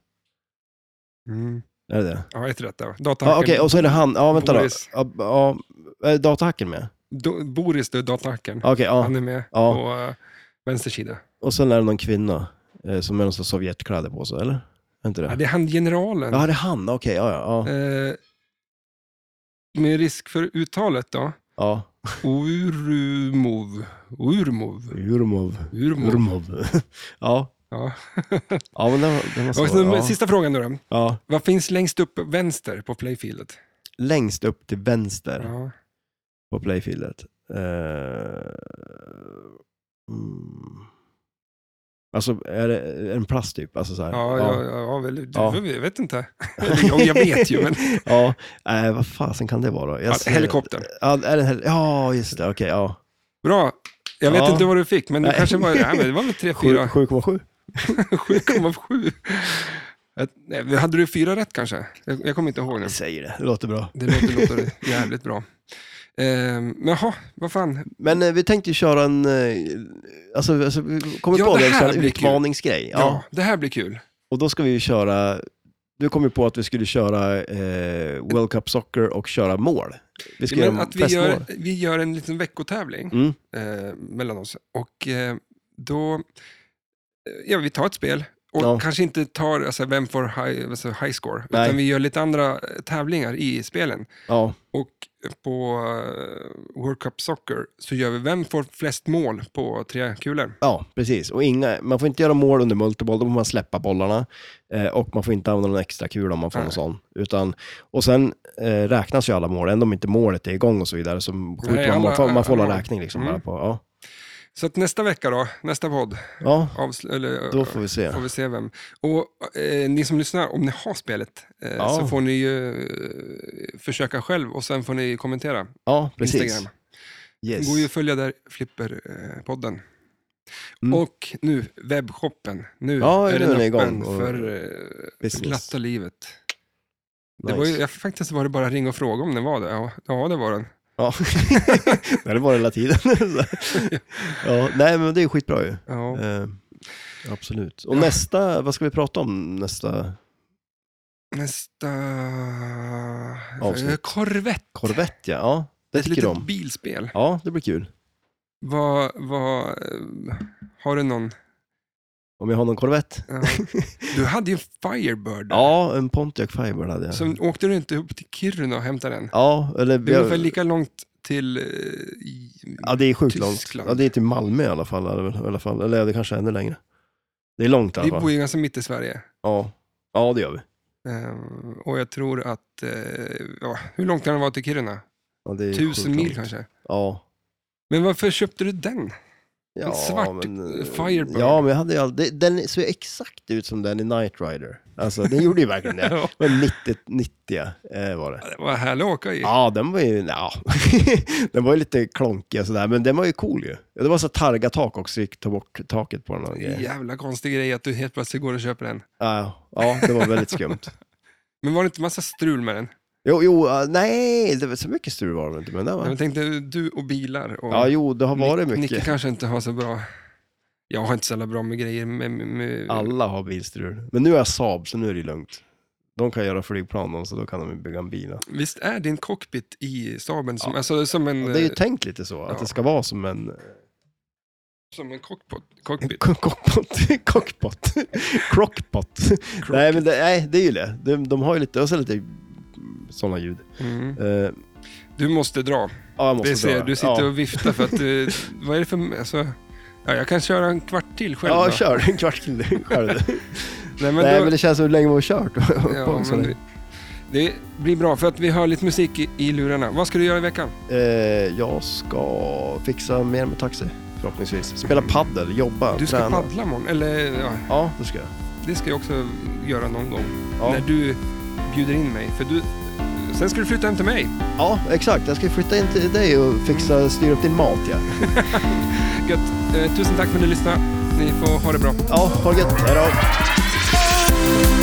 S1: Mm.
S2: Är det det?
S1: Ja, ett rätt där.
S2: Ja,
S1: Datahacken.
S2: Ah, Okej, och så är det han. Ja, vänta
S1: Boris.
S2: då. Ja, Ja, är datahacken med?
S1: Do, Boris, du, datahacken.
S2: Okej, ja.
S1: Han är med
S2: Ja.
S1: på eh, vänster sida.
S2: Och sen är det någon kvinna eh, som har någon sorts sovjetkläder på sig, eller? Är inte
S1: Ja,
S2: det?
S1: det är han generalen.
S2: Ja, det är han. Okej, ja, ja, ja.
S1: Eh, med risk för uttalet då.
S2: ja.
S1: Urumov. Urmov.
S2: Jurmov.
S1: Urmov.
S2: Jurmov. ja.
S1: Ja.
S2: ja, men den, var- den var
S1: Och så,
S2: svår.
S1: men,
S2: Alltså, Ja.
S1: Sista frågan nu då.
S2: Ja.
S1: Vad finns längst upp vänster på playfieldet?
S2: Längst upp till vänster.
S1: Ja.
S2: på playfieldet. Eh, mm. Alltså, är det är det en plast typ? Alltså så här.
S1: Ja, ja, ja, väl, du,
S2: Ja.
S1: jag vet inte. Eller, jo, jag vet ju, men
S2: ja. Eh, vad fasen kan det vara då? Jag
S1: Ja,
S2: ser-
S1: helikopter.
S2: Ja, är det en hel... ja just det. Okej, ja.
S1: bra. Jag vet
S2: Ja.
S1: inte vad du fick, men det
S2: Nej.
S1: kanske var, ja, men det var väl 3, 4, Mm.
S2: 7,7?
S1: 7,7. Ett- nej, Hade du fyra rätt kanske? Jag, jag kommer inte ihåg nu.
S2: Jag säger det, det låter bra.
S1: Det låter, låter jävligt bra. Ehm, Men jaha, vad fan,
S2: Men eh, vi tänkte ju köra en, eh, alltså, alltså vi kommer
S1: Ja,
S2: på
S1: det
S2: det, en
S1: här
S2: sån här
S1: blir kul.
S2: utmaningsgrej.
S1: Ja.
S2: Ja.
S1: det här blir kul.
S2: Och då ska vi ju köra, du kom ju på att vi skulle köra eh, World Cup Soccer och köra mål. Vi ska
S1: Men
S2: göra
S1: att vi
S2: festmål.
S1: gör, vi gör en liten veckotävling
S2: Mm.
S1: eh, mellan oss. Och eh, då, eh, ja vi tar ett spel. Och
S2: Ja.
S1: kanske inte tar alltså, vem får high, alltså, high score,
S2: Nej.
S1: utan vi gör lite andra eh, tävlingar i spelen.
S2: Ja,
S1: Och på eh, World Cup Soccer så gör vi vem får flest mål på tre kulor.
S2: ja, precis. Och inga, man får inte göra mål under multiboll, då får man släppa bollarna. Eh, och man får inte använda någon extra kul om man får
S1: Nej.
S2: någon sån. Utan, och sen eh, räknas ju alla mål, ändå om inte målet är igång och så vidare, så skjuter
S1: Nej,
S2: man,
S1: alla-
S2: man, får, man får
S1: alla-
S2: hålla räkning liksom
S1: Mm.
S2: bara på. Ja.
S1: Så att nästa vecka då, nästa podd,
S2: ja,
S1: avsl- eller,
S2: då får vi se.
S1: får vi se vem. Och eh, ni som lyssnar, om ni har spelet eh,
S2: Ja.
S1: så får ni ju eh, försöka själv och sen får ni kommentera.
S2: Ja, precis.
S1: Instagram.
S2: Yes.
S1: går ju att följa där, Flipper-podden.
S2: Mm.
S1: Och nu, webbshoppen. Nu
S2: Ja,
S1: är
S2: nu
S1: den
S2: är den
S1: öppen
S2: igång och-
S1: för eh,
S2: Business.
S1: glatta livet. Det
S2: Nice.
S1: var ju, ja, faktiskt var det bara att ringa och fråga om den var det. Ja, ja det var den.
S2: Ja, det har det varit hela tiden. ja, nej, men det är skitbra ju.
S1: Ja.
S2: Eh, absolut. Och nästa, vad ska vi prata om nästa
S1: Nästa...
S2: Avsnitt.
S1: Eh, Korvett.
S2: korvett? Ja, ja det
S1: Ett
S2: tycker
S1: litet
S2: de om.
S1: bilspel.
S2: Ja, det blir kul.
S1: Vad, vad, eh, har du någon?
S2: Om jag har någon korvett?
S1: Ja. Du hade ju en Firebird. där.
S2: Ja, en Pontiac Firebird hade jag.
S1: Som, åkte du inte upp till Kiruna och hämtade den?
S2: Ja, eller
S1: Det är
S2: vi har-
S1: ungefär lika långt till... eh, i-
S2: ja, det är sjukt långt.
S1: Tyskland.
S2: Ja, det är till Malmö i alla fall. är det väl- I alla fall. Eller ja, det kanske är ännu längre. Det är långt i alla
S1: Vi
S2: fall.
S1: bor ju ganska mitt i Sverige.
S2: Ja. ja, det gör vi.
S1: Ehm, Och jag tror att... eh, Ja, hur långt kan det vara till Kiruna?
S2: Ja, det är
S1: Tusen
S2: sjukt
S1: mil
S2: långt.
S1: kanske.
S2: Ja.
S1: Men varför köpte du den?
S2: Ja,
S1: svart
S2: eh,
S1: Firebird.
S2: Ja, men jag hade ju aldrig, den såg ju exakt ut som den i Knight Rider. Alltså, den gjorde ju verkligen det.
S1: Ja.
S2: Det var 90, 90 eh, var det.
S1: Det var härligt att åka i.
S2: Ja, den var ju, ja. den var ju lite klonkig och sådär, men den var ju cool ju. Det var så targatak också, så gick ta bort taket på den. och grejer.
S1: Jävla konstig grej att du helt plötsligt går och köper den.
S2: Ja, ja, det var väldigt skumt.
S1: Men var det inte massa strul med den?
S2: Jo, jo, eh, nej, det var så mycket strul var det inte, men det
S1: Jag
S2: var...
S1: tänkte du och bilar. Och
S2: Ja, jo, det har varit
S1: Nick- Nicke
S2: mycket.
S1: kanske inte har så bra... Jag har inte så jävla bra med grejer med... med, med...
S2: Alla har bilstrul. Men nu är jag Saab, så nu är det ju lugnt. De kan göra flygplan, de, så då kan de bygga en bil.
S1: Visst är din cockpit i Saben som,
S2: Ja.
S1: alltså, som en,
S2: Ja, det är ju
S1: eh,
S2: tänkt lite så, att
S1: ja.
S2: det ska vara som en
S1: som en cockpot,
S2: en
S1: cockpit?
S2: ko- cockpot. cockpot. Crockpot. Nej, men det, nej, det är ju det. De, de har ju lite, och så lite sådana ljud.
S1: Mm.
S2: Eh,
S1: Du måste dra.
S2: ja, jag måste
S1: Det ser
S2: dra
S1: jag.
S2: det.
S1: Du sitter
S2: ja.
S1: och viftar för att... eh, vad är det för... Alltså, ja, jag kan köra en kvart till själv.
S2: Ja,
S1: då.
S2: kör en kvart till själv.
S1: Nej, men
S2: nej,
S1: då,
S2: men det känns som hur länge vi har kört.
S1: ja, men det, det blir bra för att vi hör lite musik i, i lurarna. Vad ska du göra i veckan?
S2: Eh, jag ska fixa mer med taxi, förhoppningsvis. Spela paddel, jobba,
S1: Mm. Du ska
S2: träna.
S1: paddla imorgon. Eller ja,
S2: Ja, det ska jag.
S1: det ska jag också göra någon gång.
S2: Ja.
S1: När du bjuder in mig. För du, sen ska du flytta hem till mig.
S2: ja, exakt. Jag ska flytta in till dig och fixa, styra upp din mat. Ja,
S1: Gött. Eh, tusen tack för att ni lyssnade. Ni får ha det bra.
S2: ja ha det gött. Hej då.
S5: Thank